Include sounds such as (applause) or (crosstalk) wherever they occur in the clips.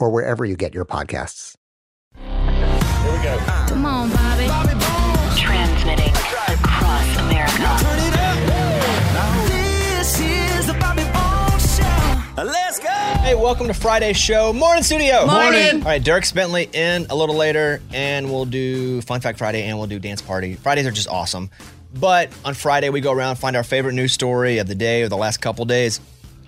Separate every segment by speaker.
Speaker 1: or wherever you get your podcasts.
Speaker 2: Come on, Bobby.
Speaker 3: Transmitting across America.
Speaker 4: Turn it up. This is the Bobby Bones Show. Let's go.
Speaker 5: Hey, welcome to Friday show. Morning studio.
Speaker 4: Morning. Morning.
Speaker 5: All right, Derek Bentley in a little later, and we'll do Fun Fact Friday, and we'll do Dance Party. Fridays are just awesome. But on Friday, we go around find our favorite news story of the day or the last couple days.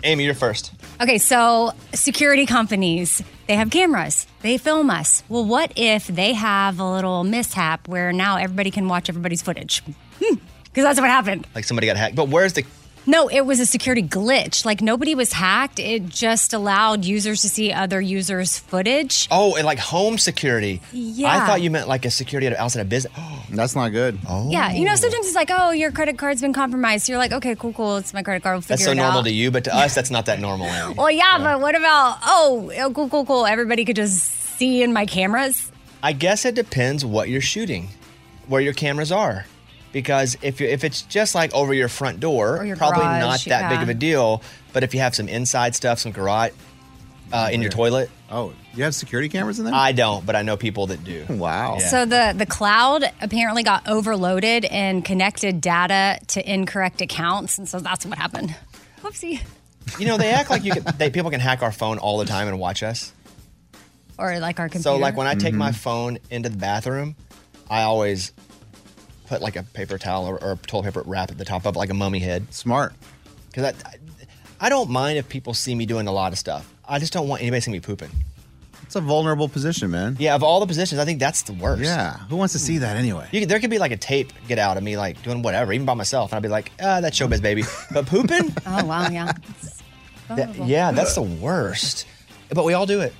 Speaker 5: Amy, you're first.
Speaker 2: Okay, so security companies, they have cameras, they film us. Well, what if they have a little mishap where now everybody can watch everybody's footage? Because that's what happened.
Speaker 5: Like somebody got hacked. But where's the
Speaker 2: No, it was a security glitch. Like nobody was hacked, it just allowed users to see other users' footage.
Speaker 5: oh, and like home security?
Speaker 2: Yeah.
Speaker 5: I thought you meant like a security outside a business. (gasps)
Speaker 6: That's not good.
Speaker 5: Oh,
Speaker 2: Yeah, you know, sometimes it's like, oh, your credit card's been compromised. You're like, okay, cool, cool, it's my credit card. We'll figure
Speaker 5: that's so
Speaker 2: it
Speaker 5: normal
Speaker 2: out.
Speaker 5: to you, but to us, that's not that normal.
Speaker 2: (laughs)
Speaker 5: Amy.
Speaker 2: Well, yeah, but what about, oh, oh, cool, cool, cool. Everybody could just see in my cameras.
Speaker 5: I guess it depends what you're shooting, where your cameras are. Because if you if it's just like over your front door,
Speaker 2: Or your
Speaker 5: probably
Speaker 2: garage,
Speaker 5: not that big
Speaker 2: yeah.
Speaker 5: of a deal. But if you have some inside stuff, some garage uh, in your toilet,
Speaker 6: Oh, you have security cameras in there?
Speaker 5: I don't, but I know people that do.
Speaker 6: wow.
Speaker 5: Yeah.
Speaker 2: So the, the cloud apparently got overloaded and connected data to incorrect accounts. And so that's what happened. Whoopsie.
Speaker 5: You know, they act like you can, they, people can hack our phone all the time and watch us.
Speaker 2: Or like our computer.
Speaker 5: So like when I take
Speaker 6: Mm-hmm.
Speaker 5: my phone into the bathroom, I always put like a paper towel or, or toilet paper wrap at the top of it, like a mummy head.
Speaker 6: Smart.
Speaker 5: Because I, I don't mind if people see me doing a lot of stuff. I just don't want anybody seeing me pooping.
Speaker 6: It's a vulnerable position, man.
Speaker 5: Yeah, of all the positions, I think that's the worst.
Speaker 6: Yeah. Who wants to see that anyway?
Speaker 5: You, could- there could be like a tape get out of me like doing whatever, even by myself, and I'd be like, ah, that's showbiz,
Speaker 6: (laughs)
Speaker 5: baby. But pooping,
Speaker 2: Oh, wow, yeah. It's
Speaker 5: That-
Speaker 2: vulnerable.
Speaker 5: yeah, that's the worst. But we all do it.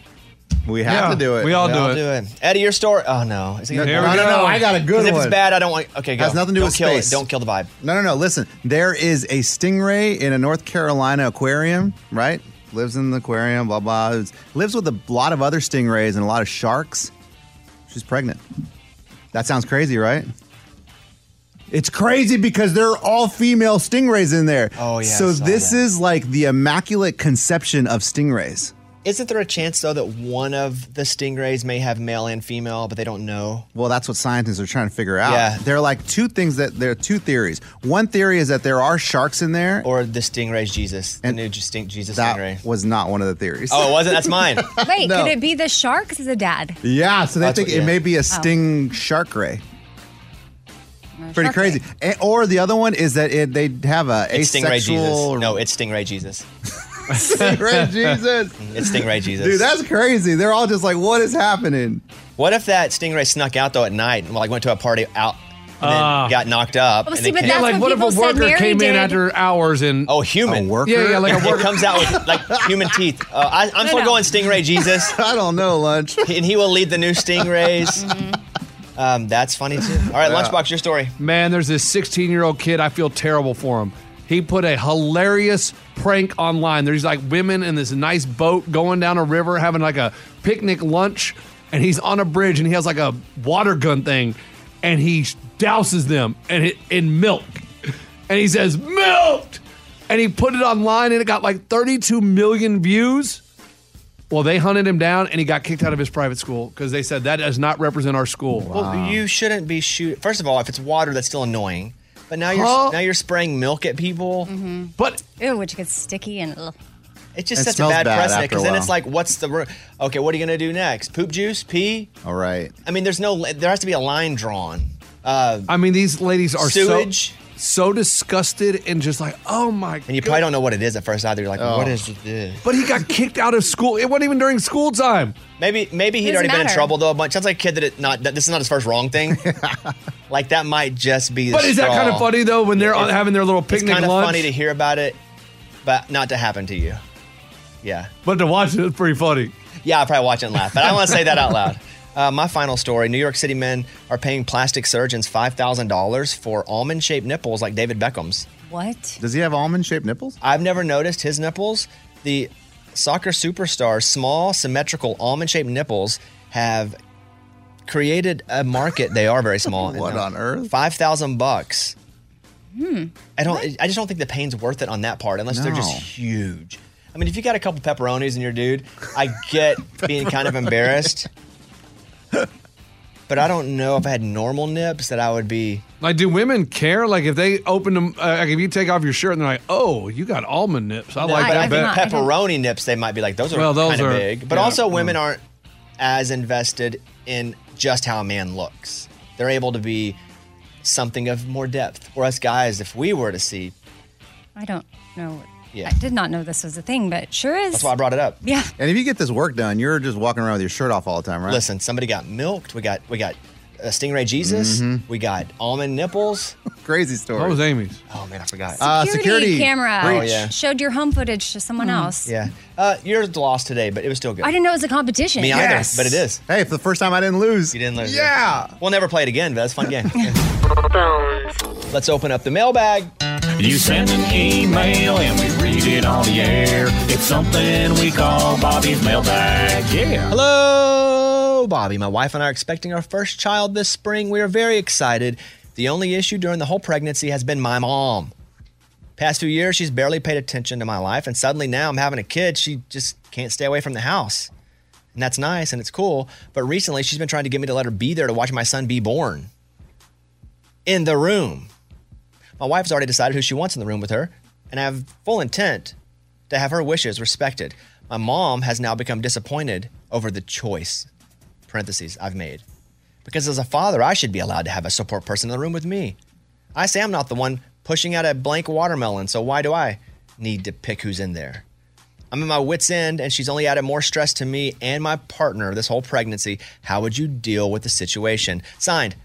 Speaker 6: We have
Speaker 7: Yeah,
Speaker 6: to do it.
Speaker 7: we all
Speaker 5: We
Speaker 7: do
Speaker 5: all
Speaker 7: it.
Speaker 5: do it. Eddie, your story. Oh no, is it
Speaker 6: No,
Speaker 5: gonna-
Speaker 7: There
Speaker 6: no,
Speaker 7: we
Speaker 6: no,
Speaker 7: go.
Speaker 6: no, I got a good
Speaker 5: Because
Speaker 6: one.
Speaker 5: if it's bad, I don't want. Okay, go.
Speaker 6: Has nothing to do
Speaker 5: Don't
Speaker 6: with
Speaker 5: kill
Speaker 6: space.
Speaker 5: It. Don't kill the vibe.
Speaker 6: No, no, no. Listen, there is a stingray in a North Carolina aquarium, right? Lives in the aquarium, blah, blah. It's- lives with a lot of other stingrays and a lot of sharks. She's pregnant. That sounds crazy, right? It's crazy because there are all female stingrays in there.
Speaker 5: Oh, yeah, I
Speaker 6: So
Speaker 5: saw
Speaker 6: this
Speaker 5: that.
Speaker 6: is like the immaculate conception of stingrays.
Speaker 5: Isn't there a chance though that one of the stingrays may have male and female, but they don't know?
Speaker 6: Well, that's what scientists are trying to figure out.
Speaker 5: Yeah.
Speaker 6: There are like two things that there are two theories. One theory is that there are sharks in there.
Speaker 5: Or the stingray's Jesus, the
Speaker 6: And
Speaker 5: new stink Jesus
Speaker 6: that
Speaker 5: stingray.
Speaker 6: was not one of the theories.
Speaker 5: Oh, it wasn't.
Speaker 6: (laughs)
Speaker 5: That's mine.
Speaker 2: (laughs) Wait,
Speaker 6: No.
Speaker 2: could it Oh. be the sharks as a dad?
Speaker 6: Yeah, so they
Speaker 5: That's
Speaker 6: think
Speaker 5: what- yeah.
Speaker 6: it may be a sting shark ray. Pretty
Speaker 2: Shark
Speaker 6: crazy. And- or the other one is that it, they have a
Speaker 5: It's stingray
Speaker 6: asexual.
Speaker 5: Jesus. No, it's stingray (laughs) Jesus.
Speaker 6: stingray Jesus.
Speaker 5: It's stingray Jesus.
Speaker 6: Dude, that's crazy. They're all just like, what is happening?
Speaker 5: What if that stingray snuck out though at night and like went to a party out and then
Speaker 7: Ah.
Speaker 5: got knocked up?
Speaker 2: Oh,
Speaker 5: and
Speaker 2: see,
Speaker 5: then
Speaker 2: but
Speaker 5: came-
Speaker 2: that's
Speaker 7: like
Speaker 2: what
Speaker 7: what if a
Speaker 2: people said
Speaker 7: worker
Speaker 2: Mary
Speaker 7: came
Speaker 2: did.
Speaker 7: in after hours and
Speaker 5: oh human
Speaker 6: A worker?
Speaker 7: yeah, yeah, like a
Speaker 5: It
Speaker 7: worker.
Speaker 5: comes out with like human teeth. Uh, I, I'm still
Speaker 2: no.
Speaker 5: going stingray Jesus,
Speaker 6: (laughs) I don't know, lunch.
Speaker 5: and he will lead the new
Speaker 7: (laughs)
Speaker 5: stingrays.
Speaker 7: Mm-hmm.
Speaker 5: Um, that's funny too. All right, lunchbox, your story.
Speaker 7: Man, there's this 16 year old kid. I feel terrible for him. He put a hilarious prank online. There's like women in this nice boat going down a river having like a picnic lunch, and he's on a bridge and he has like a water gun thing, and he douses them and it, in milk, and he says milked, and he put it online and it got like 32 million views. Well, they hunted him down and he got kicked out of his private school because they said that does not represent our school.
Speaker 6: Um,
Speaker 5: Well, you shouldn't be shoot. First of all, if it's water, that's still annoying. But now you're
Speaker 7: Huh?
Speaker 5: now you're spraying milk at people. Mm-hmm.
Speaker 7: But
Speaker 2: Ooh, which gets sticky and. ugh.
Speaker 5: it just
Speaker 6: It
Speaker 5: sets a
Speaker 6: smells
Speaker 5: bad,
Speaker 6: bad after
Speaker 5: precedent
Speaker 6: a
Speaker 5: because then
Speaker 6: while.
Speaker 5: it's like, what's the ru- okay? What are you gonna do next? Poop juice? Pee?
Speaker 6: All right.
Speaker 5: I mean, there's no. There has to be a line drawn. Uh,
Speaker 7: I mean, these ladies are
Speaker 5: Sewage.
Speaker 7: so so disgusted and just like, oh my. Oh.
Speaker 5: and you probably don't know what it is at first either. You're
Speaker 6: Oh.
Speaker 5: like, what is this?
Speaker 7: But he got kicked out of school. It wasn't even during school time.
Speaker 5: Maybe maybe
Speaker 2: It
Speaker 5: he'd
Speaker 2: doesn't
Speaker 5: already been in
Speaker 2: matter.
Speaker 5: trouble though a bunch. Sounds like a kid that it not that this is not his first wrong
Speaker 2: (laughs)
Speaker 5: thing. like that might just be. the
Speaker 7: But is that kind of
Speaker 5: straw.
Speaker 7: funny though when they're on,
Speaker 5: It's-
Speaker 7: having their little
Speaker 5: It's
Speaker 7: picnic
Speaker 5: kind of
Speaker 7: lunch?
Speaker 5: funny to hear about it, but not to happen to you. Yeah.
Speaker 7: but to watch it, it's pretty funny.
Speaker 5: Yeah, I probably watch it and laugh, but I don't want to say that out
Speaker 7: (laughs)
Speaker 5: loud. Uh, my final story: New York City men are paying plastic surgeons five thousand dollars for almond-shaped nipples, like David Beckham's.
Speaker 2: What?
Speaker 6: Does he have almond shaped nipples?
Speaker 5: I've never noticed his nipples. The soccer superstar's small, symmetrical, almond-shaped nipples have created a market. They are very small.
Speaker 6: (laughs)
Speaker 5: uh,
Speaker 6: What on earth?
Speaker 5: Five thousand bucks.
Speaker 7: Hmm.
Speaker 5: I don't. I just don't think the pain's worth it on that part, unless they're just
Speaker 6: No.
Speaker 5: huge. I mean, if you got a couple pepperonis in your dude, I
Speaker 6: (laughs)
Speaker 5: get being kind of embarrassed. but I don't know if I had normal nips that I would be.
Speaker 7: Like, do women care? Like, if they open them, uh, like if you take off your shirt and they're like, "Oh, you got almond nips," (laughs) I like
Speaker 5: but
Speaker 7: that
Speaker 5: I
Speaker 7: bet.
Speaker 5: think
Speaker 2: not.
Speaker 5: (laughs) pepperoni nips, they might be like those are
Speaker 7: Well, those
Speaker 5: kind of
Speaker 7: are-
Speaker 5: big. But
Speaker 7: yeah.
Speaker 5: also, women
Speaker 6: Mm.
Speaker 5: aren't as invested in just how a man looks. They're able to be something of more depth. Or us guys, if we were to see,
Speaker 2: I don't know.
Speaker 5: Yeah.
Speaker 2: I did not know this was a thing, but it sure is.
Speaker 5: that's why I brought it up.
Speaker 2: yeah.
Speaker 6: And if you get this work done, you're just walking around with your shirt off all the time, right?
Speaker 5: Listen, somebody got milked. We got we got uh, Stingray Jesus. We got almond nipples.
Speaker 6: Mm-hmm. (laughs) Crazy story.
Speaker 7: That was Amy's.
Speaker 5: Oh man, I forgot.
Speaker 6: Uh, security
Speaker 2: camera
Speaker 6: breach. Hmm.
Speaker 5: Oh, yeah.
Speaker 2: showed your home footage to someone else.
Speaker 5: yeah, uh, yours lost today, but it was still good.
Speaker 2: I didn't know it was a competition.
Speaker 5: Me
Speaker 6: Yes.
Speaker 5: either, but it is.
Speaker 6: Hey, for the first time I didn't lose.
Speaker 5: You didn't lose.
Speaker 6: Yeah.
Speaker 5: We'll never play it again, but that's a
Speaker 6: (laughs)
Speaker 5: fun game. (laughs) Let's open up the mailbag.
Speaker 4: You send an email and we read it on the air. It's something we call Bobby's mailbag. Yeah.
Speaker 5: Hello, Bobby. My wife and I are expecting our first child this spring. We are very excited. The only issue during the whole pregnancy has been my mom. Past few years, she's barely paid attention to my life, and suddenly now I'm having a kid. She just can't stay away from the house. And that's nice and it's cool. But recently, she's been trying to get me to let her be there to watch my son be born in the room. My wife's already decided who she wants in the room with her, and I have full intent to have her wishes respected. My mom has now become disappointed over the choice, parentheses, I've made. Because as a father, I should be allowed to have a support person in the room with me. I say I'm not the one pushing out a blank watermelon, so why do I need to pick who's in there? I'm at my wits' end, and she's only added more stress to me and my partner this whole pregnancy. How would you deal with the situation? Signed,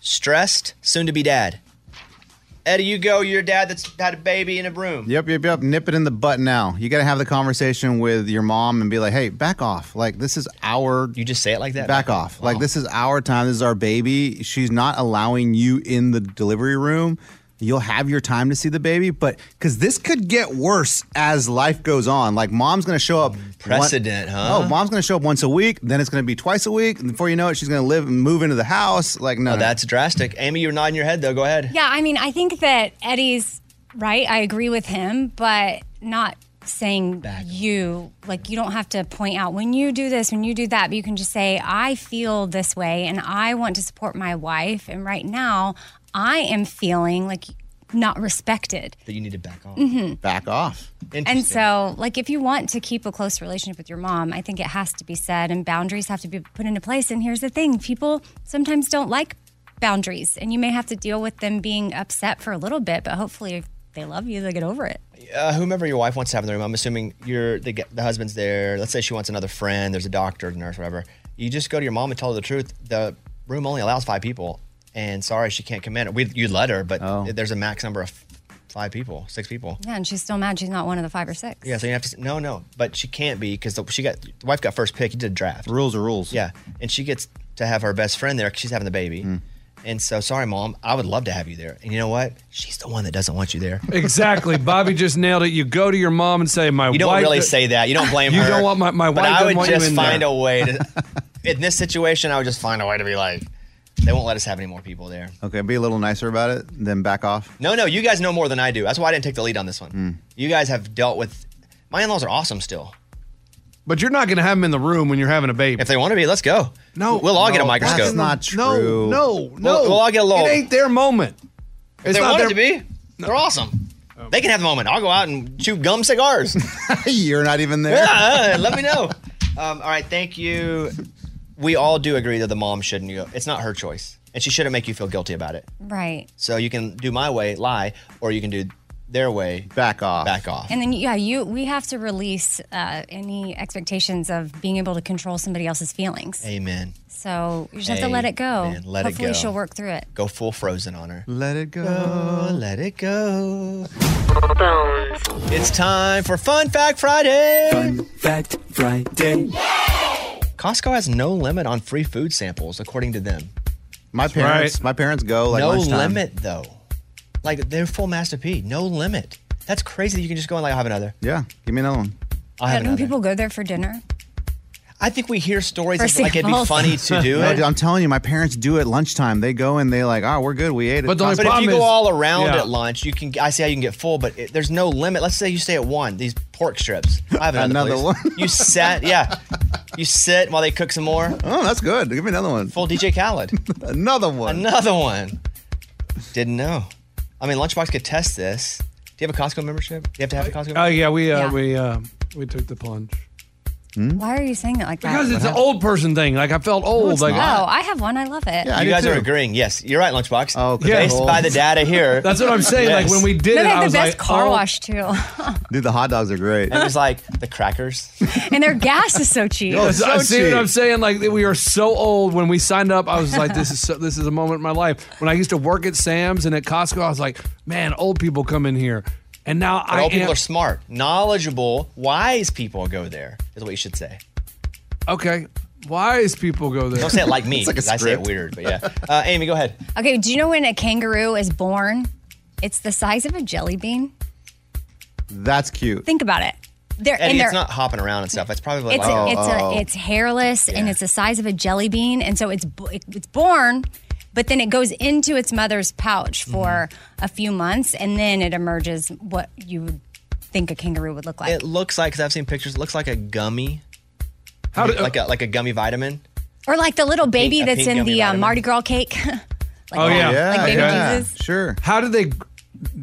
Speaker 5: stressed, soon to be dad. Eddie, you go. You're a dad that's had a baby in a room.
Speaker 6: Yep, yep, yep. Nip it in the butt now. You got to have the conversation with your mom and be like, hey, back off. Like, this is our.
Speaker 5: You just say it like that.
Speaker 6: back off. Like this is our time. This is our baby. She's not allowing you in the delivery room. You'll have your time to see the baby, but because this could get worse as life goes on. Like mom's gonna show up. one-
Speaker 5: Precedent, huh?
Speaker 6: Oh, mom's gonna show up once a week. Then it's gonna be twice a week. And before you know it, she's gonna live and move into the house. Like no,
Speaker 5: Oh,
Speaker 6: no.
Speaker 5: that's drastic. Amy, you're nodding your head though. Go ahead.
Speaker 2: Yeah, I mean, I think that Eddie's right. I agree with him, but not saying you. Like, you don't have to point out when you do this, when you do that, but you can just say, I feel this way and I want to support my wife. And right now, I am feeling like not respected.
Speaker 5: That you need to back off.
Speaker 6: back off.
Speaker 5: Interesting.
Speaker 2: Mm-hmm. And so, like, if you want to keep a close relationship with your mom, I think it has to be said and boundaries have to be put into place. And here's the thing people sometimes don't like boundaries, and you may have to deal with them being upset for a little bit, but hopefully, if they love you, they get over it.
Speaker 5: uh, whomever your wife wants to have in the room, I'm assuming you're the, g- the husband's there. Let's say she wants another friend. There's a doctor, nurse, whatever. You just go to your mom and tell her the truth. The room only allows five people, and sorry, she can't come in. We you let her, but
Speaker 6: Oh.
Speaker 5: there's a max number of five people, six people.
Speaker 2: Yeah, and she's still mad she's not one of the five or six.
Speaker 5: Yeah, so you have to. s- No, no, but she can't be because she got the wife got first pick. You did a draft.
Speaker 6: Rules are rules.
Speaker 7: Mm.
Speaker 5: Yeah, and she gets to have her best friend there because she's having the baby, And so, sorry, mom, I would love to have you there. And you know what? She's the one that doesn't want you there.
Speaker 7: Exactly. Bobby just nailed it. You go to your mom and say, "My
Speaker 5: You don't
Speaker 7: wife
Speaker 5: really
Speaker 7: do-
Speaker 5: say that. You don't blame
Speaker 7: (laughs) you
Speaker 5: her.
Speaker 7: don't want my my
Speaker 5: But
Speaker 7: wife.
Speaker 5: I
Speaker 7: doesn't
Speaker 5: would
Speaker 7: want you
Speaker 5: just
Speaker 7: in
Speaker 5: find
Speaker 7: there.
Speaker 5: a way
Speaker 7: (laughs)
Speaker 5: to. in this situation, I would just find a way to be like, they won't let us have any more people there.
Speaker 6: Okay, be a little nicer about it, then back off.
Speaker 5: No, no, you guys know more than I do. That's why I didn't take the lead on this one.
Speaker 7: Mm.
Speaker 5: You guys have dealt with. My in-laws are awesome still.
Speaker 7: But you're not going to have them in the room when you're having a baby. If
Speaker 5: they want to be, let's go.
Speaker 7: No,
Speaker 5: We'll all get a
Speaker 7: no,
Speaker 5: microscope.
Speaker 7: that's not true. No, no, no.
Speaker 5: We'll, we'll all get a little.
Speaker 7: It ain't their moment.
Speaker 5: If
Speaker 7: It's
Speaker 5: they
Speaker 7: not
Speaker 5: want it
Speaker 7: their-
Speaker 5: to be. They're
Speaker 7: (laughs)
Speaker 5: awesome. They can have the moment. I'll go out and chew gum cigars.
Speaker 6: (laughs) You're not even there.
Speaker 5: Yeah, uh, let me know. Um, all right, thank you. We all do agree that the mom shouldn't go. It's not her choice, and she shouldn't make you feel guilty about it.
Speaker 2: Right.
Speaker 5: So you can do my way, lie, or you can do their way,
Speaker 6: back off,
Speaker 5: back off.
Speaker 2: And then yeah, you we have to release uh, any expectations of being able to control somebody else's feelings.
Speaker 5: Amen.
Speaker 2: So you just have to let it go.
Speaker 5: Amen. Let it
Speaker 2: Hopefully
Speaker 5: go.
Speaker 2: she'll work through it.
Speaker 5: Go full frozen on her.
Speaker 6: Let it go.
Speaker 5: let it go. It's time for Fun Fact Friday. Fun Fact Friday. Costco has no limit on free food samples, according to them.
Speaker 6: My parents, my (laughs) parents go like
Speaker 5: no
Speaker 6: lunchtime.
Speaker 5: limit though. Like they're full Master P. No limit. That's crazy. that You can just go and like I'll have another.
Speaker 6: Yeah, give me another one.
Speaker 5: I'll have
Speaker 2: Don't
Speaker 5: another.
Speaker 2: people go there for dinner?
Speaker 5: I think we hear stories
Speaker 2: For
Speaker 5: of like it'd be
Speaker 2: samples. (laughs)
Speaker 5: funny to do
Speaker 6: No, dude,
Speaker 5: it.
Speaker 6: I'm telling you, my parents do it lunchtime. They go and they like, oh, we're good. We ate it.
Speaker 5: But, if you go all
Speaker 6: (laughs)
Speaker 5: around at lunch, you can. I see how you can get full, but it, there's no limit. Let's say you stay at one. These pork strips. I have another,
Speaker 6: Another
Speaker 5: please. You sat, yeah. You sit while they cook some more.
Speaker 6: Oh, that's good. Give me another one.
Speaker 5: Full DJ
Speaker 7: (laughs)
Speaker 5: Khaled.
Speaker 6: another one.
Speaker 5: Another one. Didn't know. I mean, Lunchbox could test this. Do you have a Costco membership? Do you have to have a Costco. membership?
Speaker 7: Oh yeah, we uh,
Speaker 5: Yeah.
Speaker 7: we uh, we took the plunge
Speaker 2: Why are you saying that like that?
Speaker 7: because it's an old person thing. Like I felt old. like
Speaker 2: oh, I have one. I love it.
Speaker 5: you guys are agreeing. Yes, you're right, Lunchbox. Oh,
Speaker 7: Yeah.
Speaker 5: based by the data here.
Speaker 7: That's what I'm saying. Like, when we did
Speaker 2: No, they have the best car
Speaker 5: oh.
Speaker 7: oh,
Speaker 2: wash too, (laughs)
Speaker 6: Dude, the hot dogs are great.
Speaker 5: And it was like the
Speaker 7: (laughs)
Speaker 5: crackers.
Speaker 2: and their gas is so cheap.
Speaker 7: Yes, I see what I'm saying. Like we are so old. When we signed up, I was like, "This is so, this is a moment in my life." When I used to work at Sam's and at Costco, I was like, "Man, old people come in here," and now
Speaker 5: But
Speaker 7: I
Speaker 5: old people
Speaker 7: am-
Speaker 5: are smart, knowledgeable, wise people go there. Is what you should say.
Speaker 7: Okay, wise people go there.
Speaker 5: Don't say
Speaker 6: (laughs)
Speaker 5: it like me. 'cause I say it weird, but yeah. Uh, Amy, go ahead.
Speaker 2: Okay, do you know when a kangaroo is born? It's the size of a jelly bean.
Speaker 6: That's cute.
Speaker 2: Think about it. They're
Speaker 5: Eddie,
Speaker 2: and they're
Speaker 5: it's not hopping around and stuff. It's probably
Speaker 2: it's
Speaker 5: like Oh,
Speaker 2: a, it's, a, it's hairless and it's the size of a jelly bean, and so it's bo- it- it's born, but then it goes into its mother's pouch for
Speaker 5: Mm-hmm.
Speaker 2: a few months, and then it emerges what you would think a kangaroo would look like.
Speaker 5: It looks like because I've seen pictures. It looks like a gummy.
Speaker 7: How
Speaker 5: like, a like a gummy vitamin?
Speaker 2: Or like the little baby
Speaker 5: a
Speaker 2: that's
Speaker 5: pink
Speaker 2: in
Speaker 5: gummy
Speaker 2: the uh,
Speaker 5: vitamin.
Speaker 2: Mardi Gras cake. (laughs) like
Speaker 7: oh yeah,
Speaker 2: Like baby
Speaker 7: yeah.
Speaker 2: Jesus.
Speaker 6: Sure.
Speaker 7: How do they?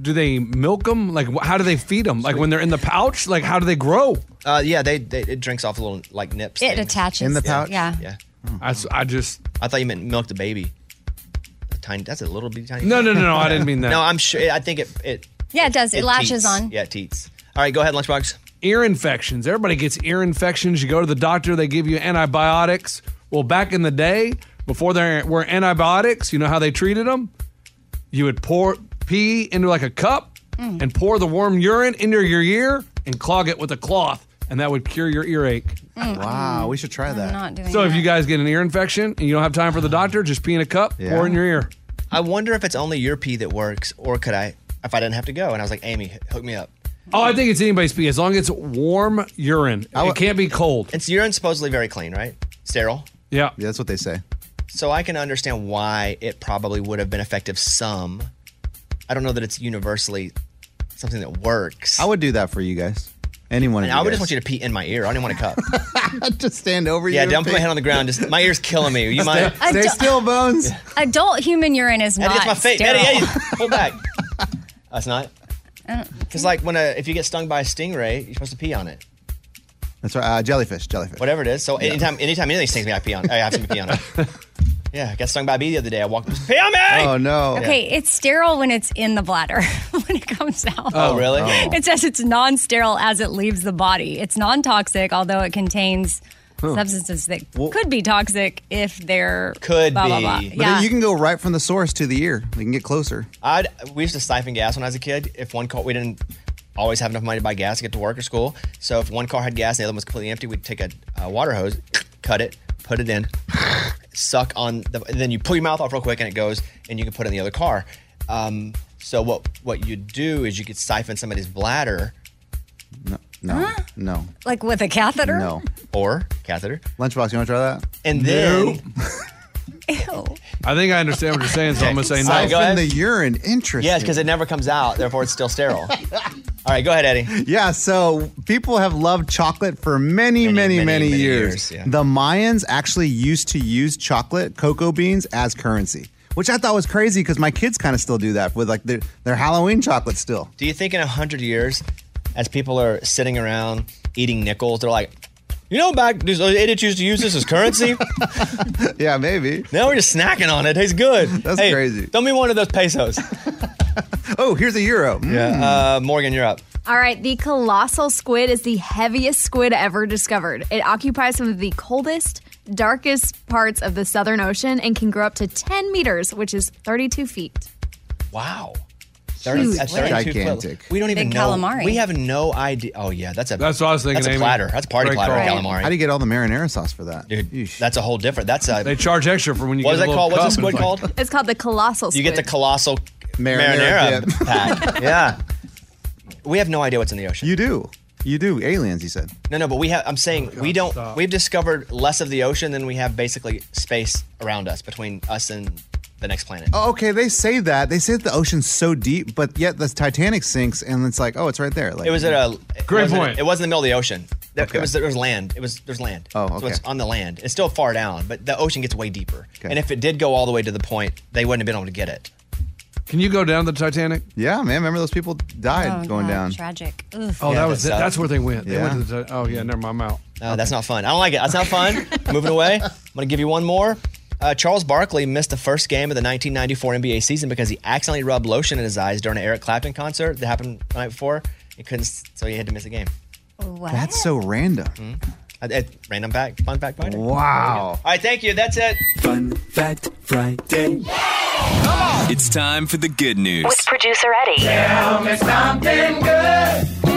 Speaker 7: Do they milk them? Like, wh- how do they feed them? Like when they're in the pouch? Like, how do they grow?
Speaker 5: Uh, yeah, they, they it drinks off little like nips.
Speaker 2: It attaches. In the pouch? Yeah.
Speaker 5: Yeah.
Speaker 7: Mm. I, s- I just
Speaker 5: I thought you meant milk the baby. A tiny. That's a little bitty tiny.
Speaker 7: No, no, no,
Speaker 5: (laughs)
Speaker 7: no, I didn't mean that.
Speaker 5: no, I'm sure. I think it it
Speaker 2: Yeah, it does. It, latches
Speaker 5: teats.
Speaker 2: on.
Speaker 5: Yeah, it teats. All right, go ahead, lunchbox.
Speaker 7: ear infections. Everybody gets ear infections. You go to the doctor, they give you antibiotics. Well, back in the day, before there were antibiotics, you know how they treated them? You would pour pee into like a cup
Speaker 2: Mm.
Speaker 8: Mhm.
Speaker 7: and pour the warm urine into your ear and clog it with a cloth, and that would cure your earache.
Speaker 2: Mm.
Speaker 6: Wow, we should try that.
Speaker 2: not doing
Speaker 7: So if
Speaker 2: that.
Speaker 7: you guys get an ear infection and you don't have time for the doctor, just pee in a cup,
Speaker 5: Yeah.
Speaker 7: pour it in your ear.
Speaker 5: I wonder if it's only your pee that works, or could I if I didn't have to go? And I was like, Amy, h- hook me up.
Speaker 7: Oh, I think it's anybody's pee as long as it's warm urine. it can't be cold.
Speaker 5: It's urine's supposedly very clean, right? Sterile.
Speaker 7: Yeah.
Speaker 6: Yeah, that's what they say.
Speaker 5: So I can understand why it probably would have been effective some. I don't know that it's universally something that works.
Speaker 6: I would do that for you guys. Anyone.
Speaker 5: And I would just want you to pee in my ear. I don't even want a cup.
Speaker 6: (laughs) just stand over you
Speaker 5: yeah,
Speaker 6: and
Speaker 5: don't put my
Speaker 6: pee.
Speaker 5: head on the ground. Just my ear's killing me. You mind?
Speaker 6: Stay- stay still, Bones.
Speaker 2: (laughs) Adult human urine is
Speaker 5: Eddie,
Speaker 2: not.
Speaker 5: that's my face.
Speaker 2: sterile.
Speaker 5: Eddie, Eddie,
Speaker 6: (laughs)
Speaker 5: pull back. That's not.
Speaker 2: I don't-
Speaker 5: Because like when a, if you get stung by a stingray, you're supposed to pee on it.
Speaker 6: That's right. Uh, jellyfish. Jellyfish.
Speaker 5: Whatever it is. So
Speaker 6: Yeah.
Speaker 5: anytime anytime anything stings me, I pee on. it. I have to pee
Speaker 6: (laughs)
Speaker 5: on it. Yeah, I got stung by a bee the other day. I walked. Pee on me.
Speaker 6: Oh no.
Speaker 2: Okay, it's sterile when it's in the bladder. (laughs) when it comes out.
Speaker 5: Oh, really? Oh.
Speaker 2: It says it's non-sterile as it leaves the body. It's non-toxic, although it contains
Speaker 6: Huh.
Speaker 2: substances that could be toxic if they're blah, blah, blah.
Speaker 6: But
Speaker 2: Yeah.
Speaker 6: you can go right from the source to the ear. We can get closer.
Speaker 5: I'd, we used to siphon gas when I was a kid. If one car, we didn't always have enough money to buy gas to get to work or school. So if one car had gas and the other one was completely empty, we'd take a, a water hose, cut it, put it in, suck on the, and then you pull your mouth off real quick and it goes, and you can put it in the other car. Um, so what what you do is you could siphon somebody's bladder.
Speaker 6: No, no,
Speaker 2: Like with a catheter?
Speaker 6: no.
Speaker 5: Or catheter.
Speaker 6: Lunchbox, you want to try that?
Speaker 5: And then
Speaker 6: (laughs)
Speaker 7: I think I understand what you're saying, so I'm gonna say no.
Speaker 5: Sorry, go ahead.
Speaker 6: the urine. Interesting.
Speaker 5: Yes, because it never comes out, therefore it's still sterile. All right, go ahead, Eddie.
Speaker 6: Yeah, so people have loved chocolate for many, many, many,
Speaker 5: many, many
Speaker 6: years.
Speaker 5: years, yeah.
Speaker 6: The Mayans actually used to use chocolate, cocoa beans, as currency, which I thought was crazy because my kids kind of still do that with like their, their Halloween chocolate still.
Speaker 5: (laughs) Do you think in a hundred years, as people are sitting around eating nickels, they're like, you know, back these idiots used to use this as currency.
Speaker 6: (laughs) Yeah, maybe.
Speaker 5: now we're just snacking on it. Tastes good.
Speaker 6: (laughs) That's
Speaker 5: Hey,
Speaker 6: crazy.
Speaker 5: Throw me one of those pesos.
Speaker 6: (laughs) Oh, here's a euro. Mm.
Speaker 5: Yeah. Uh, Morgan, you're up.
Speaker 8: All right, the colossal squid is the heaviest squid ever discovered. It occupies some of the coldest, darkest parts of the Southern Ocean and can grow up to 10 meters, which is 32 feet.
Speaker 5: Wow.
Speaker 8: Huge.
Speaker 5: that's 32 foot-
Speaker 6: Gigantic.
Speaker 5: uh, We don't even
Speaker 2: Big
Speaker 5: know.
Speaker 2: calamari.
Speaker 5: We have no idea. Oh yeah, that's a
Speaker 7: That's what I was thinking,
Speaker 5: That's a
Speaker 7: Amy.
Speaker 5: platter. That's a party
Speaker 7: Great
Speaker 5: platter
Speaker 7: call.
Speaker 5: calamari.
Speaker 6: How do you get all the marinara sauce for that?
Speaker 5: Dude,
Speaker 6: Yeesh.
Speaker 5: that's a whole different. That's a.
Speaker 7: They charge extra for when you
Speaker 5: what
Speaker 7: get
Speaker 5: is
Speaker 7: a
Speaker 5: that
Speaker 7: little
Speaker 5: called? What's the
Speaker 7: cup
Speaker 5: squid
Speaker 7: and it's like-
Speaker 5: called?
Speaker 8: It's called the colossal squid.
Speaker 5: You get the colossal
Speaker 6: Marinara
Speaker 5: marinara,
Speaker 6: dip. (laughs)
Speaker 5: pack. yeah. We have no idea what's in the ocean.
Speaker 6: you do. You do. Aliens, you said.
Speaker 5: no, no, but we have. I'm saying we don't.
Speaker 7: Oh stop.
Speaker 5: We've discovered less of the ocean than we have basically space around us between us and the next planet.
Speaker 6: Oh, okay, they say that. They say that the ocean's so deep, but yet the Titanic sinks and it's like, oh, it's right there. Like,
Speaker 5: It was at a. it
Speaker 7: Great
Speaker 5: wasn't-
Speaker 7: point.
Speaker 5: It wasn't in the middle of the ocean. There,
Speaker 6: Okay.
Speaker 5: It was there was land. It was there's land.
Speaker 6: Oh,
Speaker 5: So it's
Speaker 6: okay.
Speaker 5: on the land. It's still far down, but the ocean gets way deeper.
Speaker 6: Okay.
Speaker 5: And if it did go all the way to the point, they wouldn't have been able to get it.
Speaker 7: Can you go down to the Titanic?
Speaker 6: Yeah, man. Remember those people died
Speaker 2: Oh,
Speaker 6: going
Speaker 2: no,
Speaker 6: down.
Speaker 2: Tragic. Oof.
Speaker 7: Oh,
Speaker 5: Yeah,
Speaker 7: that was
Speaker 5: that's-
Speaker 7: it. That's where they went. They
Speaker 6: Yeah.
Speaker 7: went to the. Ti- Oh yeah, never mind. I'm out.
Speaker 5: No, that's not fun. I don't like it. That's not
Speaker 7: (laughs)
Speaker 5: fun. Moving away. I'm going to give you one more. Uh, Charles Barkley missed the first game of the 1994 NBA season because he accidentally rubbed lotion in his eyes during an Eric Clapton concert that happened the night before. He couldn't, so he had to miss a game.
Speaker 2: What?
Speaker 6: That's so random.
Speaker 5: Uh, uh, random fact, fun fact finder. All
Speaker 6: Wow.
Speaker 5: right, thank you. That's it.
Speaker 9: Fun Fact Friday. It's time for the good news.
Speaker 3: With producer Eddie.
Speaker 8: (laughs)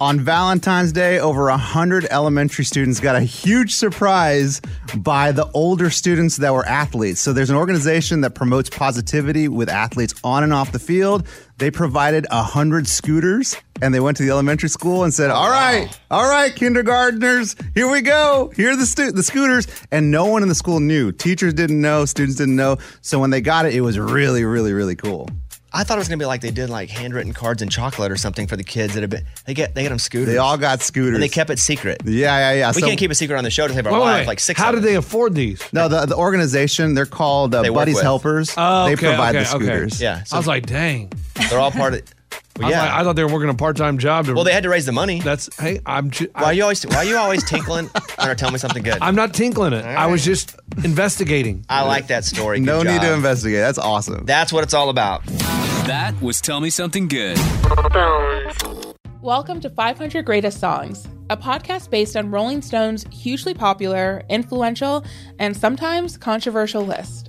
Speaker 6: On Valentine's Day, over 100 elementary students got a huge surprise by the older students that were athletes. So there's an organization that promotes positivity with athletes on and off the field. They provided 100 scooters and they went to the elementary school and said, "All right, all right, kindergartners, here we go. Here are the stu- the scooters." And no one in the school knew. Teachers didn't know, students didn't know. So when they got it, it was really really really cool.
Speaker 5: I thought it was going to be like they did like handwritten cards and chocolate or something for the kids that have been. They get they get them scooters.
Speaker 6: They all got scooters.
Speaker 5: and they kept it secret.
Speaker 6: Yeah, yeah, yeah.
Speaker 5: We
Speaker 6: So-
Speaker 5: can't keep a secret on the show to save our
Speaker 7: Wait, wait,
Speaker 5: lives.
Speaker 7: wait.
Speaker 5: Like six.
Speaker 7: How
Speaker 5: of
Speaker 7: did
Speaker 5: them.
Speaker 7: they afford these?
Speaker 6: No, the, the organization, they're called uh,
Speaker 5: They work
Speaker 6: Buddies
Speaker 5: with.
Speaker 6: Helpers.
Speaker 7: Oh,
Speaker 6: they
Speaker 7: okay,
Speaker 6: provide the
Speaker 7: okay, okay.
Speaker 6: scooters.
Speaker 5: Yeah. So
Speaker 7: I was like, dang.
Speaker 5: they're all
Speaker 7: (laughs)
Speaker 5: part of. Well,
Speaker 7: I,
Speaker 5: yeah.
Speaker 7: was like, I thought they were working a part-time job. To,
Speaker 5: well, they had to raise the money.
Speaker 7: That's hey, I'm. Ju-
Speaker 5: Why
Speaker 7: I,
Speaker 5: are you always why are you always
Speaker 7: (laughs)
Speaker 5: tinkling or telling me something good?
Speaker 7: I'm not tinkling it. I was just investigating.
Speaker 5: I like that story. Good
Speaker 6: No need
Speaker 5: job.
Speaker 6: to investigate. That's awesome.
Speaker 5: That's what it's all about.
Speaker 9: That was Tell Me Something Good.
Speaker 10: Welcome to 500 Greatest Songs, a podcast based on Rolling Stone's hugely popular, influential, and sometimes controversial list.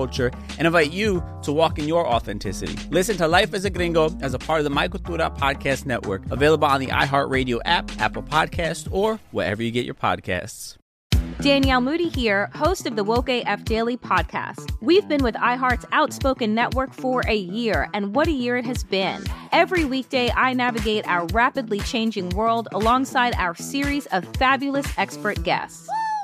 Speaker 4: and invite you to walk in your authenticity. Listen to Life as a Gringo as a part of the My Cultura Podcast Network, available on the iHeartRadio app, Apple Podcast, or wherever you get your podcasts.
Speaker 11: Mm-hmm. Danielle Moody here, host of the Woke AF Daily podcast. We've been with iHeart's Outspoken Network for a year, and what a year it has been. Every weekday, I navigate our rapidly changing world alongside our series of fabulous expert guests.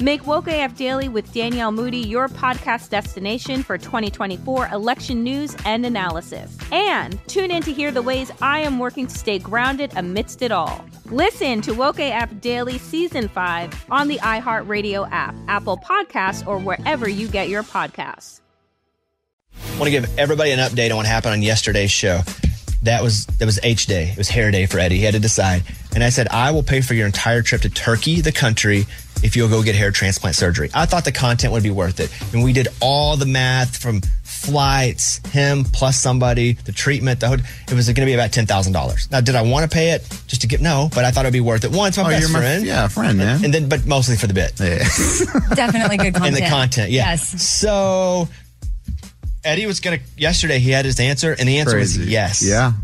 Speaker 11: Make Woke AF Daily with Danielle Moody your podcast destination for 2024 election news and analysis. And tune in to hear the ways I am working to stay grounded amidst it all. Listen to Woke AF Daily Season 5 on the iHeartRadio app, Apple Podcasts, or wherever you get your podcasts.
Speaker 5: want to give everybody an update on what happened on yesterday's show. That was that was H day. It was hair day for Eddie. He had to decide, and I said, "I will pay for your entire trip to Turkey, the country, if you'll go get hair transplant surgery." I thought the content would be worth it, and we did all the math from flights, him plus somebody, the treatment, the hotel. It was going to be about ten thousand dollars. Now, did I want to pay it just to get no? But I thought it'd be worth it. One, it's my
Speaker 6: Oh,
Speaker 5: best
Speaker 6: you're my-
Speaker 5: friend,
Speaker 6: yeah, friend, man.
Speaker 5: and then but mostly for the bit.
Speaker 2: (laughs) Definitely
Speaker 5: (laughs)
Speaker 2: good
Speaker 5: And
Speaker 2: content.
Speaker 5: the content, yeah. Yes. So Eddie was gonna yesterday. He had his answer, and the answer was
Speaker 6: Crazy.
Speaker 5: yes.
Speaker 6: Yeah.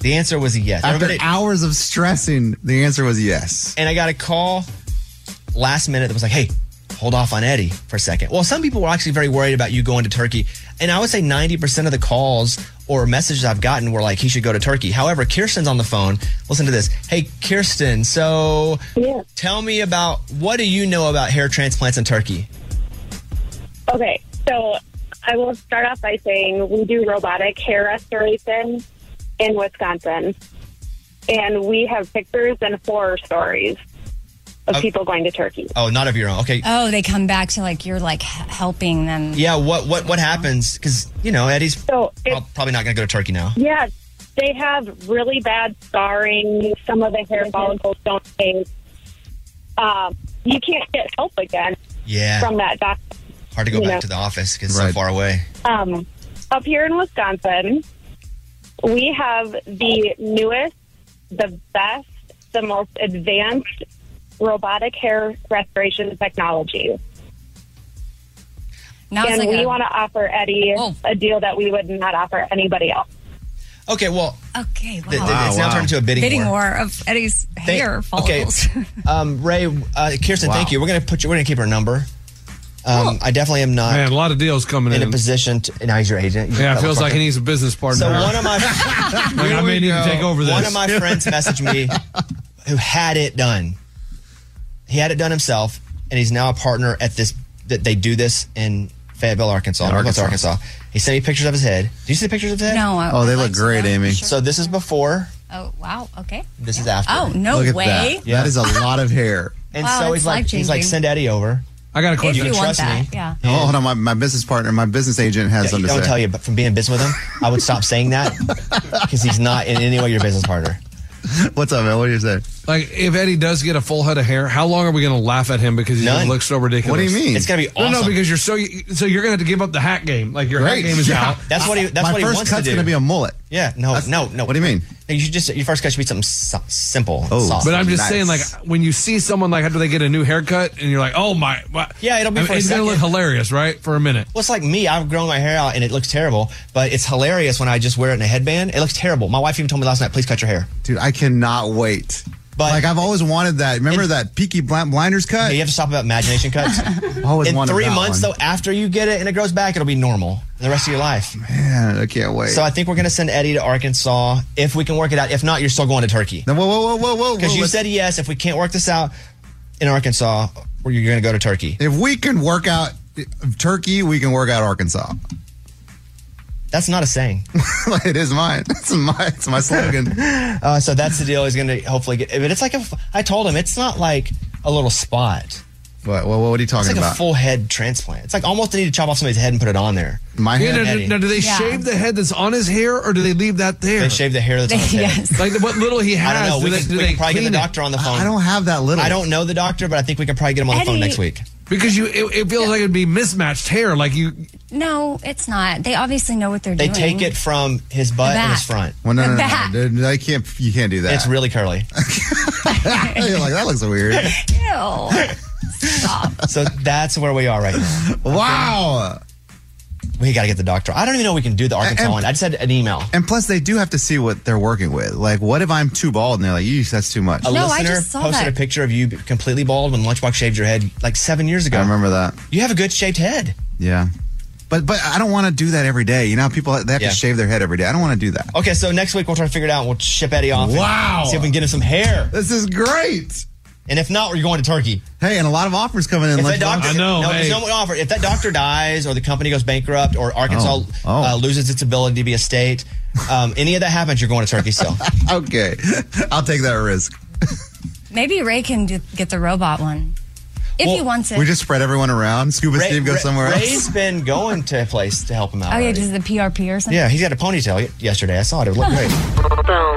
Speaker 5: the answer was a yes.
Speaker 6: After (laughs)
Speaker 5: Everybody-
Speaker 6: hours of stressing, the answer was yes.
Speaker 5: and I got a call last minute that was like, "Hey, hold off on Eddie for a second. Well, some people were actually very worried about you going to Turkey, and I would say ninety percent of the calls or messages I've gotten were like, "He should go to Turkey." However, Kirsten's on the phone. Listen to this. Hey, Kirsten. So, tell me about what do you know about hair transplants in Turkey?
Speaker 12: Okay, so I will start off by saying we do robotic hair restoration in Wisconsin. And we have pictures and horror stories of people going to Turkey.
Speaker 5: Oh, not of your own. Okay.
Speaker 2: Oh, they come back to like you're like h- helping them.
Speaker 5: Yeah, what what what happens? Because you know Eddie's prob- probably not going to go to Turkey now.
Speaker 12: Yeah, they have really bad scarring. Some of the hair follicles don't stay. Um, you can't get help again
Speaker 5: Yeah,
Speaker 12: from that doctor.
Speaker 5: hard to go
Speaker 12: you
Speaker 5: back
Speaker 12: know.
Speaker 5: to the office because it's so far away.
Speaker 12: Um, up here in Wisconsin, we have the newest, the best, the most advanced robotic hair restoration technology.
Speaker 2: Now it's
Speaker 12: and
Speaker 2: like
Speaker 12: we
Speaker 2: a-
Speaker 12: want to offer Eddie
Speaker 2: Oh.
Speaker 12: a deal that we would not offer anybody else.
Speaker 5: Okay, well,
Speaker 2: Okay, wow.
Speaker 5: Th- th- it's now Wow, wow. turned into a bidding war.
Speaker 2: of Eddie's
Speaker 5: Thank-
Speaker 2: hair follicles. (laughs)
Speaker 5: Okay, um, Ray, uh, Kirsten,
Speaker 7: Wow.
Speaker 5: thank you. We're gonna put you. We're gonna keep her number. Um, I definitely am not.
Speaker 7: Man, a lot of deals coming in.
Speaker 5: in a position. To, now he's your agent. You
Speaker 7: Yeah, it feels like he
Speaker 5: motherfucker.
Speaker 7: needs a business partner.
Speaker 5: So one
Speaker 7: (laughs)
Speaker 5: of my
Speaker 7: Like, I may need to take over this.
Speaker 5: One of my friends messaged
Speaker 7: (laughs)
Speaker 5: me who had it done. He had it done himself, and he's now a partner at this. That they do this in Fayetteville, Arkansas, Northwest
Speaker 6: Arkansas.
Speaker 5: Arkansas. He sent me pictures of his head. Do you see the pictures of his head?
Speaker 2: No, I-
Speaker 6: Oh, they look great, Amy.
Speaker 5: So this is before.
Speaker 2: Oh, wow. Okay.
Speaker 5: This is after.
Speaker 2: Oh, no
Speaker 6: Look at
Speaker 2: way.
Speaker 6: That. that
Speaker 5: (laughs)
Speaker 6: is a lot of hair.
Speaker 5: And so he's like, he's like, send Eddie over.
Speaker 6: I got a
Speaker 2: If you want that, yeah.
Speaker 6: Oh, hold on. My, my business partner, my business agent has
Speaker 5: I
Speaker 6: something
Speaker 5: don't
Speaker 6: to say.
Speaker 5: tell you, but from being in business with him, I would stop saying that because he's not in any way your business partner.
Speaker 6: (laughs) What's up, man? What do you say?
Speaker 7: Like, if Eddie does get a full head of hair, how long are we going to laugh at him because he
Speaker 6: None.
Speaker 7: looks so ridiculous?
Speaker 6: What do you mean? It's gonna be
Speaker 7: No, no,
Speaker 6: awesome.
Speaker 7: because you're so so you're going to have to give up the hat game. Like your hat game is
Speaker 6: Yeah.
Speaker 7: out.
Speaker 5: (laughs) That's what he. That's
Speaker 6: my
Speaker 5: what he
Speaker 6: first
Speaker 5: wants
Speaker 6: cut's
Speaker 5: to do.
Speaker 6: gonna be a mullet.
Speaker 5: Yeah. No. no. No. What do you mean? You should just your first cut should be something so- simple.
Speaker 7: Oh,
Speaker 5: soft.
Speaker 7: but I'm just saying, like when you see someone like after they get a new haircut, and you're like, oh my, wha-
Speaker 5: Yeah, it'll be
Speaker 7: I mean,
Speaker 5: for a
Speaker 7: it's gonna look
Speaker 5: second.
Speaker 7: hilarious, right? For a minute.
Speaker 5: Well, it's like me. I've grown my hair out and it looks terrible, but it's hilarious when I just wear it in a headband. It looks terrible. My wife even told me last night, "Please cut your hair."
Speaker 6: Dude, I cannot wait. But like I've always wanted that. Remember that Peaky Bl- Blinders cut? (laughs)
Speaker 5: you have to stop about imagination cuts.
Speaker 6: always
Speaker 5: in
Speaker 6: wanted
Speaker 5: three
Speaker 6: that
Speaker 5: months
Speaker 6: one.
Speaker 5: though, after you get it and it grows back, it'll be normal. the rest of your life.
Speaker 6: Oh, Man, (laughs) I can't wait.
Speaker 5: So I think we're going to send Eddie to Arkansas if we can work it out. If not, you're still going to Turkey.
Speaker 6: No, whoa, whoa, whoa, whoa,
Speaker 5: Because
Speaker 6: whoa,
Speaker 5: you
Speaker 6: let's-
Speaker 5: said yes. If we can't work this out in Arkansas, or you're going to go to Turkey.
Speaker 6: If we can work out Turkey, we can work out Arkansas.
Speaker 5: That's not
Speaker 6: (laughs)
Speaker 5: a saying.
Speaker 6: it is mine. (laughs) It's my it's my slogan.
Speaker 5: (laughs) uh, so that's the deal. He's going to hopefully get. But it's like a. I told him it's not like a little spot.
Speaker 6: What? What, what are you
Speaker 5: It's
Speaker 6: talking
Speaker 5: like a
Speaker 6: about?
Speaker 5: full head transplant. It's like almost they need to chop off somebody's head and put it on there.
Speaker 6: My
Speaker 7: Yeah, now, do- now, do they shave the head that's on his hair, or do they leave that there? They
Speaker 5: shave the hair that's on
Speaker 7: (laughs)
Speaker 5: his head. Yes.
Speaker 7: Like what little he
Speaker 5: I
Speaker 7: has.
Speaker 5: don't know.
Speaker 7: do
Speaker 5: We,
Speaker 7: they,
Speaker 5: can,
Speaker 7: do
Speaker 5: we
Speaker 7: they
Speaker 5: can probably get
Speaker 7: clean
Speaker 5: the
Speaker 7: it?
Speaker 5: doctor on the phone.
Speaker 6: have that little.
Speaker 5: I don't know the doctor, but I think we could probably get him on the phone
Speaker 2: Eddie-
Speaker 5: next week.
Speaker 7: because you it, it feels like it'd be mismatched hair. Like you,
Speaker 2: No, it's not. They obviously know what they're
Speaker 5: They
Speaker 2: doing.
Speaker 5: take
Speaker 2: (laughs)
Speaker 5: it from his butt
Speaker 2: The
Speaker 5: and his
Speaker 2: back.
Speaker 5: front.
Speaker 6: Well, no, no, no,
Speaker 2: Back.
Speaker 6: no, dude, I can't. You can't do that.
Speaker 5: It's really curly.
Speaker 6: (laughs) You're like that looks weird.
Speaker 2: Ew.
Speaker 5: so that's where we are right now.
Speaker 6: Wow.
Speaker 5: We got to get the doctor. I don't even know we can do the Arkansas
Speaker 6: And-
Speaker 5: one. I just had an email.
Speaker 6: And plus, they do have to see what they're working with. Like, what if I'm too bald and they're like, "Yeesh, that's too much."
Speaker 5: A listener posted a picture of you completely bald when Lunchbox shaved your head like seven years ago.
Speaker 6: I remember that.
Speaker 5: You have a good shaped head.
Speaker 6: Yeah, but but I don't want to do that every day. You know, how people they have
Speaker 5: Yeah.
Speaker 6: to shave their head every day. I don't want to do that.
Speaker 5: Okay, so next week we'll try to figure it out. and We'll ship Eddie off. and
Speaker 6: Wow.
Speaker 5: See if we can get him some hair.
Speaker 6: This is great.
Speaker 5: And if not, we're going to Turkey.
Speaker 6: Hey, and a lot of offers coming in.
Speaker 5: If
Speaker 6: Lunchbox.
Speaker 5: that doctor, no, there's no offer. If that doctor dies, or the company goes bankrupt, or Arkansas
Speaker 6: Oh. Oh.
Speaker 5: Uh, loses its ability to be a state, um, any of that happens, you're going to Turkey still.
Speaker 6: okay, (laughs) I'll take that risk.
Speaker 2: Maybe Ray can do, get the robot one if he wants it.
Speaker 6: We just spread everyone around. Scuba
Speaker 5: Ray-
Speaker 6: Steve goes
Speaker 5: Ray-
Speaker 6: somewhere
Speaker 5: Ray's
Speaker 6: else.
Speaker 5: been going to a place to help him out.
Speaker 2: oh yeah,
Speaker 5: already.
Speaker 2: does the PRP or something?
Speaker 5: Yeah, he's got a ponytail y- yesterday. I saw it. It looked great. All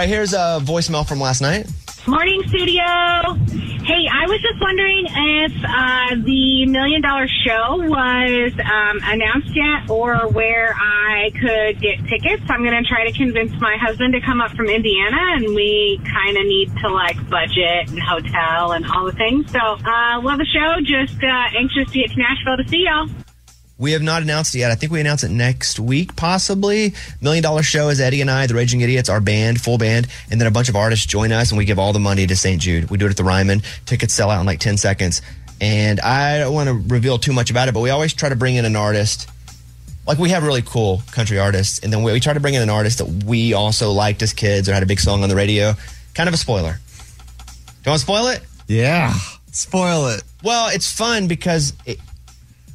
Speaker 5: right, here's a voicemail from last night.
Speaker 13: Morning, studio. Hey, I was just wondering if uh, the Million Dollar Show was um, announced yet or where I could get tickets. I'm going to try to convince my husband to come up from Indiana, and we kind of need to like budget and hotel and all the things. So, uh, love the show. Just uh, anxious to get to Nashville to see y'all.
Speaker 5: We have not announced it yet. I think we announce it next week, possibly. Million Dollar Show is Eddie and I, the Raging Idiots, our band, full band, and then a bunch of artists join us, and we give all the money to St. Jude. We do it at the Ryman. Tickets sell out in like ten seconds, and I don't want to reveal too much about it, but we always try to bring in an artist. Like we have really cool country artists, and then we, we try to bring in an artist that we also liked as kids or had a big song on the radio. Kind of a spoiler. Do you want to spoil it?
Speaker 6: Yeah. Spoil it.
Speaker 5: Well, it's fun because it,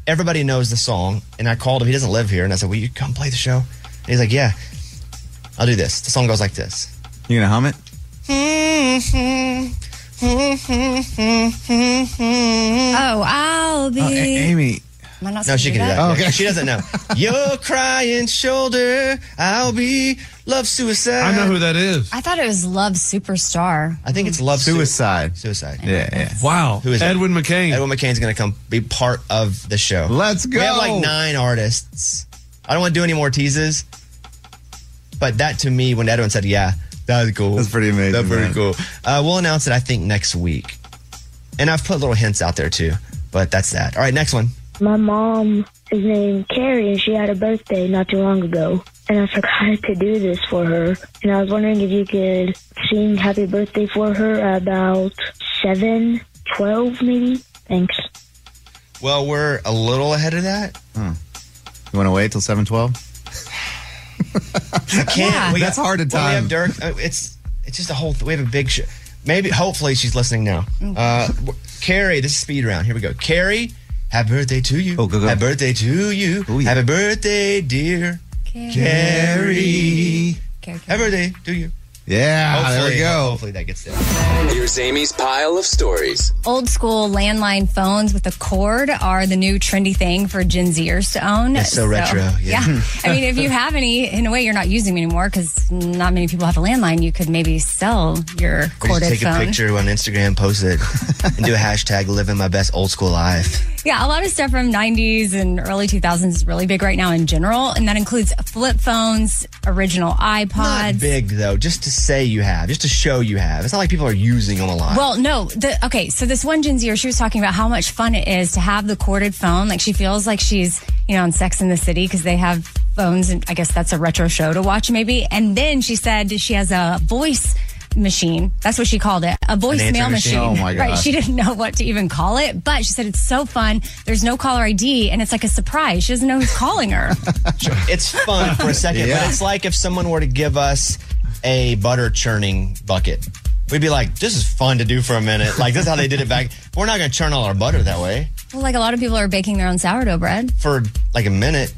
Speaker 5: everybody knows the song. And I called him. He doesn't live here. And I said, Will you come play the show? And he's like, Yeah, I'll do this. The song goes like this.
Speaker 6: You gonna hum it?
Speaker 2: Oh, I'll be.
Speaker 6: Oh, A- Amy.
Speaker 2: Am I not
Speaker 5: No,
Speaker 2: supposed
Speaker 5: she
Speaker 2: to
Speaker 5: can do that.
Speaker 6: Oh,
Speaker 5: okay. She doesn't know. Your crying shoulder, I'll be love suicide. I know who
Speaker 7: that is.
Speaker 2: I thought it was Love Superstar.
Speaker 5: I think it's love
Speaker 6: suicide.
Speaker 5: suicide.
Speaker 6: Yeah, yeah.
Speaker 7: Wow.
Speaker 5: Who is
Speaker 7: Edwin McCain?
Speaker 5: Edwin McCain's going to come be part of the show.
Speaker 6: Let's
Speaker 5: We have like
Speaker 6: go.
Speaker 5: nine artists. I don't want to do any more teases. But that to me, when Edwin said, "Yeah, that's cool,"
Speaker 6: That's pretty amazing,
Speaker 5: That's pretty
Speaker 6: man.
Speaker 5: cool. Uh, we'll announce it, I think, next week. And I've put little hints out there too. But that's that. All right, next one.
Speaker 14: My mom is named Carrie, and she had a birthday not too long ago. And I forgot (laughs) to do this for her. And I was wondering if you could sing happy birthday for her at about seven, twelve, maybe? Thanks.
Speaker 5: Well, we're a little ahead of that.
Speaker 6: Hmm. You want to wait till seven twelve?
Speaker 5: I can't.
Speaker 6: Yeah.
Speaker 5: We
Speaker 6: That's hard to
Speaker 5: well,
Speaker 6: time.
Speaker 5: we have Dirk. uh, It's it's just a whole. Th- we have a big show. Maybe hopefully she's listening now. Uh, w- Carrie, this is speed round. Here we go. Carrie, happy birthday to you. Oh, go, go. Happy birthday to you.
Speaker 6: Oh,
Speaker 5: Happy birthday, dear
Speaker 2: Carrie.
Speaker 5: Carrie. Happy birthday to you.
Speaker 6: Yeah,
Speaker 5: Hopefully-
Speaker 6: there we go.
Speaker 5: Hopefully that gets there.
Speaker 9: Here's Amy's pile of stories.
Speaker 2: Old school landline phones with a cord are the new trendy thing for Gen Zers to own.
Speaker 5: It's so retro, yeah. (laughs)
Speaker 2: I mean, if you have any, in a way, you're not using them anymore because not many people have a landline. You could maybe sell your
Speaker 5: We should
Speaker 2: corded
Speaker 5: take
Speaker 2: phone.
Speaker 5: a picture on Instagram, post it,
Speaker 6: (laughs)
Speaker 5: and do a hashtag living my best old school life.
Speaker 2: Yeah, a lot of stuff from 90s and early 2000s is really big right now in general, and that includes flip phones, original
Speaker 5: Not
Speaker 2: iPods.
Speaker 5: big though, just to say you have, just to show you have. It's not like people are using them a lot.
Speaker 2: Well, no. The, okay, so this one Gen Zer, she was talking about how much fun it is to have the corded phone. Like she feels like she's, you know, on Sex in the City because they have phones, and I guess that's a retro show to watch maybe. And then she said she has a voice machine. That's what she called it. A
Speaker 6: An
Speaker 2: voicemail
Speaker 6: answering
Speaker 2: machine.
Speaker 6: machine. Oh, my
Speaker 2: (laughs) Right.
Speaker 6: gosh.
Speaker 2: She didn't know what to even call it, but she said it's so fun. There's no caller ID and it's like a surprise. She doesn't know who's
Speaker 6: (laughs)
Speaker 2: calling her.
Speaker 5: (laughs) It's fun for a second,
Speaker 2: Yeah.
Speaker 5: but it's like if someone were to give us a butter churning bucket. We'd be like, this is fun to do for a minute. Like, this is how they did it back. We're not going to churn all our butter that way
Speaker 2: well, like a lot of people are baking their own sourdough bread. Mm.
Speaker 5: for like a minute.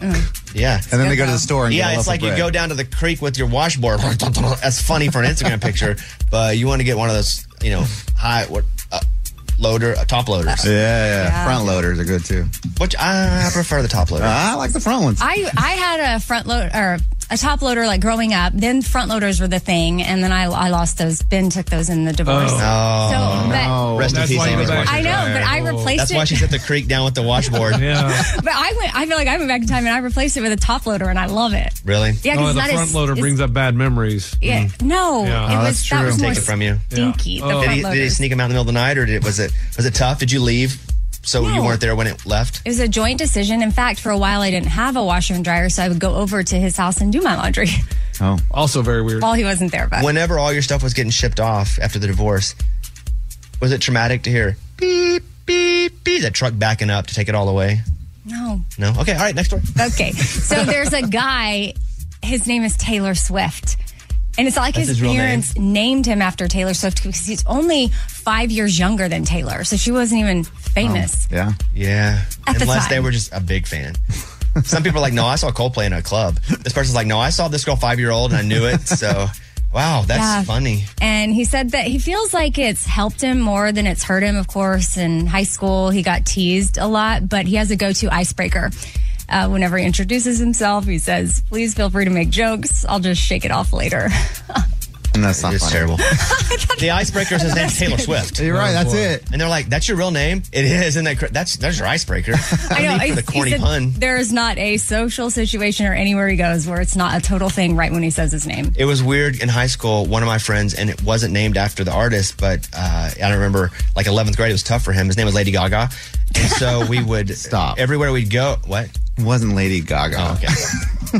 Speaker 5: Yeah.
Speaker 6: And then they go to the store and get a
Speaker 5: Yeah,
Speaker 6: loaf
Speaker 5: it's
Speaker 6: of
Speaker 5: like you
Speaker 6: bread.
Speaker 5: go down to the creek with your washboard. (laughs) That's funny for an Instagram picture, but you want to get one of those, you know, high what, uh, loader, uh, top loaders.
Speaker 6: Yeah, yeah, Front loaders are good too.
Speaker 5: Which I prefer the top loader.
Speaker 6: I like the front ones.
Speaker 2: I, I had a front load or a top loader like growing up. Then front loaders were the thing, and then I, I lost those. Ben took those in the
Speaker 5: Oh,
Speaker 2: divorce. So, but-
Speaker 6: no.
Speaker 5: Rest in
Speaker 6: That's
Speaker 5: peace,
Speaker 6: why you
Speaker 5: Amber's
Speaker 6: go back
Speaker 5: washboard.
Speaker 2: I know, but I replaced
Speaker 5: That's why
Speaker 2: it-
Speaker 5: she's at the creek down with the washboard.
Speaker 7: (laughs)
Speaker 5: yeah.
Speaker 6: uh,
Speaker 2: (laughs) But I went. I feel like I went back in time and I replaced it with a top loader, and I love it.
Speaker 5: Really?
Speaker 2: Yeah, 'cause
Speaker 7: oh,
Speaker 2: it's
Speaker 7: the
Speaker 2: not
Speaker 7: front
Speaker 2: as-
Speaker 7: loader
Speaker 2: it's-
Speaker 7: brings up bad memories.
Speaker 2: Yeah. No. Oh,
Speaker 7: Oh,
Speaker 2: It was, That was more
Speaker 5: Oh, Take it from you.
Speaker 2: stinky, the front
Speaker 5: did, he, did he
Speaker 2: loaders.
Speaker 5: sneak him out in the middle of the night, or did, was it was it tough? Did you leave so you
Speaker 2: No.
Speaker 5: weren't there when it left?
Speaker 2: It was a joint decision. In fact, for a while, I didn't have a washer and dryer, so I would go over to his house and do my laundry (laughs)
Speaker 6: Oh,
Speaker 7: also very weird.
Speaker 2: while he wasn't there. But
Speaker 5: Whenever all your stuff was getting shipped off after the divorce, was it traumatic to hear beep beep beep that truck backing up to take it all away?
Speaker 2: no.
Speaker 5: No. Okay. All right. Next story.
Speaker 2: Okay. So there's a guy. His name is Taylor Swift. And it's like
Speaker 5: That's
Speaker 2: his,
Speaker 5: his real name?
Speaker 2: parents named him after Taylor Swift because he's only five years younger than Taylor. So she wasn't even famous.
Speaker 6: Oh, Yeah.
Speaker 5: Yeah.
Speaker 2: At the
Speaker 5: Unless they
Speaker 2: time.
Speaker 5: were just a big fan. Some people are like, no, I saw Coldplay in a club. This person's like, no, I saw this girl five year old and I knew it. So, wow, that's
Speaker 2: Yeah.
Speaker 5: funny.
Speaker 2: And he said that he feels like it's helped him more than it's hurt him, of course. In high school, he got teased a lot, but he has a go to icebreaker. Uh, whenever he introduces himself, he says, Please feel free to make jokes. I'll just shake it off later. (laughs)
Speaker 6: And that's not
Speaker 5: it's
Speaker 6: funny. (laughs)
Speaker 5: terrible. the icebreaker is his name, Taylor Swift. Oh,
Speaker 6: You're right, that's it.
Speaker 5: And they're like, that's your real name? It is. Isn't that cra- that's there's your
Speaker 2: (laughs)
Speaker 5: icebreaker? I need for the
Speaker 2: he
Speaker 5: corny
Speaker 2: said
Speaker 5: pun.
Speaker 2: There is not a social situation or anywhere he goes where it's not a total thing right when he says his name.
Speaker 5: It was weird in high school. One of my friends, and it wasn't named after the artist, but uh, I remember like 11th grade, it was tough for him. His name was Lady Gaga. And so
Speaker 6: (laughs)
Speaker 5: we would stop everywhere we'd go. What? Oh,
Speaker 6: It wasn't Lady Gaga. (laughs)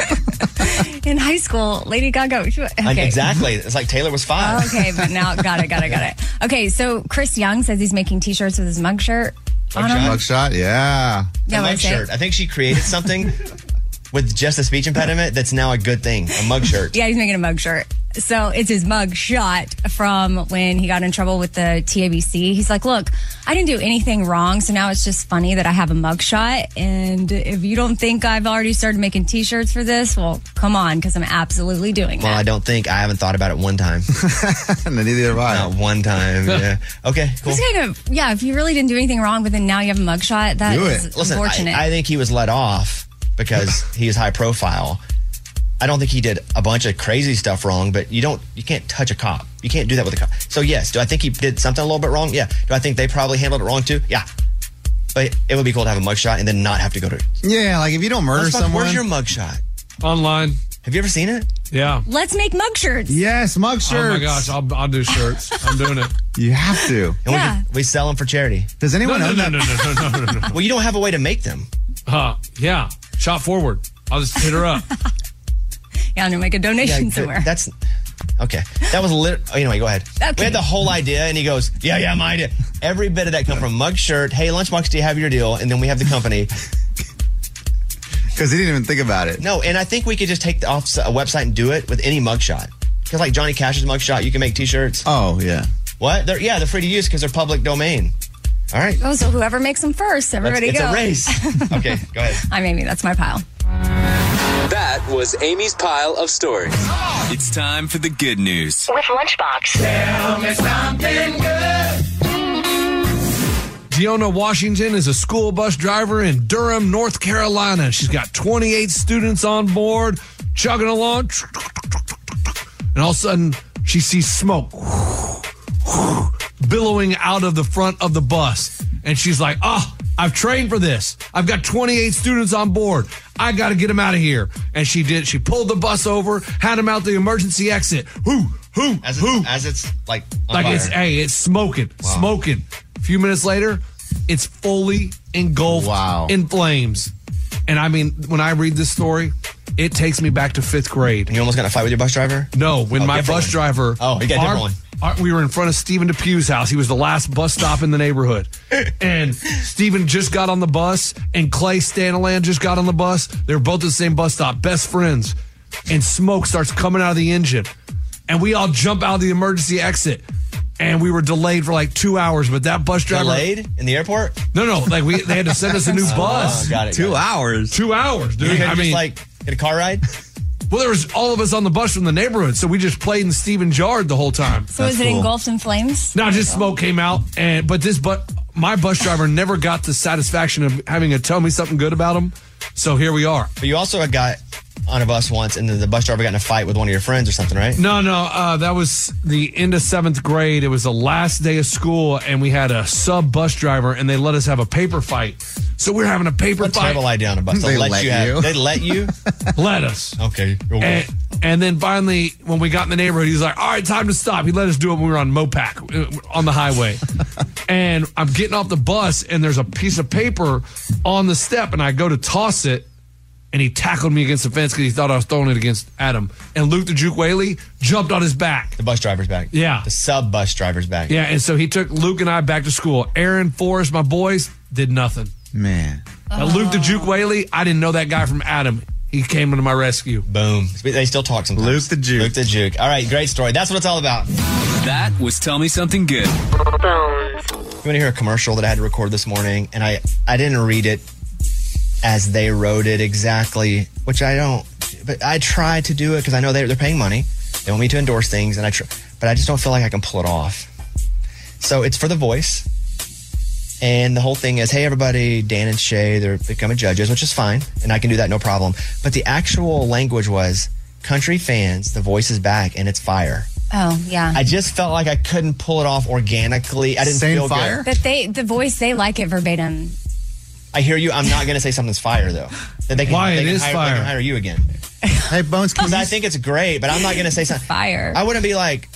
Speaker 2: In high school, Lady Gaga. she-
Speaker 5: And
Speaker 2: okay. (laughs) Uh,
Speaker 5: Exactly. It's like Taylor was five.
Speaker 2: Okay, but now, got it, got it, got it. Okay, so Chris Young says he's making t shirts with his mugshot. on 'em.
Speaker 6: Mugshot, yeah.
Speaker 2: Yeah,
Speaker 5: a
Speaker 2: what'd
Speaker 5: mug
Speaker 2: I say?
Speaker 5: shirt. I think she created something with just a speech impediment that's now a good thing. A mug
Speaker 2: (laughs)
Speaker 5: shirt.
Speaker 2: Yeah, he's making a mug shirt. So it's his mug shot from when he got in trouble with the TABC. He's like, "Look, I didn't do anything wrong, so now it's just funny that I have a mug shot. And if you don't think I've already started making T-shirts for this, well, come on, because I'm absolutely doing
Speaker 5: Well, I
Speaker 2: that.
Speaker 5: don't think I haven't thought about it one time.
Speaker 6: (laughs) Neither have I.
Speaker 5: Not
Speaker 6: (laughs)
Speaker 5: one time. Yeah. Okay. Cool.
Speaker 2: It's kind of yeah. If you really didn't do anything wrong, but then now you have a mug shot, that is
Speaker 5: Listen, I,
Speaker 2: unfortunate.
Speaker 5: I think he was let off
Speaker 2: (laughs)
Speaker 5: because he is high profile. I don't think he did a bunch of crazy stuff wrong, but you don't, you can't touch a cop. You can't do that with a cop. So yes, do I think he did something a little bit wrong? Yeah. Do I think they probably handled it wrong too? Yeah. But it would be cool to have a mugshot and then not have to go to.
Speaker 6: Yeah, like if you don't murder
Speaker 5: Let's fuck-
Speaker 6: someone.
Speaker 5: Where's your mugshot?
Speaker 7: Online.
Speaker 5: Have you ever seen it?
Speaker 7: Yeah.
Speaker 2: Let's make mug shirts.
Speaker 6: Yes, mug
Speaker 7: Oh my
Speaker 6: shirts.
Speaker 7: gosh, I'll, I'll do shirts. I'm doing it.
Speaker 6: You have to.
Speaker 5: And
Speaker 2: Yeah.
Speaker 5: we, could, we sell them for charity.
Speaker 6: Does anyone
Speaker 7: no,
Speaker 6: own
Speaker 7: no,
Speaker 6: that?
Speaker 7: no, no, no, no, no, no,
Speaker 5: (laughs)
Speaker 7: no.
Speaker 5: Well, you don't have a way to make them.
Speaker 7: Uh, yeah. Shot forward. I'll just hit her up.
Speaker 2: yeah, I'm gonna make a donation
Speaker 5: Yeah,
Speaker 2: somewhere.
Speaker 5: That's okay. That was lit. oh, Anyway, go ahead. We
Speaker 2: Okay.
Speaker 5: had the whole idea, and he goes, "Yeah, yeah, my idea." Every bit of that come from mug shirt. Hey, lunchbox, do you have your deal? And then we have the company.
Speaker 6: Because he didn't even think about it.
Speaker 5: No, and I think we could just take the off a website and do it with any mugshot. Because like Johnny Cash's mugshot, you can make T-shirts.
Speaker 6: Oh, yeah.
Speaker 5: What? They're, yeah, they're free to use because they're public domain. All right.
Speaker 2: oh, so whoever makes them first,
Speaker 5: That's-
Speaker 2: everybody
Speaker 5: it's
Speaker 2: go.
Speaker 5: a
Speaker 2: (laughs)
Speaker 5: race. okay, (laughs) go ahead.
Speaker 2: I'm Amy. That's my pile.
Speaker 9: That was Amy's pile of stories. It's time for the good news.
Speaker 3: With Lunchbox. Tell me something good.
Speaker 7: Diona Washington is a school bus driver in Durham, North Carolina. She's got 28 students on board, chugging along. And all of a sudden, she sees smoke billowing out of the front of the bus. And she's like, oh, I've trained for this. I've got 28 students on board. I got to get them out of here. And she did. She pulled the bus over, had them out the emergency exit. Who, who,
Speaker 5: As
Speaker 7: who?
Speaker 5: it's, as it's like on
Speaker 7: like
Speaker 5: fire.
Speaker 7: it's hey, it's smoking, smoking. A few minutes later, it's fully engulfed in flames. And I mean, when I read this story, it takes me back to fifth grade.
Speaker 5: you almost got in a fight with your bus driver.
Speaker 7: No, when
Speaker 5: Oh,
Speaker 7: my
Speaker 5: different
Speaker 7: bus
Speaker 5: one.
Speaker 7: driver,
Speaker 5: Oh, you got a different
Speaker 7: our,
Speaker 5: one.
Speaker 7: our- we were in front of Stephen DePew's house. He was the last bus stop in the neighborhood. And Stephen just got on the bus, and Clay Staniland just got on the bus. They were both at the same bus stop, best friends. And smoke starts coming out of the engine. And we all jump out of the emergency exit. And we were delayed for like two hours, but that bus driver
Speaker 5: Delayed in the airport?
Speaker 7: No, no, like we they had to send us a new
Speaker 5: (laughs) Oh,
Speaker 7: bus.
Speaker 5: got it, Two got it.
Speaker 7: hours. Two hours, dude.
Speaker 5: You had
Speaker 7: I
Speaker 5: just,
Speaker 7: mean,
Speaker 5: like, get a car ride.
Speaker 7: Well, there was all of us on the bus from the neighborhood, so we just played in Stephen Jard the whole time.
Speaker 2: So is it engulfed in flames?
Speaker 7: No, just smoke came out, and but this but my bus driver never got the satisfaction of having to tell me something good about him. So here we are.
Speaker 5: But you also got on a bus once, and then the bus driver got in a fight with one of your friends or something, right?
Speaker 7: No, no, uh, that was the end of seventh grade. It was the last day of school, and we had a sub bus driver, and they let us have a paper fight. So we're having a paper
Speaker 5: What
Speaker 7: fight.
Speaker 5: terrible idea on a (laughs) bus. They They let let you have- you. they let you?
Speaker 7: (laughs) let us.
Speaker 5: Okay.
Speaker 7: And, and then finally, when we got in the neighborhood, he was like, "All right, time to stop." He let us do it when we were on Mopac uh, on the highway. and I'm getting off the bus, and there's a piece of paper on the step, and I go to toss it, and he tackled me against the fence because he thought I was throwing it against Adam. And Luke the Juke Whaley jumped on his back.
Speaker 5: The bus driver's back.
Speaker 7: Yeah.
Speaker 5: The sub bus driver's back.
Speaker 7: Yeah, and so he took Luke and I back to school. Aaron Forrest, my boys, did nothing.
Speaker 6: Man.
Speaker 7: Now, Luke the Juke Whaley, I didn't know that guy from Adam. He came to my rescue.
Speaker 5: Boom. They still talk sometimes. Luke the Juke. Luke the Juke. All right, great story. That's what it's all about.
Speaker 9: That was Tell Me Something Good.
Speaker 5: You want to hear a commercial that I had to record this morning, and I I didn't read it as they wrote it exactly, which I don't. But I tried to do it because I know they're they're paying money. They want me to endorse things, and I tr- but I just don't feel like I can pull it off. So it's for The Voice, and the whole thing is, hey everybody, Dan and Shay they're becoming judges, which is fine, and I can do that no problem. But the actual language was country fans, The Voice is back, and it's fire.
Speaker 2: Oh yeah.
Speaker 5: I just felt like I couldn't pull it off organically. I didn't feel good.
Speaker 2: But they, the voice, they like it verbatim.
Speaker 5: I hear you. I'm not going to say something's fire though. That they can,
Speaker 7: Why?
Speaker 5: they
Speaker 7: It
Speaker 5: can
Speaker 7: is
Speaker 5: hire,
Speaker 7: fire.
Speaker 5: They can hire you again.
Speaker 6: Hey Bones,
Speaker 5: because I think it's great, but I'm not going to say something
Speaker 2: fire.
Speaker 5: I wouldn't be like.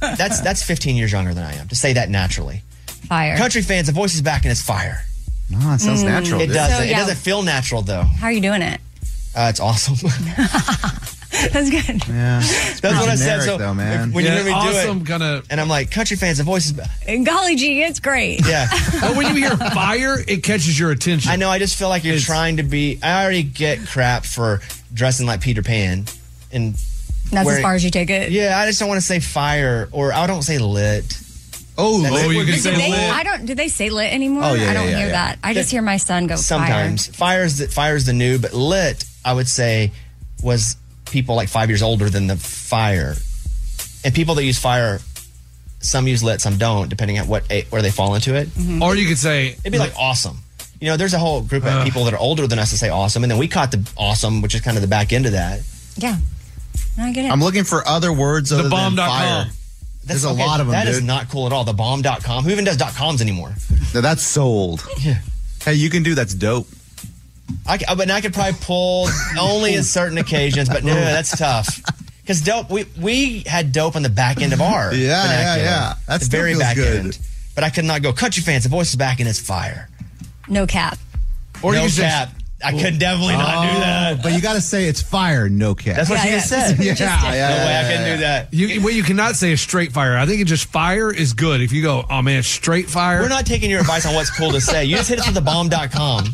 Speaker 5: That's that's 15 years younger than I am. To say that naturally.
Speaker 2: Fire.
Speaker 5: Country fans, the voice is back and it's fire.
Speaker 6: No, Ah, it
Speaker 2: sounds Mm. natural,
Speaker 5: It
Speaker 2: dude.
Speaker 5: doesn't.
Speaker 2: So,
Speaker 5: It
Speaker 2: yeah.
Speaker 5: doesn't feel natural though.
Speaker 2: How are you doing it?
Speaker 5: Uh, it's awesome.
Speaker 2: (laughs) That's good.
Speaker 6: Yeah.
Speaker 5: That's what I said.
Speaker 6: generic,
Speaker 5: So
Speaker 6: though, man.
Speaker 5: if- when
Speaker 6: Yeah,
Speaker 5: you hear me
Speaker 6: awesome
Speaker 5: do it, and I'm like, country fans, the voice is back.
Speaker 2: Golly gee, it's great. (laughs)
Speaker 5: Yeah.
Speaker 7: (laughs) but when you hear fire, it catches your attention.
Speaker 5: I know. I just feel like you're trying to be. I already get crap for dressing like Peter Pan, and
Speaker 2: That's
Speaker 5: wearing-
Speaker 2: as far as you take it.
Speaker 5: Yeah, I just don't want to say fire, or I don't say lit.
Speaker 6: Oh,
Speaker 5: That's-
Speaker 7: oh, you
Speaker 2: Do they, I don't. Do they say lit anymore?
Speaker 5: Oh, yeah,
Speaker 2: I don't
Speaker 5: yeah, yeah,
Speaker 2: hear
Speaker 5: yeah.
Speaker 2: that. I just hear my son go.
Speaker 5: Sometimes fire's the, fire's the new, but lit I would say was people like five years older than the fire, and people that use fire, some use lit, some don't, depending on what a- where they fall into it.
Speaker 2: Mm-hmm.
Speaker 7: Or you could say
Speaker 5: it'd be like awesome. You know, there's a whole group of
Speaker 7: Ugh.
Speaker 5: people that are older than us that say awesome, and then we caught the awesome, which is kind of the back end of that.
Speaker 2: Fire. Yeah. I get it.
Speaker 6: I'm looking for other words other than fire. There's a lot of them,
Speaker 5: That is
Speaker 6: dude.
Speaker 5: not cool at all. The bomb.com. Who even does dot coms anymore?
Speaker 6: No, that's sold.
Speaker 5: Yeah.
Speaker 6: Hey, you can do that's dope.
Speaker 5: I, c- I- but I could probably
Speaker 6: (laughs)
Speaker 5: pull only in certain occasions, but no, that's tough. Because dope, we we had dope on the back end of our
Speaker 6: Yeah, yeah,
Speaker 5: vernacular.
Speaker 6: yeah. That
Speaker 5: the
Speaker 6: still
Speaker 5: very
Speaker 6: feels
Speaker 5: back
Speaker 6: good.
Speaker 5: end. But I could not go country fans. The voice is back and it's fire.
Speaker 2: No cap.
Speaker 5: Or no cap. I could definitely not do that.
Speaker 6: Oh, But you got to say it's fire, no cap.
Speaker 5: That's what
Speaker 6: you
Speaker 5: she
Speaker 6: (laughs)
Speaker 5: just said.
Speaker 6: Yeah, yeah, yeah, yeah, yeah.
Speaker 5: that.
Speaker 7: You, what you cannot say is straight fire. I think it just fire is good. If you go, oh man, straight fire.
Speaker 5: We're not taking your advice on what's cool to say. You just hit us with (laughs) the bomb.com.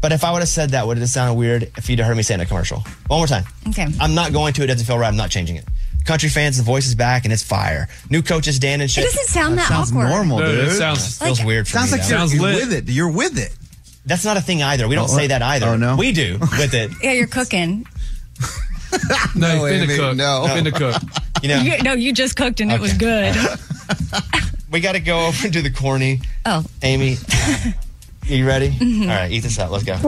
Speaker 5: But if I would have said that, would it have sounded weird if you'd have heard me say it in a commercial? One more time.
Speaker 2: Okay.
Speaker 5: I'm not going to. It doesn't feel right. I'm not changing it. Country fans, the voice is back and it's fire. New coaches, Dan and shit.
Speaker 2: doesn't sound That that
Speaker 6: sounds awkward. normal,
Speaker 5: No,
Speaker 6: dude.
Speaker 5: It sounds feels weird. For
Speaker 6: sounds like
Speaker 5: me, though.
Speaker 6: you're, you're with it. You're with it.
Speaker 5: That's not a thing either. We don't say that either.
Speaker 6: Oh, no?
Speaker 5: we do
Speaker 6: (laughs)
Speaker 5: with it.
Speaker 2: Yeah, you're cooking.
Speaker 7: No,
Speaker 6: No,
Speaker 7: he's been
Speaker 6: Amy,
Speaker 7: to cook.
Speaker 6: no.
Speaker 7: He's been to cook.
Speaker 5: (laughs) You know,
Speaker 2: You- no, you just cooked and it
Speaker 5: (laughs)
Speaker 2: was good.
Speaker 5: we got to go over to the corny.
Speaker 2: Oh. (laughs)
Speaker 5: Amy, you ready?
Speaker 2: Mm-hmm.
Speaker 5: All right, eat this up. Let's go.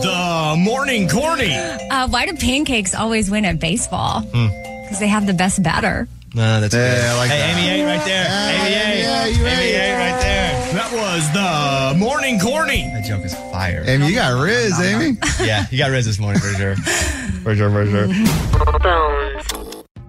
Speaker 5: The morning corny.
Speaker 2: Uh, why do pancakes always win at baseball?
Speaker 5: Hmm.
Speaker 2: Because they have the best batter. (laughs)
Speaker 5: No, that's
Speaker 6: yeah, I like
Speaker 3: Hey,
Speaker 6: that.
Speaker 3: Amy A right there. Amy A.
Speaker 6: Yeah, you ate.
Speaker 3: right there. That was the morning corny.
Speaker 5: That joke is fire.
Speaker 6: Amy, you got Riz, Amy. (laughs)
Speaker 5: yeah, you got Riz this morning for (laughs) sure. For sure, for sure.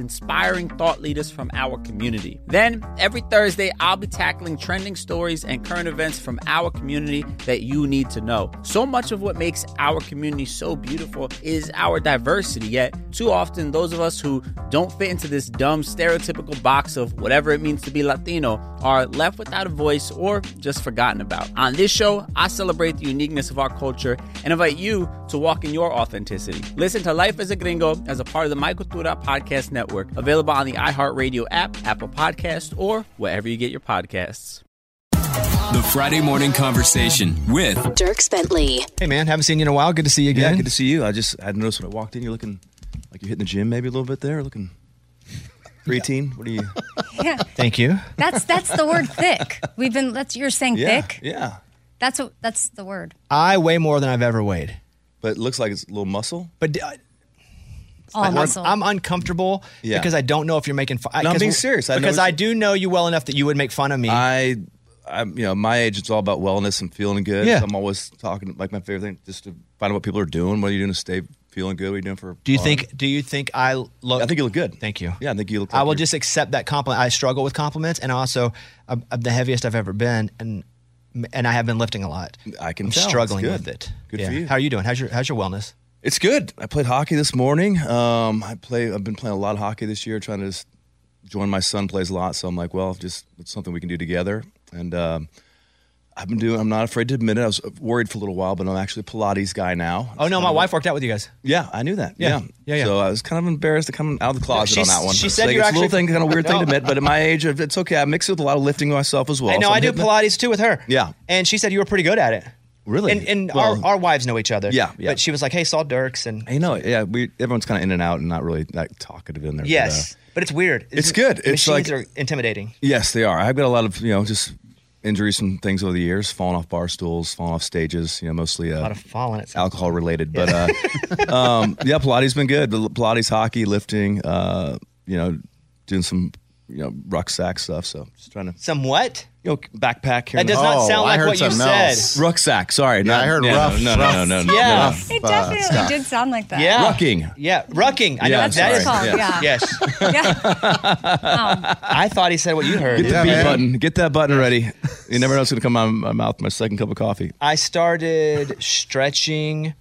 Speaker 4: inspiring thought leaders from our community. Then, every Thursday, I'll be tackling trending stories and current events from our community that you need to know. So much of what makes our community so beautiful is our diversity, yet, too often, those of us who don't fit into this dumb, stereotypical box of whatever it means to be Latino are left without a voice or just forgotten about. On this show, I celebrate the uniqueness of our culture and invite you to walk in your authenticity. Listen to Life as a Gringo as a part of the Michael Tura Podcast Network, available on the iHeartRadio app, Apple Podcasts, or wherever you get your podcasts.
Speaker 9: The Friday Morning Conversation with
Speaker 5: Dirk Bentley. Hey man, haven't seen you in a while. Good to see you again.
Speaker 15: Yeah, good to see you. I just I noticed when I walked in, you're looking like you're hitting the gym maybe a little bit there, looking preteen. What are you?
Speaker 5: (laughs)
Speaker 2: Yeah.
Speaker 5: Thank you.
Speaker 2: That's that's the word thick. We've been that's you're saying
Speaker 15: yeah,
Speaker 2: thick.
Speaker 15: Yeah.
Speaker 2: That's what that's the word.
Speaker 5: I weigh more than I've ever weighed.
Speaker 15: But it looks like it's a little muscle.
Speaker 5: But uh, d- I,
Speaker 2: All
Speaker 5: I'm,
Speaker 2: muscle.
Speaker 5: I'm uncomfortable
Speaker 15: Yeah.
Speaker 5: because I don't know if you're making fun.
Speaker 15: No, I'm being serious. I know
Speaker 5: because
Speaker 15: what
Speaker 5: I
Speaker 15: you-
Speaker 5: do know you well enough that you would make fun of me.
Speaker 15: I, I'm, you know, my age, it's all about wellness and feeling good.
Speaker 5: Yeah.
Speaker 15: So I'm always talking, like, my favorite thing, just to find out what people are doing. What are you doing to stay feeling good? What are you doing for.
Speaker 5: do you
Speaker 15: fun?
Speaker 5: think? Do you think I look? I think you look good. Thank you.
Speaker 15: Yeah, I think you look
Speaker 5: I
Speaker 15: like
Speaker 5: will
Speaker 15: you're-
Speaker 5: just accept that compliment. I struggle with compliments, and also I'm, I'm the heaviest I've ever been, and and I have been lifting a lot.
Speaker 15: I can
Speaker 5: I'm
Speaker 15: tell. It's
Speaker 5: struggling
Speaker 15: good.
Speaker 5: with it.
Speaker 15: Good
Speaker 5: Yeah.
Speaker 15: for you.
Speaker 5: How are you doing? How's your How's your wellness?
Speaker 15: It's good. I played hockey this morning. Um, I play. I've been playing a lot of hockey this year, trying to just join. My son plays a lot, so I'm like, well, just it's something we can do together. And um, I've been doing. I'm not afraid to admit it. I was worried for a little while, but I'm actually a Pilates guy now.
Speaker 5: Oh no, my wife worked out with you guys.
Speaker 15: Yeah, I knew that. Yeah.
Speaker 5: Yeah. Yeah, yeah.
Speaker 15: So I was kind of embarrassed to come out of the closet
Speaker 5: She's-
Speaker 15: on that one.
Speaker 5: she said
Speaker 15: Like,
Speaker 5: you're
Speaker 15: it's a little
Speaker 5: actually-
Speaker 15: thing, kind of weird thing to
Speaker 5: (laughs) No.
Speaker 15: admit, but at my age, it's okay. I mix it with a lot of lifting myself as well.
Speaker 5: I know
Speaker 15: So I'm
Speaker 5: I do
Speaker 15: hitting it.
Speaker 5: Pilates too with her.
Speaker 15: Yeah.
Speaker 5: and she said you were pretty good at it.
Speaker 15: Really?
Speaker 5: And, and
Speaker 15: Well-
Speaker 5: our, our wives know each other.
Speaker 15: Yeah, yeah.
Speaker 5: But she was like, "Hey, Saul Dirks," and
Speaker 15: I know. Yeah, we everyone's kind of in and out and not really like talkative in there. but,
Speaker 5: yes,
Speaker 15: uh,
Speaker 5: but it's weird.
Speaker 15: It's good. It's like-
Speaker 5: machines are intimidating.
Speaker 15: Yes, they are. I've got a lot of you know just injuries from things over the years, falling off bar stools, falling off stages. You know, mostly uh, a lot
Speaker 5: of falling. It's
Speaker 15: alcohol related, but
Speaker 5: (laughs)
Speaker 15: uh, um, yeah, Pilates been good. Pilates, hockey, lifting. Uh, you know, doing some you know rucksack stuff. So just trying to
Speaker 5: Some what?
Speaker 15: you know backpack. Here
Speaker 5: That
Speaker 15: and
Speaker 5: does not Oh, sound I like heard what you something said. else.
Speaker 15: Rucksack. Sorry,
Speaker 5: Yeah,
Speaker 15: not-
Speaker 5: I heard
Speaker 15: no,
Speaker 5: rough-
Speaker 15: No, no, no, no, no.
Speaker 5: Yeah.
Speaker 15: no,
Speaker 2: It
Speaker 15: uh,
Speaker 2: definitely
Speaker 15: stuff.
Speaker 2: did sound like that.
Speaker 5: Yeah.
Speaker 15: Rucking.
Speaker 5: Yeah, rucking. I know
Speaker 15: Yeah,
Speaker 5: what that is.
Speaker 2: sorry. Yeah.
Speaker 5: Yes. I thought he said what you heard.
Speaker 15: Get the B button. Get that button ready. You never know what's going to come out of my mouth. My second cup of coffee.
Speaker 5: I started stretching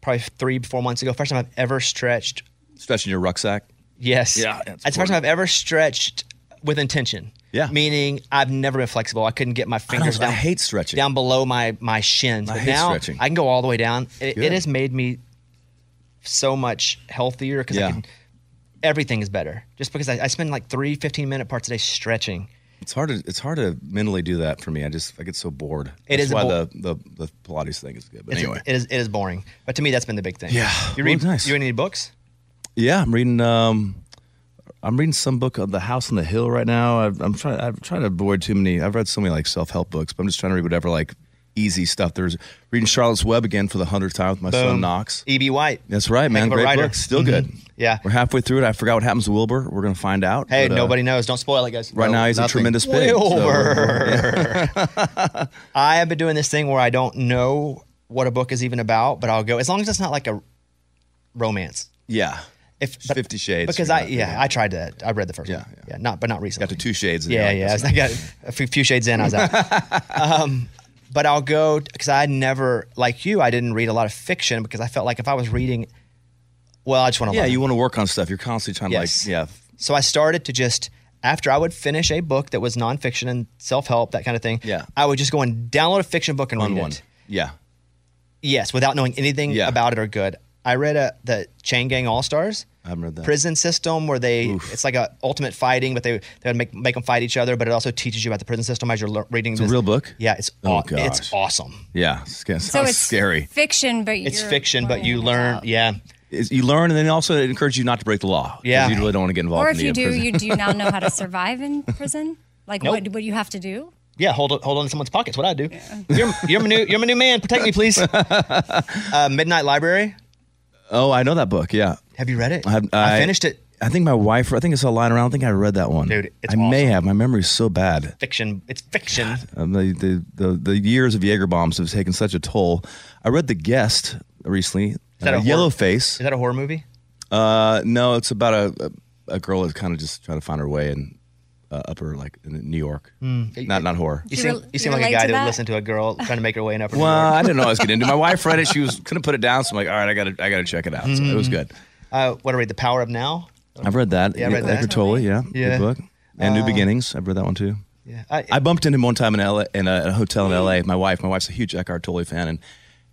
Speaker 5: probably three, four months ago. First time I've ever stretched.
Speaker 15: Stretching your rucksack?
Speaker 5: Yes.
Speaker 15: Yeah,
Speaker 5: That's
Speaker 15: that's
Speaker 5: the first time I've ever stretched with intention. Yeah. Meaning I've never been flexible. I couldn't get my fingers
Speaker 15: I
Speaker 5: down.
Speaker 15: hate stretching.
Speaker 5: Down below my my shins.
Speaker 15: I
Speaker 5: but
Speaker 15: hate
Speaker 5: now
Speaker 15: stretching.
Speaker 5: I can go all the way down. It, it
Speaker 15: Good.
Speaker 5: has made me so much healthier because
Speaker 15: Yeah.
Speaker 5: I can, everything is better. Just because I, I spend like three 15 minute parts a day stretching.
Speaker 15: It's hard to it's hard to mentally do that for me. I just I get so bored.
Speaker 5: It
Speaker 15: That's
Speaker 5: is a
Speaker 15: why
Speaker 5: bo-
Speaker 15: the, the the Pilates thing is good. But
Speaker 5: It's-
Speaker 15: anyway,
Speaker 5: it is it is boring. But to me, that's been the big thing.
Speaker 15: Yeah. Well,
Speaker 5: You read
Speaker 15: nice.
Speaker 5: you read any books?
Speaker 15: yeah, I'm reading um, I'm reading some book of The House on the Hill right now. I've, I'm trying I'm trying to avoid too many. I've read so many like self help books, but I'm just trying to read whatever like easy stuff. There's reading Charlotte's Web again for the hundredth time with my
Speaker 5: Boom.
Speaker 15: son Knox.
Speaker 5: E.B. White.
Speaker 15: That's right, man.
Speaker 5: Heck of a
Speaker 15: Great
Speaker 5: writer. Mm-hmm.
Speaker 15: book, still good.
Speaker 5: Yeah.
Speaker 15: We're halfway through it. I forgot what happens to Wilbur. We're gonna find out.
Speaker 5: Hey,
Speaker 15: but, uh,
Speaker 5: nobody knows. Don't spoil it, guys.
Speaker 15: Right now, he's a tremendous pig. so we're- (laughs)
Speaker 5: Wilbur. I have been doing this thing where I don't know what a book is even about, but I'll go as long as it's not like a romance.
Speaker 15: Yeah.
Speaker 5: If
Speaker 15: Fifty Shades.
Speaker 5: because
Speaker 15: or
Speaker 5: I
Speaker 15: not,
Speaker 5: yeah, I tried that. I read the first one. Yeah, not but not recently. Got
Speaker 15: to two shades. and
Speaker 5: Yeah,
Speaker 15: you're
Speaker 5: yeah.
Speaker 15: like,
Speaker 5: I got a few, few shades in. I
Speaker 15: (laughs)
Speaker 5: was out. um, but I'll go because I never like you. I didn't read a lot of fiction because I felt like if I was reading, well, I just want to.
Speaker 15: Yeah,
Speaker 5: learn.
Speaker 15: you want to work on stuff. You're constantly trying
Speaker 5: Yes.
Speaker 15: to like, yeah,
Speaker 5: So I started to just after I would finish a book that was nonfiction and self help that kind of thing.
Speaker 15: Yeah.
Speaker 5: I would just go and download a fiction book and
Speaker 15: On
Speaker 5: read
Speaker 15: one.
Speaker 5: it.
Speaker 15: yeah.
Speaker 5: Yes, without knowing anything about it or good. I read a the Chain Gang All Stars
Speaker 15: I haven't read that.
Speaker 5: prison system where they it's like a ultimate fighting, but they they would make make them fight each other, but it also teaches you about the prison system as you're lear- reading.
Speaker 15: It's
Speaker 5: this.
Speaker 15: a real book.
Speaker 5: Yeah, it's
Speaker 15: oh
Speaker 5: aw-
Speaker 15: gosh.
Speaker 5: it's awesome.
Speaker 15: Yeah, it's, it
Speaker 2: So
Speaker 15: sounds
Speaker 2: it's
Speaker 15: scary.
Speaker 2: Fiction, but
Speaker 5: It's
Speaker 2: you're-
Speaker 5: fiction, but you learn. Yeah,
Speaker 15: you learn, and then also it encourages you not to break the law. 'cause
Speaker 5: Yeah.
Speaker 15: you really don't want to get involved.
Speaker 2: Or
Speaker 15: in
Speaker 2: if
Speaker 15: the
Speaker 2: you do,
Speaker 15: prison.
Speaker 2: you do now know how to survive in prison. Like
Speaker 5: Nope.
Speaker 2: what what you have to do.
Speaker 5: Yeah, hold hold on to someone's pockets. What I do? You're you're my new you're my new man. Protect
Speaker 15: (laughs)
Speaker 5: me, please. uh, Midnight Library.
Speaker 15: (laughs) oh, I know that book. Yeah,
Speaker 5: Have you read it?
Speaker 15: I, have-
Speaker 5: I finished it.
Speaker 15: I think my wife. I think it's a line around. I think I read that one.
Speaker 5: Dude, it's
Speaker 15: I may have. My memory's so bad.
Speaker 5: Fiction. It's fiction.
Speaker 15: Um, the, the the the years of Jaeger bombs have taken such a toll. I read The Guest recently.
Speaker 5: that
Speaker 15: uh,
Speaker 5: a horror-
Speaker 15: Yellowface?
Speaker 5: Is that a horror movie?
Speaker 15: Uh, no, it's about a a, a girl that's kind of just trying to find her way in uh, upper like in New York.
Speaker 5: Hmm.
Speaker 15: Not not horror.
Speaker 5: You seem, you seem like a guy that would listen to a girl trying to make her way in upper.
Speaker 15: (laughs)
Speaker 5: New
Speaker 15: Well,
Speaker 5: York.
Speaker 15: I didn't
Speaker 5: (laughs)
Speaker 15: know I was getting into. My (laughs) wife read it. She was couldn't put it down. So I'm like, all right, I gotta I gotta check it out. So it was
Speaker 5: Mhm.
Speaker 15: good.
Speaker 5: Uh, what I read, The Power of Now.
Speaker 15: I've read that.
Speaker 5: Yeah, I read that.
Speaker 15: Eckhart Tolle. Yeah,
Speaker 5: Yeah.
Speaker 15: good book. And New
Speaker 5: Uh,
Speaker 15: Beginnings. I've read that one too.
Speaker 5: Yeah, I,
Speaker 15: bumped into him one time in LA, in a, a hotel in LA. My wife, my wife's a huge Eckhart Tolle fan, and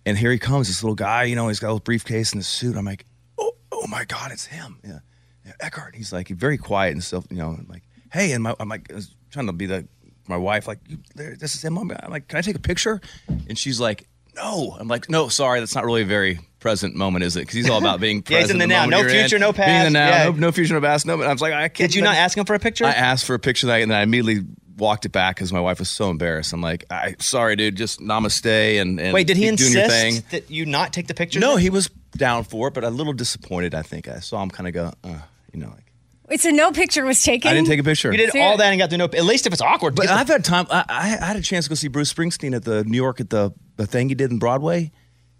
Speaker 15: and here he comes, this little guy. You know, he's got a little briefcase and a suit. I'm like, oh oh my god, it's him. Yeah, yeah Eckhart. He's like very quiet and self. You know, I'm like, hey, and my I'm like I was trying to be the my wife like you, there, this is him. I'm I'm like, can I take a picture? And she's like. No, I'm like, no, sorry, that's not really a very present moment, is it? Because he's all about being
Speaker 5: (laughs) Yeah,
Speaker 15: present.
Speaker 5: he's in the now.
Speaker 15: moment
Speaker 5: No
Speaker 15: you're in,
Speaker 5: future, no
Speaker 15: Being in the
Speaker 5: past.
Speaker 15: now,
Speaker 5: Yeah.
Speaker 15: no, no future, no past, no. But I was like, I can't.
Speaker 5: Did you not ask him for a picture?
Speaker 15: I asked for a picture that, and then I immediately walked it back because my wife was so embarrassed. I'm like, I sorry, dude, just namaste and, and
Speaker 5: Wait, did he
Speaker 15: keep doing
Speaker 5: insist
Speaker 15: your thing.
Speaker 5: that you not take the picture?
Speaker 15: No, he was down for it, but a little disappointed. I think I saw him kind of go, uh, you know, like
Speaker 2: It's a no picture was taken.
Speaker 15: I didn't take a picture.
Speaker 2: You did all
Speaker 5: that and got to know. At least if it's awkward.
Speaker 15: But I've had time. I, I had a chance to go see Bruce Springsteen at the New York at the the thing he did in Broadway,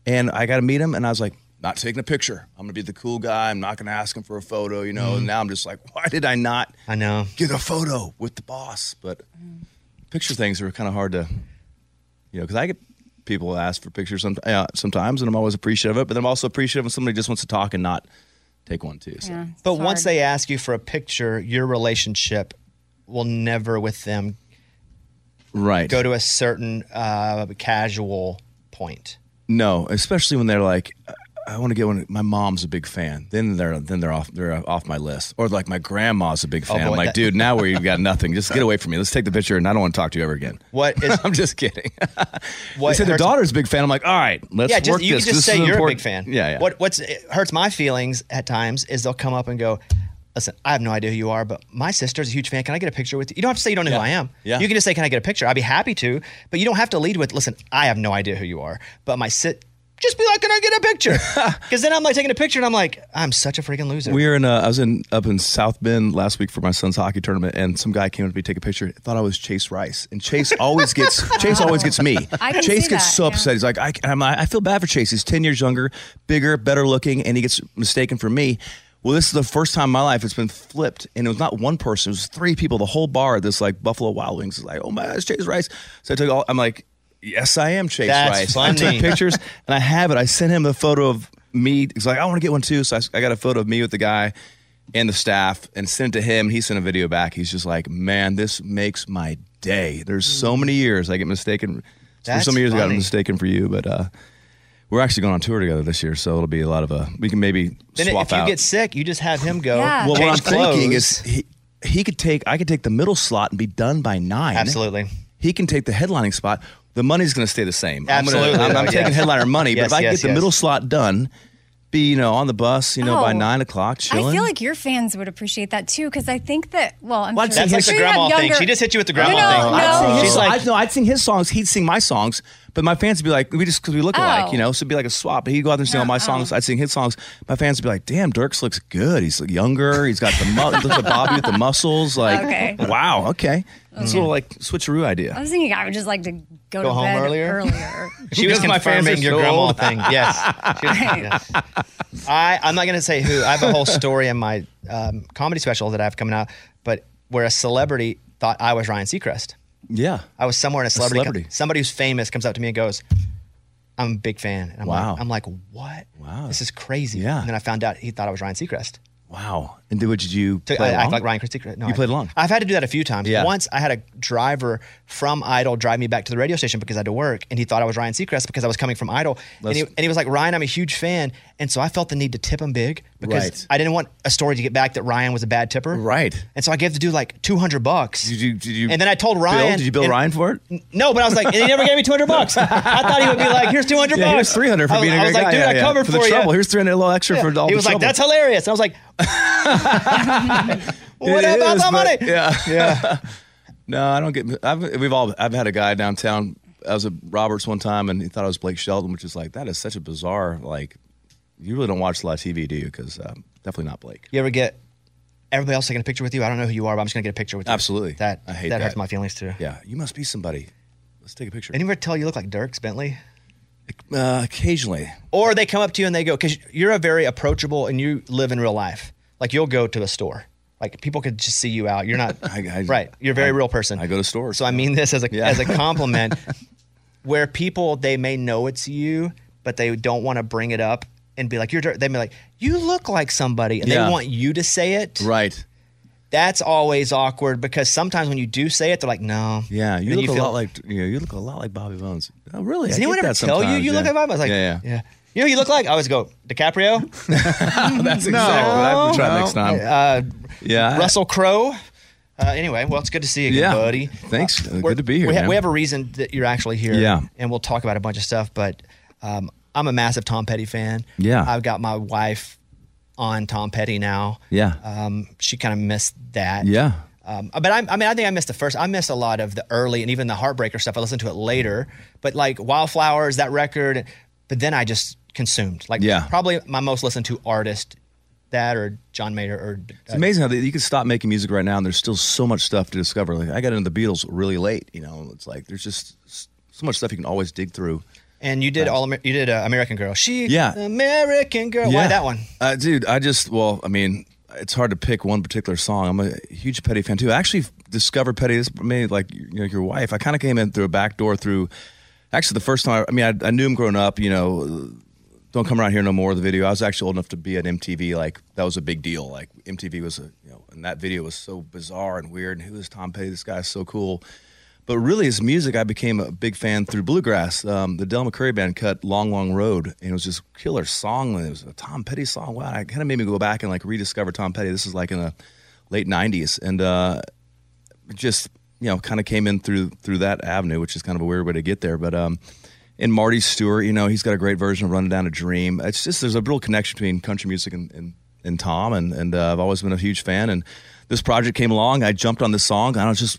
Speaker 15: and I got to meet him, and I was like. Not taking a picture. I'm gonna be the cool guy. I'm not gonna ask him for a photo, you know.
Speaker 5: Mhm.
Speaker 15: And now I'm just like, (laughs) why did (laughs) I not?
Speaker 5: I know.
Speaker 15: Get a photo with the boss, but picture things are kind of hard to, you know, because I get people ask for pictures some, uh, sometimes, and I'm always appreciative of it. But I'm also appreciative when somebody just wants to talk and not take one too. So.
Speaker 5: But once they ask you for a picture, your relationship will never with them
Speaker 15: Right.
Speaker 5: go to a certain uh, casual point.
Speaker 15: No, especially when they're like, "I- I want to get one. My mom's a big fan. Then they're then they're off they're off my list. Or like my grandma's a big
Speaker 5: Oh,
Speaker 15: fan.
Speaker 5: boy,
Speaker 15: I'm like,
Speaker 5: that-
Speaker 15: dude, now where you've
Speaker 5: (laughs)
Speaker 15: got nothing, just get away from me. Let's take the picture, and I don't want to talk to you ever again. (laughs)
Speaker 5: What is?
Speaker 15: I'm just kidding.
Speaker 5: What
Speaker 15: they said their
Speaker 5: hurts-
Speaker 15: daughter's a big fan. I'm like, all right, let's
Speaker 5: yeah, just,
Speaker 15: work
Speaker 5: you
Speaker 15: this.
Speaker 5: can just
Speaker 15: This
Speaker 5: say
Speaker 15: is
Speaker 5: you're
Speaker 15: important."
Speaker 5: a big fan.
Speaker 15: Yeah, yeah.
Speaker 5: What what's it hurts my feelings at times is they'll come up and go, "Listen, I have no idea who you are, but my sister's a huge fan. Can I get a picture with you?" You don't have to say you don't know who I am.
Speaker 15: Yeah.
Speaker 5: You can just say, "Can I get a picture?" I'd be happy to, but you don't have to lead with, "Listen, I have no idea who you are, but my sit." Just be like, can I get
Speaker 15: (laughs)
Speaker 5: a picture? Because then I'm like taking a picture and I'm like, I'm such a freaking loser.
Speaker 15: We were in. Uh, I was in up in South Bend last week for my son's hockey tournament, and some guy came up to me to take a picture. Thought I was Chase Rice, and Chase always gets Chase always gets me.
Speaker 3: (laughs) I can
Speaker 15: Chase
Speaker 3: see
Speaker 15: gets
Speaker 3: that,
Speaker 15: so upset. He's like, I, and I'm, I feel bad for Chase. He's ten years younger, bigger, better looking, and he gets mistaken for me. Well, this is the first time in my life it's been flipped, and it was not one person; it was three people. The whole bar at this like Buffalo Wild Wings is like, oh my, it's Chase Rice. So I took all. I'm like, yes, I am Chase
Speaker 5: That's
Speaker 15: Rice. I
Speaker 5: funny.
Speaker 15: took pictures and I have it. I sent him a photo of me. He's like, I want to get one too. So I, I got a photo of me with the guy and the staff and sent it to him. He sent a video back. He's just like, man, this makes my day. There's so many years I get mistaken. There's so
Speaker 5: That's
Speaker 15: many years I got
Speaker 5: funny.
Speaker 15: mistaken for you, but uh, we're actually going on tour together this year. So it'll be a lot of, uh, we can maybe
Speaker 5: Then
Speaker 15: swap
Speaker 5: if you
Speaker 15: out.
Speaker 5: get sick, you just have him go.
Speaker 15: Well, what I'm
Speaker 5: change clothes.
Speaker 15: thinking is he, he could take, I could take the middle slot and be done by nine.
Speaker 5: Absolutely.
Speaker 15: He can take the headlining spot. The money's going to stay the same. I'm gonna-
Speaker 5: Absolutely.
Speaker 15: I'm, I'm
Speaker 5: Oh,
Speaker 15: taking
Speaker 5: yes.
Speaker 15: headliner money,
Speaker 5: Yes,
Speaker 15: but if I
Speaker 5: yes,
Speaker 15: get the
Speaker 5: yes.
Speaker 15: middle slot done, be you know on the bus, you know by
Speaker 2: Oh.
Speaker 15: nine o'clock, chilling.
Speaker 2: I feel like your fans would appreciate that too, because I think that. Well, I'm
Speaker 15: Well, I'd
Speaker 2: sure
Speaker 15: sing
Speaker 2: I'm
Speaker 15: his-
Speaker 2: sure you have younger- No, no,
Speaker 15: I'd sing
Speaker 2: no.
Speaker 15: his, I'd, no, I'd sing his songs. He'd sing my songs, but my fans would be like, we just because we look alike,
Speaker 2: Oh. Uh-uh.
Speaker 15: you know. So it'd be like a swap. He'd go out there and sing all my songs. I'd sing his songs. My fans would be like, damn, Dirks looks good. He's younger. He's got the mu- he looks like Bobby with the muscles. Like,
Speaker 2: Okay.
Speaker 15: wow, okay. It's a
Speaker 2: Okay.
Speaker 15: little like switcheroo idea.
Speaker 2: I was thinking I would just like to go,
Speaker 15: Go
Speaker 2: to
Speaker 15: home
Speaker 2: bed
Speaker 15: earlier? (laughs)
Speaker 2: earlier.
Speaker 5: She was
Speaker 15: Because my fans are
Speaker 5: confirming your
Speaker 15: so
Speaker 5: grandma
Speaker 15: old.
Speaker 5: thing. Yes. She was- yes.
Speaker 2: (laughs)
Speaker 5: I, I'm not going to say who. I have a whole story in my um, comedy special that I have coming out, but where a celebrity thought I was Ryan Seacrest.
Speaker 15: (laughs) Yeah.
Speaker 5: I was somewhere in a celebrity.
Speaker 15: celebrity.
Speaker 5: somebody who's famous comes up to me and goes, I'm a big fan. And I'm
Speaker 15: Wow.
Speaker 5: Like, I'm like, what? Wow. This is crazy.
Speaker 15: Yeah.
Speaker 5: And then I found out he thought I was Ryan Seacrest.
Speaker 15: Wow. And did, what did you
Speaker 5: To-
Speaker 15: play
Speaker 5: I act
Speaker 15: along?
Speaker 5: like Ryan Seacrest. Uh, No,
Speaker 15: you
Speaker 5: I-
Speaker 15: played along.
Speaker 5: I've had to do that a few times.
Speaker 15: Yeah.
Speaker 5: Once I had a driver from Idol drive me back to the radio station because I had to work, and he thought I was Ryan Seacrest because I was coming from Idol. And he,
Speaker 15: That's-
Speaker 5: and he was like, Ryan, I'm a huge fan. And so I felt the need to tip him big because
Speaker 15: Right.
Speaker 5: I didn't want a story to get back that Ryan was a bad tipper.
Speaker 15: Right.
Speaker 5: And so I gave the dude like 200 bucks. Did
Speaker 15: you, did you
Speaker 5: and then I told Ryan.
Speaker 15: Bill, did you bill
Speaker 5: and-
Speaker 15: Ryan for it?
Speaker 5: No, but I was like, and he never gave me 200 bucks. (laughs) I thought he would be like, here's 200
Speaker 15: (laughs) Yeah,
Speaker 5: bucks.
Speaker 15: here's 300 for
Speaker 5: I was,
Speaker 15: being a
Speaker 5: I was
Speaker 15: great
Speaker 5: like,
Speaker 15: guy.
Speaker 5: dude,
Speaker 15: Yeah,
Speaker 5: I
Speaker 15: yeah.
Speaker 5: covered
Speaker 15: For the
Speaker 5: you.
Speaker 15: trouble. Here's 300 a little extra for all
Speaker 5: He
Speaker 15: the
Speaker 5: was like,
Speaker 15: trouble.
Speaker 5: that's hilarious. And I was
Speaker 15: (laughs)
Speaker 5: like, what
Speaker 15: It
Speaker 5: about
Speaker 15: is,
Speaker 5: my money?
Speaker 15: but- Yeah, yeah. (laughs) no, I don't get. I've, we've all. I've had a guy downtown. I was at Roberts one time, and he thought I was Blake Shelton, which is like that is such a bizarre. Like, you really don't watch a lot of TV, do you? Because um, definitely not Blake.
Speaker 5: You ever get everybody else taking a picture with you? I don't know who you are, but I'm just gonna get a picture with you.
Speaker 15: Absolutely.
Speaker 5: That
Speaker 15: I hate
Speaker 5: that, hurts
Speaker 15: that.
Speaker 5: my feelings too.
Speaker 15: Yeah, you must be somebody. Let's take a picture.
Speaker 5: Anyone ever tell you look like Dirks Bentley?
Speaker 15: Uh, occasionally,
Speaker 5: Or they come up to you and they go, because you're a very approachable and you live in real life. Like you'll go to a store. Like people could just see you out. You're
Speaker 15: (laughs)
Speaker 5: not right. You're a very real person. I
Speaker 15: go to stores.
Speaker 5: So I mean this as a
Speaker 15: Yeah. (laughs)
Speaker 5: as a compliment. where people they may know it's you, but they don't want to bring it up and be like, you're Dirk. They may be like, you look like somebody, and
Speaker 15: Yeah.
Speaker 5: they want you to say it.
Speaker 15: Right.
Speaker 5: That's always awkward because sometimes when you do say it, they're like, no.
Speaker 15: Yeah,
Speaker 5: And
Speaker 15: you
Speaker 5: then
Speaker 15: look a
Speaker 5: feel-
Speaker 15: lot like you, know, you look a lot like Bobby Bones. Oh, really?
Speaker 5: Does
Speaker 15: I get
Speaker 5: anyone ever
Speaker 15: that
Speaker 5: tell you
Speaker 15: sometimes,
Speaker 5: you look
Speaker 15: yeah.
Speaker 5: like Bobby? I was like,
Speaker 15: yeah, yeah.
Speaker 5: yeah. You know who you look like? I always go, DiCaprio?
Speaker 15: (laughs) That's exactly what I have to try next time.
Speaker 5: Uh,
Speaker 15: Yeah, I-
Speaker 5: Russell Crowe? Uh, anyway, well, it's good to see you again,
Speaker 15: Yeah.
Speaker 5: buddy.
Speaker 15: Thanks.
Speaker 5: Uh, we're-
Speaker 15: Good to be here.
Speaker 5: We, ha-
Speaker 15: man.
Speaker 5: we have a reason that you're actually here.
Speaker 15: Yeah.
Speaker 5: And we'll talk about a bunch of stuff, but um, I'm a massive Tom Petty fan.
Speaker 15: Yeah.
Speaker 5: I've got my wife on Tom Petty now.
Speaker 15: Yeah.
Speaker 5: Um, she kind of missed that.
Speaker 15: Yeah.
Speaker 5: Um, but I, I mean, I think I missed the first. I missed a lot of the early and even the heartbreaker stuff. I listened to it later, but like Wildflowers, that record. But then I just consumed. Like,
Speaker 15: Yeah.
Speaker 5: probably my most listened to artist, that or John Mayer or uh,
Speaker 15: It's amazing how they, you can stop making music right now, and there's still so much stuff to discover. Like I got into the Beatles really late, you know. It's like there's just s- so much stuff you can always dig through.
Speaker 5: And you did all Amer- you did uh, American Girl. She
Speaker 15: Yeah.
Speaker 5: American Girl. Why that one?
Speaker 15: uh, dude? I just well, I mean, it's hard to pick one particular song. I'm a huge Petty fan too. I actually discovered Petty. This me like you know, your wife. I kind of came in through a back door through. Actually, the first time I, I mean, I, I knew him growing up. You know, don't come around here no more. The video. I was actually old enough to be at MTV. Like that was a big deal. Like MTV was a you know, and that video was so bizarre and weird. And who is Tom Petty? This guy is so cool. But really, his music, I became a big fan through bluegrass. Um, the Del McCurry band cut "Long Long Road," and it was just killer song. And it was a Tom Petty song. Wow, it kind of made me go back and like rediscover Tom Petty. This is like in the late '90s, and uh, just you know, kind of came in through through that avenue, which is kind of a weird way to get there. But um, and Marty Stewart, you know, he's got a great version of "Running Down a Dream." It's just there's a real connection between country music and and, and Tom, and and uh, I've always been a huge fan. And this project came along, I jumped on this song, and I was just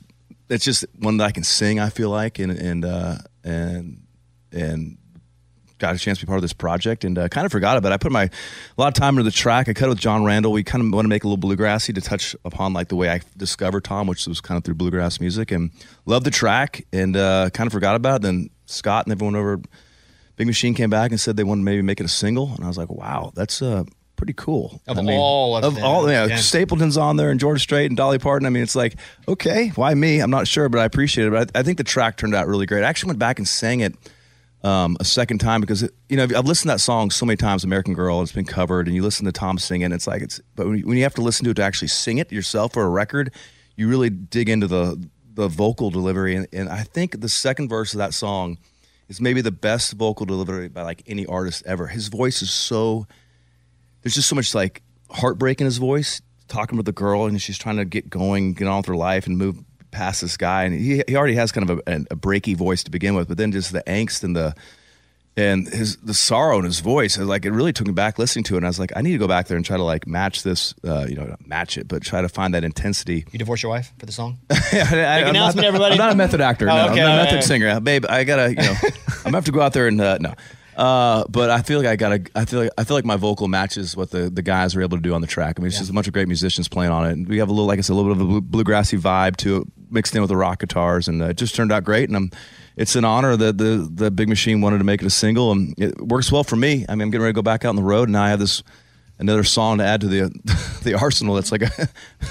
Speaker 15: it's just one that I can sing. I feel like, and and uh, and and got a chance to be part of this project and uh, kind of forgot about it. I put my a lot of time into the track. I cut it with John Randall. We kind of want to make it a little bluegrassy to touch upon like the way I discovered Tom, which was kind of through bluegrass music, and loved the track and uh, kind of forgot about it. Then Scott and everyone over at Big Machine came back and said they wanted to maybe make it a single, and I was like, wow, that's uh, pretty cool.
Speaker 5: Of
Speaker 15: I mean,
Speaker 5: all of them,
Speaker 15: all, yeah,
Speaker 5: yeah.
Speaker 15: Stapleton's on there and George Strait and Dolly Parton. I mean, it's like, okay, why me? I'm not sure, but I appreciate it. But I, I think the track turned out really great. I actually went back and sang it um, a second time because it, you know I've listened to that song so many times, "American Girl." It's been covered, and you listen to Tom sing it. It's like it's, but when you, when you have to listen to it to actually sing it yourself for a record, you really dig into the the vocal delivery. And, and I think the second verse of that song is maybe the best vocal delivery by like any artist ever. His voice is so there's just so much like heartbreak in his voice talking with the girl and she's trying to get going get on with her life and move past this guy and he, he already has kind of a, a breaky voice to begin with but then just the angst and the and his the sorrow in his voice I was like it really took me back listening to it and i was like i need to go back there and try to like match this uh, you know not match it but try to find that intensity
Speaker 5: You divorce your wife for the song?
Speaker 15: Yeah, I- I-
Speaker 5: Big
Speaker 15: I'm
Speaker 5: announcement,
Speaker 15: not,
Speaker 5: everybody.
Speaker 15: I'm not a method actor.
Speaker 5: Oh,
Speaker 15: no.
Speaker 5: okay,
Speaker 15: I'm not a
Speaker 5: all
Speaker 15: method
Speaker 5: right.
Speaker 15: singer. Babe, I gotta, you know, I'm gonna have to go out there and uh, no. Uh, but I feel like I gotta. I feel like I feel like my vocal matches what the, the guys were able to do on the track. I mean, it's just a bunch of great musicians playing on it, and we have a little, like I said, a little bit of a blue, bluegrassy vibe to it, mixed in with the rock guitars, and uh, it just turned out great. And I'm, it's an honor that the the Big Machine wanted to make it a single, and it works well for me. I mean, I'm getting ready to go back out on the road, and now I have this another song to add to the (laughs) the arsenal. That's like a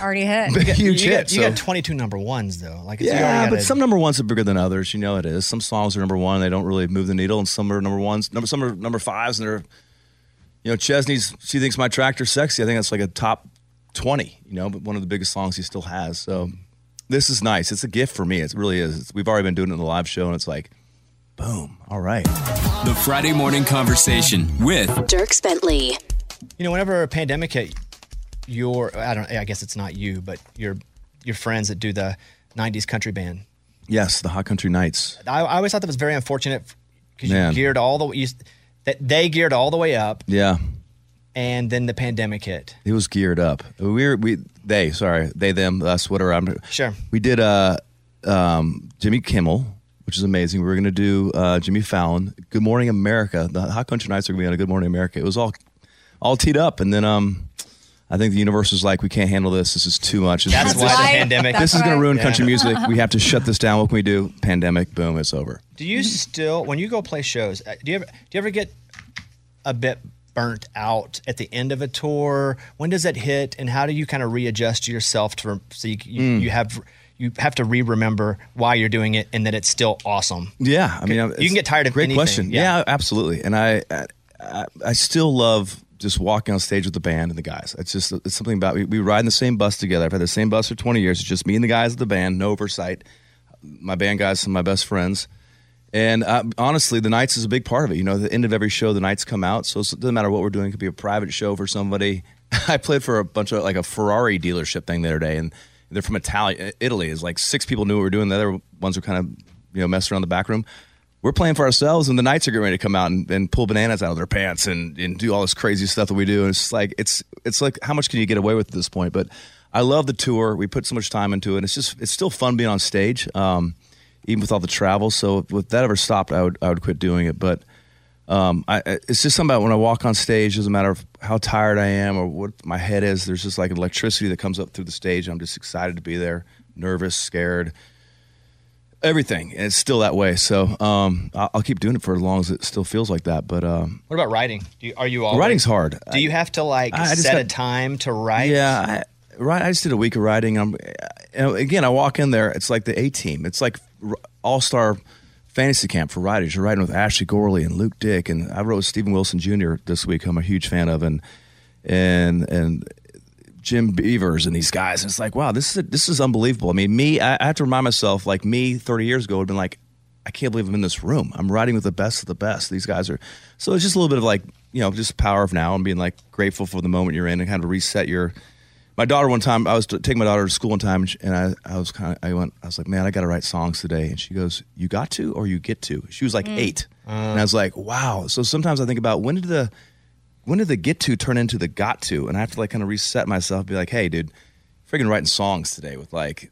Speaker 2: Already hit.
Speaker 15: Big, (laughs) huge
Speaker 5: you
Speaker 15: hit,
Speaker 5: Got, you got
Speaker 15: so-
Speaker 5: 22 number ones though. Like it's, you already
Speaker 15: yeah,
Speaker 5: got
Speaker 15: but
Speaker 5: a-
Speaker 15: some number ones are bigger than others. You know it is. Some songs are number one. They don't really move the needle, and some are number ones. Number some are number fives, and they're, you know, Chesney's. She thinks my tractor's sexy. I think that's like a top twenty. You know, but one of the biggest songs he still has. So this is nice. It's a gift for me. It really is. It's, we've already been doing it in the live show, and it's like, boom. All right.
Speaker 9: The Friday morning conversation with
Speaker 5: Dirk Bentley. You know, whenever a pandemic hit, your I don't I guess it's not you, but your your friends that do the '90s country band.
Speaker 15: Yes, the Hot Country Nights.
Speaker 5: I, I always thought that was very unfortunate because you
Speaker 15: Man.
Speaker 5: geared all the you, that they geared all the way up,
Speaker 15: Yeah.
Speaker 5: and then the pandemic hit.
Speaker 15: It was geared up. We were we they sorry they them us whatever. I'm
Speaker 5: Sure.
Speaker 15: We did uh um Jimmy Kimmel, which is amazing. We were gonna do uh Jimmy Fallon, Good Morning America. The Hot Country Nights are gonna be on a Good Morning America. It was all all teed up, and then um. I think the universe was like, we can't handle this. This is too much. This
Speaker 5: That's
Speaker 15: is-
Speaker 5: why
Speaker 15: this-
Speaker 5: the pandemic-
Speaker 15: This is going
Speaker 5: That's
Speaker 15: to ruin
Speaker 5: why.
Speaker 15: country
Speaker 5: Yeah.
Speaker 15: music. We have to shut this down. What can we do? Pandemic. Boom. It's over.
Speaker 5: Do you still when you go play shows? uh, Do you ever do you ever get a bit burnt out at the end of a tour? When does that hit, and how do you kind of readjust yourself to so you you,
Speaker 15: Mm.
Speaker 5: you have you have to re remember why you're doing it and that it's still awesome.
Speaker 15: Yeah, I mean,
Speaker 5: You
Speaker 15: it's
Speaker 5: can get tired of
Speaker 15: great
Speaker 5: anything,
Speaker 15: question.
Speaker 5: yeah.
Speaker 15: Yeah. absolutely. And I, I- I, I still love just walking on stage with the band and the guys. It's just it's something about we, we ride in the same bus together. I've had the same bus for twenty years. It's just me and the guys of the band, no oversight. My band guys, some of my best friends. And uh, honestly, the nights is a big part of it. You know, the end of every show, the nights come out. So it's- it doesn't matter what we're doing. It could be a private show for somebody. (laughs) I played for a bunch of like a Ferrari dealership thing the other day, and they're from Italy. Italy is like six people knew what we were doing. The other ones were kind of you know messing around the back room. We're playing for ourselves, and the knights are getting ready to come out and, and pull bananas out of their pants and, and do all this crazy stuff that we do. And it's just like it's it's like how much can you get away with at this point? But I love the tour. We put so much time into it. And it's just it's still fun being on stage. Um, even with all the travel. So if that ever stopped, I would I would quit doing it. But um, I, I- it's just something about when I walk on stage. Doesn't matter how tired I am or what my head is. There's just like an electricity that comes up through the stage. I'm just excited to be there, nervous, scared, everything. And it's still that way. So um, I'll, I'll keep doing it for as long as it still feels like that. But um,
Speaker 5: What about writing? Do you, are you all
Speaker 15: writing's hard.
Speaker 5: Do you have to like
Speaker 15: I- I just
Speaker 5: set a
Speaker 15: got-
Speaker 5: time to write?
Speaker 15: Yeah, I, right. I just did a week of writing. I'm and again. I walk in there. It's like the A team. It's like all star fantasy camp for writers. You're writing with Ashley Gorley and Luke Dick, and I wrote with Stephen Wilson Jr. this week. who I'm a huge fan of, and and and Jim Beavers and these guys. And it's like, wow, this is this is unbelievable. I mean, me, I, I have to remind myself, like me, 30 years ago, would have been like, I can't believe I'm in this room. I'm writing with the best of the best. These guys are. So it's just a little bit of like, you know, just power of now and being like grateful for the moment you're in and kind of reset your. My daughter one time, I was t- taking my daughter to school one time, and, she, and I, I was kind of, I went, I was like, man, I got to write songs today. And she goes, you got to or you get to. She was like
Speaker 5: Mm.
Speaker 15: eight, and I was like, wow. So sometimes I think about when did the when did the get to turn into the got to? And I have to like kind of reset myself, be like, hey, dude, friggin' writing songs today with like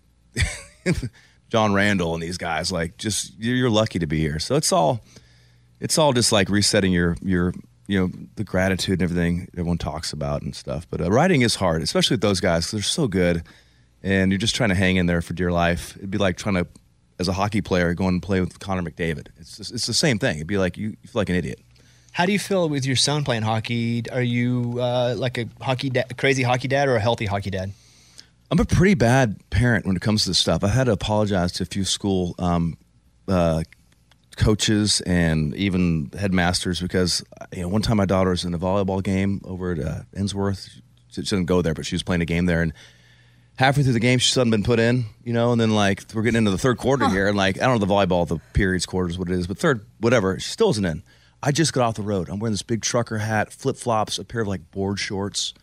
Speaker 15: (laughs) John Randall and these guys. Like, just you're, you're lucky to be here. So it's all it's all just like resetting your your you know the gratitude and everything everyone talks about and stuff. But uh, writing is hard, especially with those guys. they they're so good, and you're just trying to hang in there for dear life. It'd be like trying to, as a hockey player, go and play with Connor McDavid. It's just, it's the same thing. It'd be like you, you feel like an idiot.
Speaker 5: How do you feel with your son playing hockey? Are you uh, like a hockey da- crazy hockey dad or a healthy hockey dad?
Speaker 15: I'm a pretty bad parent when it comes to this stuff. I had to apologize to a few school um, uh, coaches and even headmasters because you know one time my daughter was in a volleyball game over at uh, Ensworth. She, she didn't go there, but she was playing a game there, and halfway through the game, she's suddenly been put in, you know, and then like we're getting into the third quarter here, and like I don't know the volleyball, the periods, quarters, what it is, but third, whatever, she still isn't in. I just got off the road. I'm wearing this big trucker hat, flip flops, a pair of like board shorts,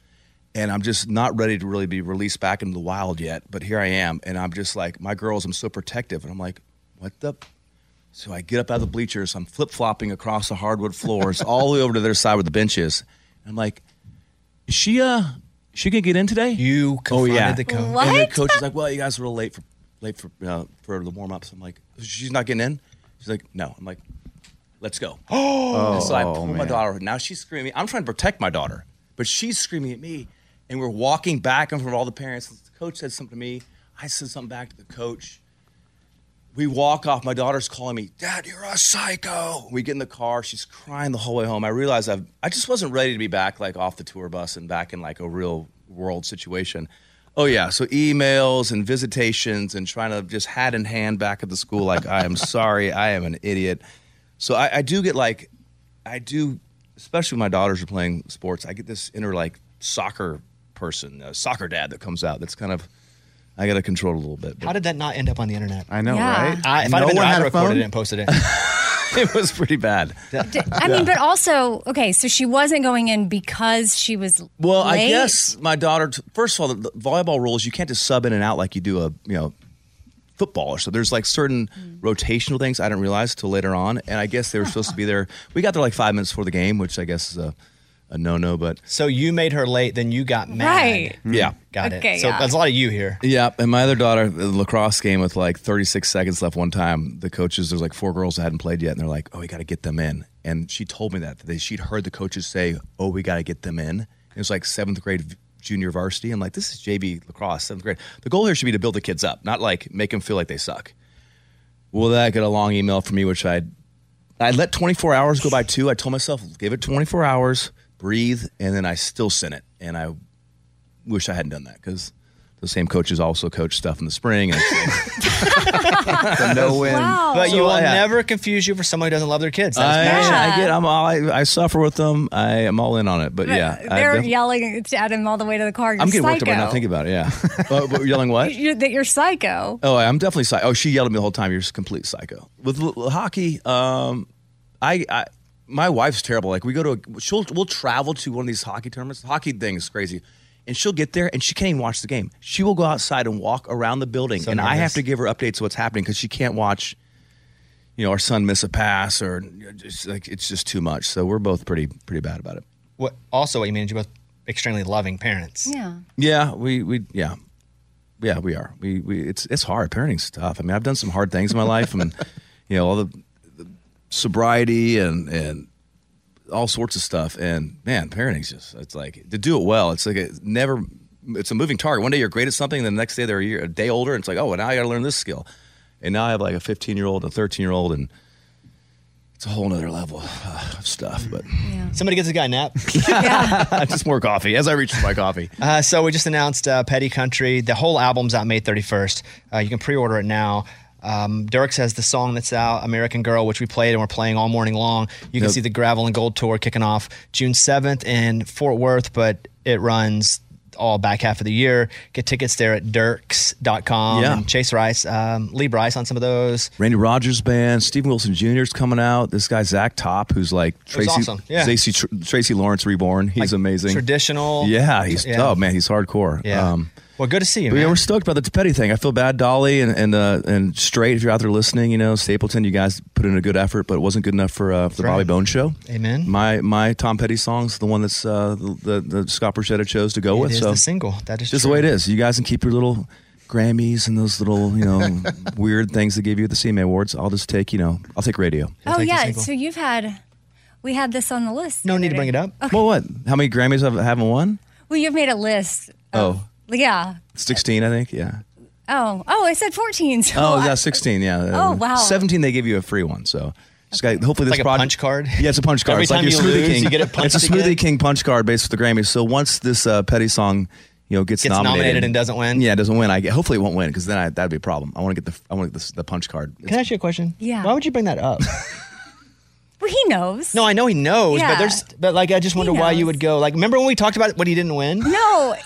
Speaker 15: and I'm just not ready to really be released back into the wild yet. But here I am, and I'm just like my girls. I'm so protective, and I'm like, what the. So I get up out of the bleachers. I'm flip flopping across the hardwood (laughs) floors, all the way over to their side where the bench is. I'm like, is she uh, she gonna get in today?
Speaker 5: You
Speaker 15: oh yeah,
Speaker 5: the coach.
Speaker 15: And the
Speaker 5: What?
Speaker 15: coach is like, well, you guys were late for late for uh, for the warm ups. I'm like, she's not getting in. She's like, no. I'm like, let's go.
Speaker 5: (gasps) Oh.
Speaker 15: And so I pull my
Speaker 5: man.
Speaker 15: daughter. over. Now she's screaming. I'm trying to protect my daughter, but she's screaming at me. And we're walking back in front of all the parents. The coach said something to me. I said something back to the coach. We walk off. My daughter's calling me, Dad, you're a psycho. We get in the car. She's crying the whole way home. I realized I've, I just wasn't ready to be back like off the tour bus and back in like a real world situation. Oh yeah, so emails and visitations and trying to just hat in hand back at the school. Like I am sorry, I am an idiot. So I, I do get like, I do, especially when my daughters are playing sports. I get this inner like soccer person, uh, soccer dad that comes out. That's kind of I got to control it a little bit. but-
Speaker 5: How did that not end up on the internet?
Speaker 15: I know, Yeah. right?
Speaker 5: I, if
Speaker 15: No
Speaker 5: I'd have been
Speaker 15: one
Speaker 5: there, I'd
Speaker 15: had
Speaker 5: have
Speaker 15: a
Speaker 5: recorded
Speaker 15: phone?
Speaker 5: it and posted it.
Speaker 15: (laughs) it was pretty bad.
Speaker 2: (laughs) I mean, but also, okay, so she wasn't going in because she was
Speaker 15: Well, I
Speaker 2: late?
Speaker 15: guess my daughter. t- First of all, the, the volleyball rules you can't just sub in and out like you do a you know football or so. There's like certain
Speaker 2: Mm.
Speaker 15: rotational things I didn't realize till later on, and I guess they were supposed to be
Speaker 2: (laughs)
Speaker 15: there. We got there like five minutes before the game, which I guess is a, a no no. But
Speaker 5: so you made her late, then you got mad.
Speaker 2: Right.
Speaker 15: Yeah,
Speaker 5: Got it. So that's a lot of you here.
Speaker 15: Yeah, and my other daughter, the lacrosse game with like 36 seconds left one time, the coaches, there's like four girls that hadn't played yet, and they're like, oh, we got to get them in. And she told me that. that she'd heard the coaches say, oh, we got to get them in. It was like seventh grade v- junior varsity. I'm like, this is JV lacrosse, seventh grade. The goal here should be to build the kids up, not like make them feel like they suck. Well, then I got a long email from me, which I I let 24 hours go by too. I told myself, give it 24 hours, breathe, and then I still sent it. And I wish I hadn't done that because the same coaches also coach stuff in the spring. And it's (laughs) a no-win.
Speaker 5: But you
Speaker 15: So,
Speaker 5: will
Speaker 15: yeah.
Speaker 5: never confuse you for someone who doesn't love their kids. That is
Speaker 15: I,
Speaker 5: passion.
Speaker 15: I get. I'm all. I, I suffer with them. I am all in on it. But yeah, I
Speaker 2: They're
Speaker 15: def-
Speaker 2: yelling at him all the way to the car. You're
Speaker 15: I'm getting worked up
Speaker 2: psycho.
Speaker 15: right now. Think about it. Yeah. oh, but yelling
Speaker 2: (laughs)
Speaker 15: what?
Speaker 2: You're, that you're psycho.
Speaker 15: Oh, I'm definitely psycho. Oh, she yelled at me the whole time. You're just a complete psycho. With l- l- hockey, um, I, I, my wife's terrible. Like we go to, a, she'll we'll travel to one of these hockey tournaments. The hockey thing is crazy, and she'll get there and she can't even watch the game. She will go outside and walk around the building,
Speaker 5: So
Speaker 15: and I
Speaker 5: nervous.
Speaker 15: have to give her updates of what's happening because she can't watch. You know, our son miss a pass, or you know, just like it's just too much. So we're both pretty pretty bad about it.
Speaker 5: What? Also, what you mean is you're both extremely loving parents.
Speaker 2: Yeah.
Speaker 15: Yeah, we we yeah. Yeah, we are. We we it's it's hard. Parenting's tough. I mean, I've done some hard things in my life and (laughs) you know, all the, the sobriety and and all sorts of stuff and man, parenting's just it's like to do it well, it's like a never it's a moving target. One day you're great at something, and the next day they're a, year, a day older, and it's like, oh, well, now I got to learn this skill. And now I have like a 15 year old, a 13 year old, and it's a whole nother level of stuff. But
Speaker 5: Somebody gives this guy a nap.
Speaker 15: just more coffee as (laughs) I reach for my coffee.
Speaker 5: Uh, so we just announced uh, Petty Country. The whole album's out May 31st. Uh, you can pre-order it now. Um, Dirks has the song that's out, American Girl, which we played and we're playing all morning long. You can
Speaker 15: Yep.
Speaker 5: see the Gravel and Gold Tour kicking off June 7th in Fort Worth, but it runs all back half of the year. Get tickets there at dirks.com.
Speaker 15: Yeah.
Speaker 5: And Chase Rice, um, Lee Bryce on some of those.
Speaker 15: Randy Rogers band, Stephen Wilson Jr. is coming out. This guy Zach Top, who's like Tracy,
Speaker 5: awesome. Yeah.
Speaker 15: Tracy, Tracy Lawrence reborn. He's amazing.
Speaker 5: Traditional.
Speaker 15: Yeah, he's
Speaker 5: Yeah.
Speaker 15: oh man, he's hardcore. Um,
Speaker 5: Yeah. well, good to see you.
Speaker 15: Yeah,
Speaker 5: man.
Speaker 15: we're stoked about the Petty thing. I feel bad, Dolly, and and uh, and Straight. If you're out there listening, you know Stapleton, you guys put in a good effort, but it wasn't good enough for uh, for the Bobby Bone show.
Speaker 5: Amen.
Speaker 15: My my Tom Petty song's the one that's uh, the, the the Scott Bruschetta chose to go
Speaker 5: It
Speaker 15: with.
Speaker 5: is
Speaker 15: so
Speaker 5: the single. That is
Speaker 15: just the
Speaker 5: true.
Speaker 15: way it is. You guys can keep your little Grammys and those little, you (laughs) know, weird things they give you at the CMA Awards. I'll just take, you know, I'll take radio.
Speaker 2: oh yeah, so you've had we had this on the list.
Speaker 15: no need to bring it up. Well, what? How many Grammys have, haven't won?
Speaker 2: Well, you've made a list.
Speaker 15: Oh,
Speaker 2: Yeah.
Speaker 15: 16, I think. Yeah.
Speaker 2: Oh, oh, I said 14. So
Speaker 15: Oh,
Speaker 2: (laughs) I-
Speaker 15: yeah, 16. Yeah.
Speaker 2: Oh, wow.
Speaker 15: 17, they give you a free one. So. Just got, hopefully
Speaker 5: It's
Speaker 15: this
Speaker 5: like a
Speaker 15: project-
Speaker 5: punch card?
Speaker 15: Yeah, it's a punch card.
Speaker 5: Every
Speaker 15: it's like
Speaker 5: time
Speaker 15: your
Speaker 5: you
Speaker 15: Smoothie
Speaker 5: lose,
Speaker 15: King.
Speaker 5: you get it
Speaker 15: it's
Speaker 5: punched
Speaker 15: a Smoothie
Speaker 5: again?
Speaker 15: King punch card based with the Grammys. So once this uh, petty song, you know, gets,
Speaker 5: Gets nominated and doesn't win.
Speaker 15: Yeah, it doesn't win. I get, hopefully it won't win because then I, that'd be a problem. I want to get the I want to get the, the punch card.
Speaker 5: Can I ask you a question?
Speaker 2: Yeah.
Speaker 5: Why would you bring
Speaker 15: (laughs)
Speaker 5: that up?
Speaker 2: well, he knows.
Speaker 5: No, I know he knows,
Speaker 2: Yeah.
Speaker 5: but there's, but like, I just wonder why you would go. Like, remember when we talked about what he didn't win?
Speaker 2: No, it was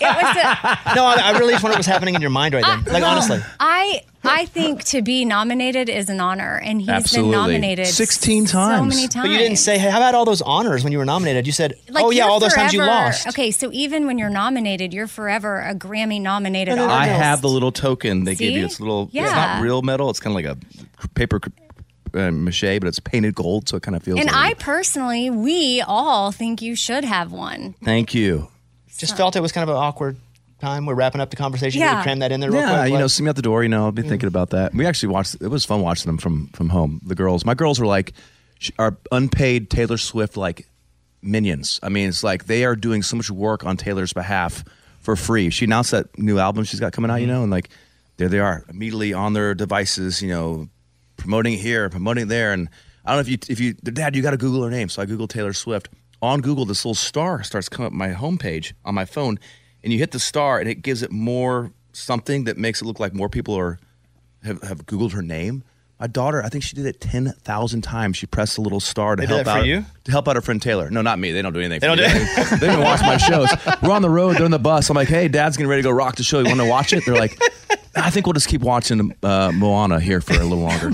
Speaker 5: (laughs)
Speaker 2: a,
Speaker 5: no, I, I really just wonder what's happening in your mind right then. Like,
Speaker 2: Ah, well,
Speaker 5: honestly.
Speaker 2: I I think to be nominated is an honor, and he's
Speaker 5: Absolutely.
Speaker 2: been nominated
Speaker 5: 16
Speaker 2: times. many
Speaker 5: But you didn't
Speaker 2: times.
Speaker 5: say, hey, how about all those honors when you were nominated? You said,
Speaker 2: Like,
Speaker 5: oh, yeah,
Speaker 2: you're
Speaker 5: all those times you
Speaker 2: forever-
Speaker 5: lost.
Speaker 2: Okay, so even when you're nominated, you're forever a Grammy nominated
Speaker 15: I
Speaker 2: artist.
Speaker 15: have the little token they give
Speaker 2: See?
Speaker 15: you. It's a little. It's
Speaker 2: Yeah.
Speaker 15: not real metal. It's kind of like a paper uh, mache, but it's painted gold, so it kind of feels.
Speaker 2: and
Speaker 15: like
Speaker 2: I personally, we all think you should have one.
Speaker 15: Thank you.
Speaker 5: Just felt it was kind of an awkward time. We're wrapping up the conversation. Yeah.
Speaker 2: Yeah.
Speaker 5: You cram that in there real
Speaker 15: yeah,
Speaker 5: quick.
Speaker 15: you
Speaker 5: Like,
Speaker 15: know, see me at the door. You know, I'll be
Speaker 5: Mm.
Speaker 15: thinking about that. We actually watched. It was fun watching them from from home. The girls, my girls were like, sh- are unpaid Taylor Swift like minions. I mean, it's like they are doing so much work on Taylor's behalf for free. She announced that new album she's got coming out. You
Speaker 2: Mm-hmm.
Speaker 15: know, and like there they are immediately on their devices. You know, promoting here, promoting there, and I don't know if you if you dad, you got to Google her name. So I Googled Taylor Swift on Google. This little star starts coming up my homepage on my phone, and you hit the star, and it gives it more something that makes it look like more people are have, have Googled her name. My daughter, I think she did it ten thousand times. She pressed a little star to
Speaker 5: They did
Speaker 15: help
Speaker 5: that for
Speaker 15: out
Speaker 5: you?
Speaker 15: to help out her friend Taylor. No, not me. They don't do anything.
Speaker 5: They
Speaker 15: for
Speaker 5: don't
Speaker 15: me.
Speaker 5: (laughs) do-
Speaker 15: They don't even watch my shows. We're on the road. They're in the bus. I'm like, hey, Dad's getting ready to go rock the show. You want to watch it? They're like, I think we'll just keep watching uh, Moana here for a little
Speaker 5: (laughs)
Speaker 15: longer.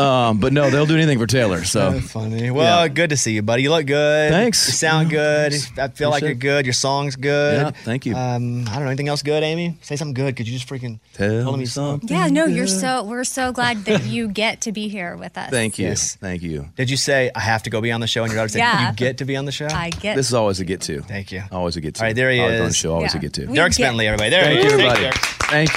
Speaker 15: um, but no, they'll do anything for Taylor. So
Speaker 5: Oh, funny. Well, good to see you, buddy. You look good.
Speaker 15: Thanks.
Speaker 5: You sound good. I feel
Speaker 15: Appreciate
Speaker 5: like you're
Speaker 15: it.
Speaker 5: good. Your song's good.
Speaker 15: Yeah, thank you.
Speaker 5: Um, I don't know anything else good, Amy. Say something good. Could you just freaking
Speaker 15: Tell
Speaker 5: tell
Speaker 15: me
Speaker 5: me something?
Speaker 2: Yeah, no, you're so we're so glad
Speaker 5: (laughs)
Speaker 2: that you get to be here with us.
Speaker 15: Thank you. Thank you.
Speaker 5: Did you say I have to go be on the show? And your daughter said,
Speaker 2: Yeah.
Speaker 5: "You get to be on the show."
Speaker 2: I get.
Speaker 15: This is always a get to.
Speaker 5: Thank you.
Speaker 15: Always a get to.
Speaker 5: All right, there he
Speaker 15: always On the
Speaker 5: is.
Speaker 15: show, always
Speaker 5: Yeah.
Speaker 15: a get to.
Speaker 5: We Derek get- Spentley, everybody. There
Speaker 15: Thank
Speaker 5: he
Speaker 15: you,
Speaker 5: is.
Speaker 15: everybody. Thank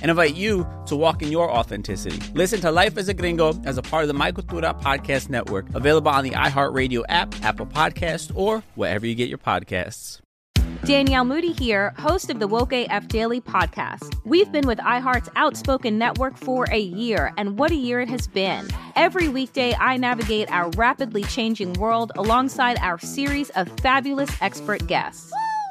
Speaker 4: and invite you to walk in your authenticity. Listen to Life as a Gringo as a part of the Michael Tura Podcast Network, available on the iHeartRadio app, Apple Podcasts, or wherever you get your podcasts.
Speaker 11: Danielle Moody here, host of the Woke AF Daily podcast. We've been with iHeart's Outspoken Network for a year, and what a year it has been. Every weekday, I navigate our rapidly changing world alongside our series of fabulous expert guests.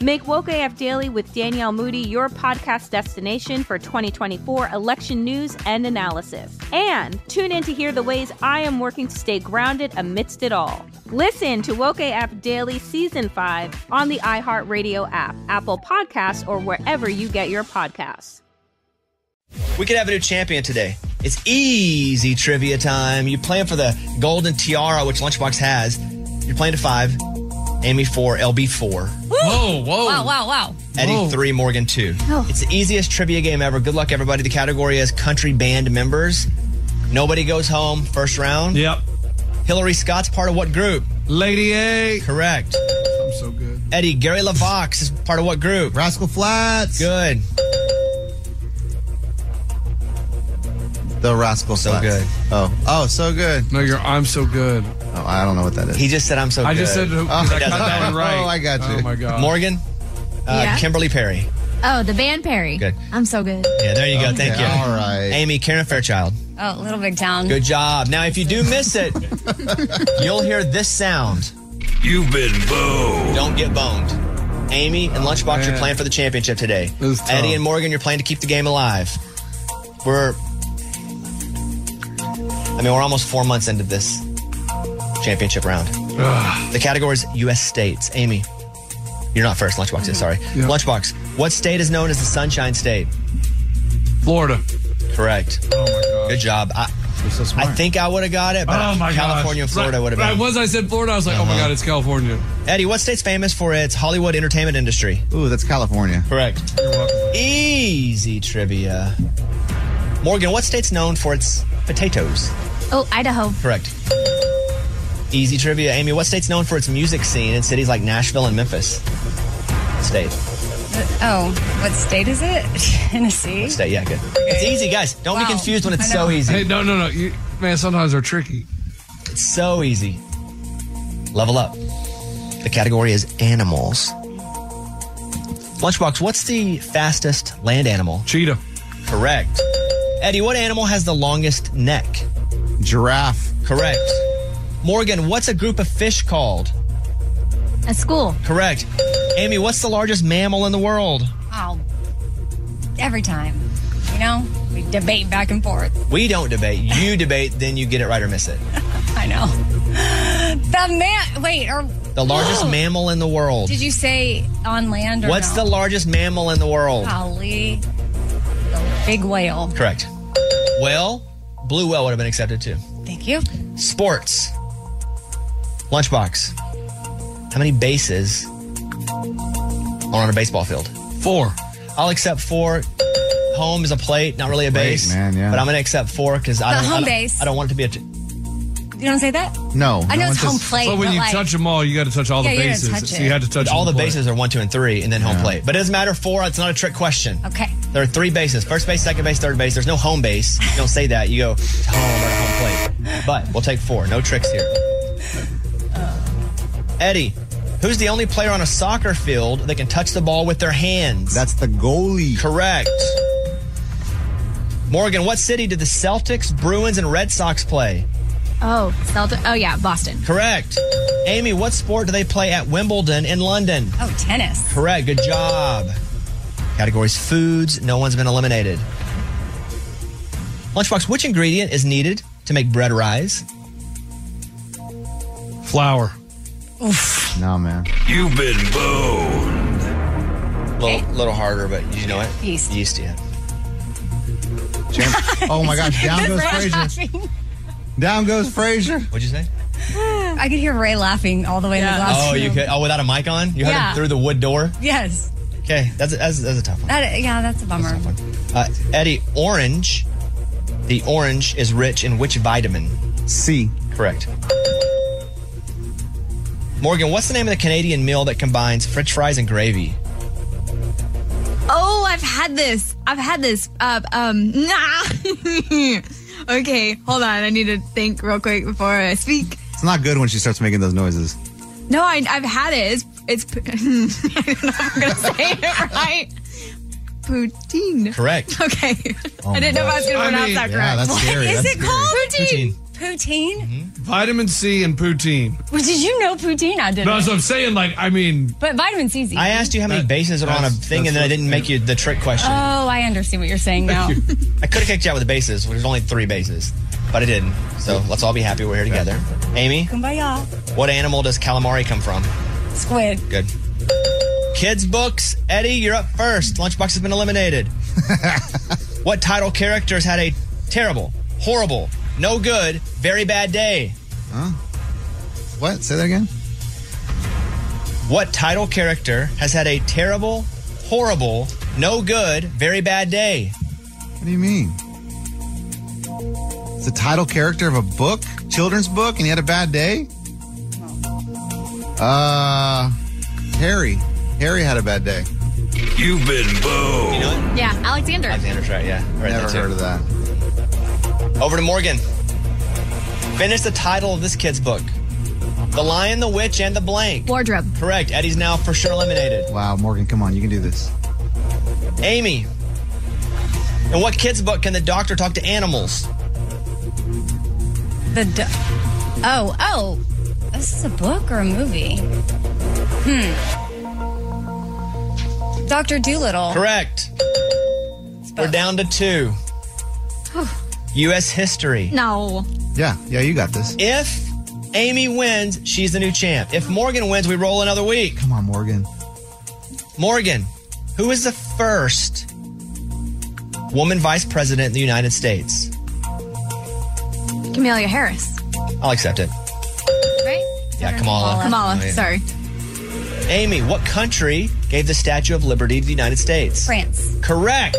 Speaker 11: Make Woke AF Daily with Danielle Moody your podcast destination for 2024 election news and analysis. And tune in to hear the ways I am working to stay grounded amidst it all. Listen to Woke AF Daily Season 5 on the iHeartRadio app, Apple Podcasts, or wherever you get your podcasts.
Speaker 5: We could have a new champion today. It's easy trivia time. You plan for the golden tiara, which Lunchbox has. You're playing to five. Amy four, LB four.
Speaker 7: Whoa, whoa.
Speaker 2: Wow, wow, wow.
Speaker 5: Eddie three, Morgan two. It's the easiest trivia game ever. Good luck, everybody. The category is country band members. Nobody goes home first round.
Speaker 7: Yep.
Speaker 5: Hillary Scott's part of what group?
Speaker 7: Lady A.
Speaker 5: Correct.
Speaker 7: I'm so good.
Speaker 5: Eddie Gary LaVox is part of what group?
Speaker 6: Rascal Flats.
Speaker 5: Good.
Speaker 6: The Rascal
Speaker 5: So
Speaker 6: Flatts.
Speaker 5: good.
Speaker 6: Oh, oh, so good.
Speaker 7: No, you're. I'm so good.
Speaker 6: Oh, I don't know what that is.
Speaker 5: He just said I'm so
Speaker 7: I
Speaker 5: good.
Speaker 7: just said who-
Speaker 5: Oh,
Speaker 7: I
Speaker 5: it
Speaker 7: got
Speaker 5: doesn't
Speaker 7: that one
Speaker 5: matter.
Speaker 6: (laughs)
Speaker 7: right.
Speaker 6: Oh, I got you.
Speaker 7: Oh my god.
Speaker 5: Morgan, uh,
Speaker 8: Yeah.
Speaker 5: Kimberly Perry.
Speaker 8: Oh, the band Perry.
Speaker 5: Good.
Speaker 8: I'm so good.
Speaker 5: Yeah, there you go. Thank
Speaker 6: Okay,
Speaker 5: you.
Speaker 6: all right.
Speaker 5: Amy, Karen Fairchild.
Speaker 2: Oh, Little Big Town.
Speaker 5: Good job. Now, if you do miss it, (laughs) you'll hear this sound.
Speaker 9: You've been booed.
Speaker 5: Don't get boned. Amy and Lunchbox, you're
Speaker 7: man.
Speaker 5: playing for the championship today.
Speaker 7: was tough.
Speaker 5: Eddie and Morgan, you're playing to keep the game alive. We're, I mean, we're almost four months into this championship round. (sighs) The category is U.S. states. Amy, you're not first. Lunchbox is sorry.
Speaker 7: Mm-hmm. Yeah.
Speaker 5: Lunchbox, what state is known as the Sunshine State?
Speaker 7: Florida.
Speaker 5: Correct.
Speaker 7: Oh my god.
Speaker 5: Good job. I,
Speaker 7: You're so smart.
Speaker 5: I think I would have got it, but
Speaker 7: oh my god.
Speaker 5: California and Florida would have been. Uh-huh.
Speaker 7: Right, once I said Florida, I was like, oh my god, it's California.
Speaker 5: Eddie, what state's famous for its Hollywood entertainment industry?
Speaker 6: Ooh, that's California.
Speaker 5: Correct.
Speaker 7: You're welcome.
Speaker 5: Easy trivia. Morgan, what state's known for its potatoes?
Speaker 8: Oh, Idaho.
Speaker 5: Correct. Easy trivia. Amy, what state's known for its music scene in cities like Nashville and Memphis? State.
Speaker 2: Oh, what state is it? (laughs) Tennessee.
Speaker 5: State, yeah, good. It's easy, guys. Don't
Speaker 2: Wow.
Speaker 5: be confused when it's
Speaker 2: I know.
Speaker 5: so easy.
Speaker 7: Hey, no, no, no. You, man, sometimes they're tricky.
Speaker 5: It's so easy. Level up. The category is animals. Lunchbox, what's the fastest land animal?
Speaker 7: Cheetah.
Speaker 5: Correct. Eddie, what animal has the longest neck?
Speaker 6: Giraffe.
Speaker 5: Correct. Morgan, what's a group of fish called?
Speaker 8: A school.
Speaker 5: Correct. Amy, what's the largest mammal in the world?
Speaker 2: Oh, every time. You know, we debate back and forth.
Speaker 5: We don't debate.
Speaker 2: (laughs)
Speaker 5: You debate, then you get it right or miss it.
Speaker 2: I know. The man. Wait, or
Speaker 5: The
Speaker 2: (gasps)
Speaker 5: largest mammal in the world.
Speaker 2: did you say on land or
Speaker 5: What's the
Speaker 2: no?
Speaker 5: largest mammal in the world?
Speaker 2: Golly, the big whale.
Speaker 5: Correct. Whale, blue whale would have been accepted too.
Speaker 2: Thank you.
Speaker 5: Sports. Lunchbox. How many bases are on a baseball field?
Speaker 7: Four.
Speaker 5: I'll accept four. Home is a plate, not really a
Speaker 6: Plate,
Speaker 5: base.
Speaker 6: man, yeah.
Speaker 5: But I'm going to accept four because I
Speaker 2: The
Speaker 5: don't. I
Speaker 2: home
Speaker 5: don't-
Speaker 2: base.
Speaker 5: I don't want it to be a. T-
Speaker 2: You don't say that.
Speaker 6: No.
Speaker 2: I know
Speaker 6: no
Speaker 2: it's
Speaker 6: one
Speaker 2: home
Speaker 6: says-
Speaker 2: plate,
Speaker 7: but when you
Speaker 2: like,
Speaker 7: touch them all, you got to touch all
Speaker 2: Yeah,
Speaker 7: the
Speaker 2: you gotta
Speaker 7: bases.
Speaker 2: touch
Speaker 7: so
Speaker 2: it.
Speaker 7: you had to touch
Speaker 5: all the
Speaker 7: them twice.
Speaker 5: bases are one, two, and three, and then home plate. But it doesn't matter four. It's not a trick question.
Speaker 2: Okay.
Speaker 5: There are three bases: first base, second base, third base. There's no home base. You don't say that. You go "It's home or home plate. But we'll take four. No tricks here. Eddie, who's the only player on a soccer field that can touch the ball with their hands?
Speaker 6: That's the goalie.
Speaker 5: correct. Morgan, what city did the Celtics, Bruins, and Red Sox play?
Speaker 8: Oh, Celtic. Oh, yeah, Boston.
Speaker 5: Correct. Amy, what sport do they play at Wimbledon in London?
Speaker 2: Oh, tennis.
Speaker 5: Correct. Good job. Categories foods. No one's been eliminated. Lunchbox, which ingredient is needed to make bread rise?
Speaker 7: flour.
Speaker 6: No, man.
Speaker 9: You've been booed.
Speaker 5: A little, little harder, but you know it.
Speaker 2: Yeast.
Speaker 5: Yeast, yeah. (laughs)
Speaker 6: Champ- oh my gosh,
Speaker 2: (laughs)
Speaker 6: down goes
Speaker 2: Ray
Speaker 6: Frazier.
Speaker 2: laughing.
Speaker 6: Down goes Frazier.
Speaker 5: What'd you say?
Speaker 2: I could hear Ray laughing all the way in the glass.
Speaker 5: Oh, you could. Oh, without a mic on? You heard
Speaker 2: Yeah.
Speaker 5: it through the wood door?
Speaker 2: Yes.
Speaker 5: Okay, that's a, that's, a- that's a tough one.
Speaker 2: That, yeah, that's a bummer.
Speaker 5: Uh, Eddie, orange. The orange is rich in which vitamin?
Speaker 6: C.
Speaker 5: Correct. Morgan, what's the name of the Canadian meal that combines french fries and gravy?
Speaker 8: Oh, I've had this.
Speaker 16: I've had this up. Um, (laughs) nah. okay, hold on. I need to think real quick before I speak.
Speaker 6: It's not good when she starts making those noises.
Speaker 16: No, I, I've had it. It's, it's (laughs) I don't know if I'm going to say it (laughs) right. Poutine. (laughs)
Speaker 5: Correct.
Speaker 16: Okay.
Speaker 5: Oh
Speaker 16: I didn't know if I was going to
Speaker 7: I
Speaker 16: pronounce
Speaker 7: mean-
Speaker 16: that
Speaker 7: Yeah,
Speaker 16: correct.
Speaker 7: that's
Speaker 16: What
Speaker 7: scary.
Speaker 16: is
Speaker 7: That's
Speaker 16: it
Speaker 7: scary.
Speaker 16: called? Poutine. Poutine?
Speaker 7: Vitamin C and poutine.
Speaker 2: Well, did you know poutine? I didn't.
Speaker 7: No, that's what I'm saying. Like, I mean,
Speaker 2: but vitamin C's easy.
Speaker 5: I asked you how many bases are on a thing, and then I didn't make you the trick question.
Speaker 2: Oh, I understand what you're saying now.
Speaker 5: I could have kicked you out with the bases. There's only three bases, but I didn't. So let's all be happy we're here together. Amy,
Speaker 2: Kumbaya.
Speaker 5: what animal does calamari come from?
Speaker 2: Squid.
Speaker 5: Good. Kids books. Eddie, you're up first. Lunchbox has
Speaker 6: (laughs)
Speaker 5: been eliminated. what title character has had a terrible, horrible, no good, very bad day?
Speaker 6: Huh? What? Say that again.
Speaker 5: What title character has had a terrible, horrible, no good, very bad day?
Speaker 6: What do you mean? It's the title character of a book, children's book, and he had a bad day? Uh, Harry. Harry had a bad day.
Speaker 5: You've been booed. You know it?
Speaker 8: Yeah, Alexander.
Speaker 5: Alexander's right, yeah. I read
Speaker 6: Never
Speaker 5: that too.
Speaker 6: heard of that.
Speaker 5: Over to Morgan. Finish the title of this kid's book The Lion, the Witch, and the Blank.
Speaker 8: Wardrobe.
Speaker 5: Correct. Eddie's now for sure eliminated.
Speaker 6: Wow, Morgan, come on, you can do this.
Speaker 5: Amy. In what kid's book can the doctor talk to animals?
Speaker 2: The d- oh oh, this is a book or a movie? Hmm. Doctor Doolittle.
Speaker 5: Correct. We're down to
Speaker 8: (sighs)
Speaker 5: two. U.S. history.
Speaker 8: No.
Speaker 6: Yeah, yeah, you got this.
Speaker 5: If Amy wins, she's the new champ. If Morgan wins, we roll another week.
Speaker 6: Come on, Morgan.
Speaker 5: Morgan, who is the first woman vice president in the United States?
Speaker 8: Camelia Harris.
Speaker 5: I'll accept it.
Speaker 8: Right?
Speaker 5: Yeah, Kamala.
Speaker 8: Kamala,
Speaker 5: Oh, yeah.
Speaker 8: sorry.
Speaker 5: Amy, what country gave the Statue of Liberty to the United States?
Speaker 2: France.
Speaker 5: Correct.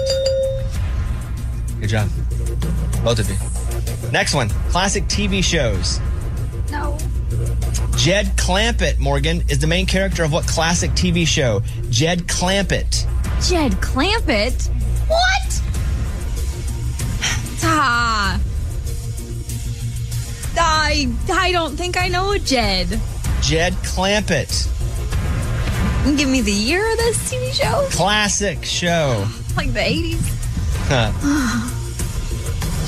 Speaker 5: Good job. Both of you. Next one classic TV shows.
Speaker 8: No.
Speaker 5: Jed Clampett, Morgan, is the main character of what classic TV show? Jed Clampett.
Speaker 8: Jed Clampett.
Speaker 16: (sighs)
Speaker 8: What?
Speaker 16: Ah. I, I don't think I know Jed.
Speaker 5: Jed Clampett.
Speaker 16: Give me the year of this TV show?
Speaker 5: Classic show.
Speaker 16: Like the 80s.
Speaker 5: Huh.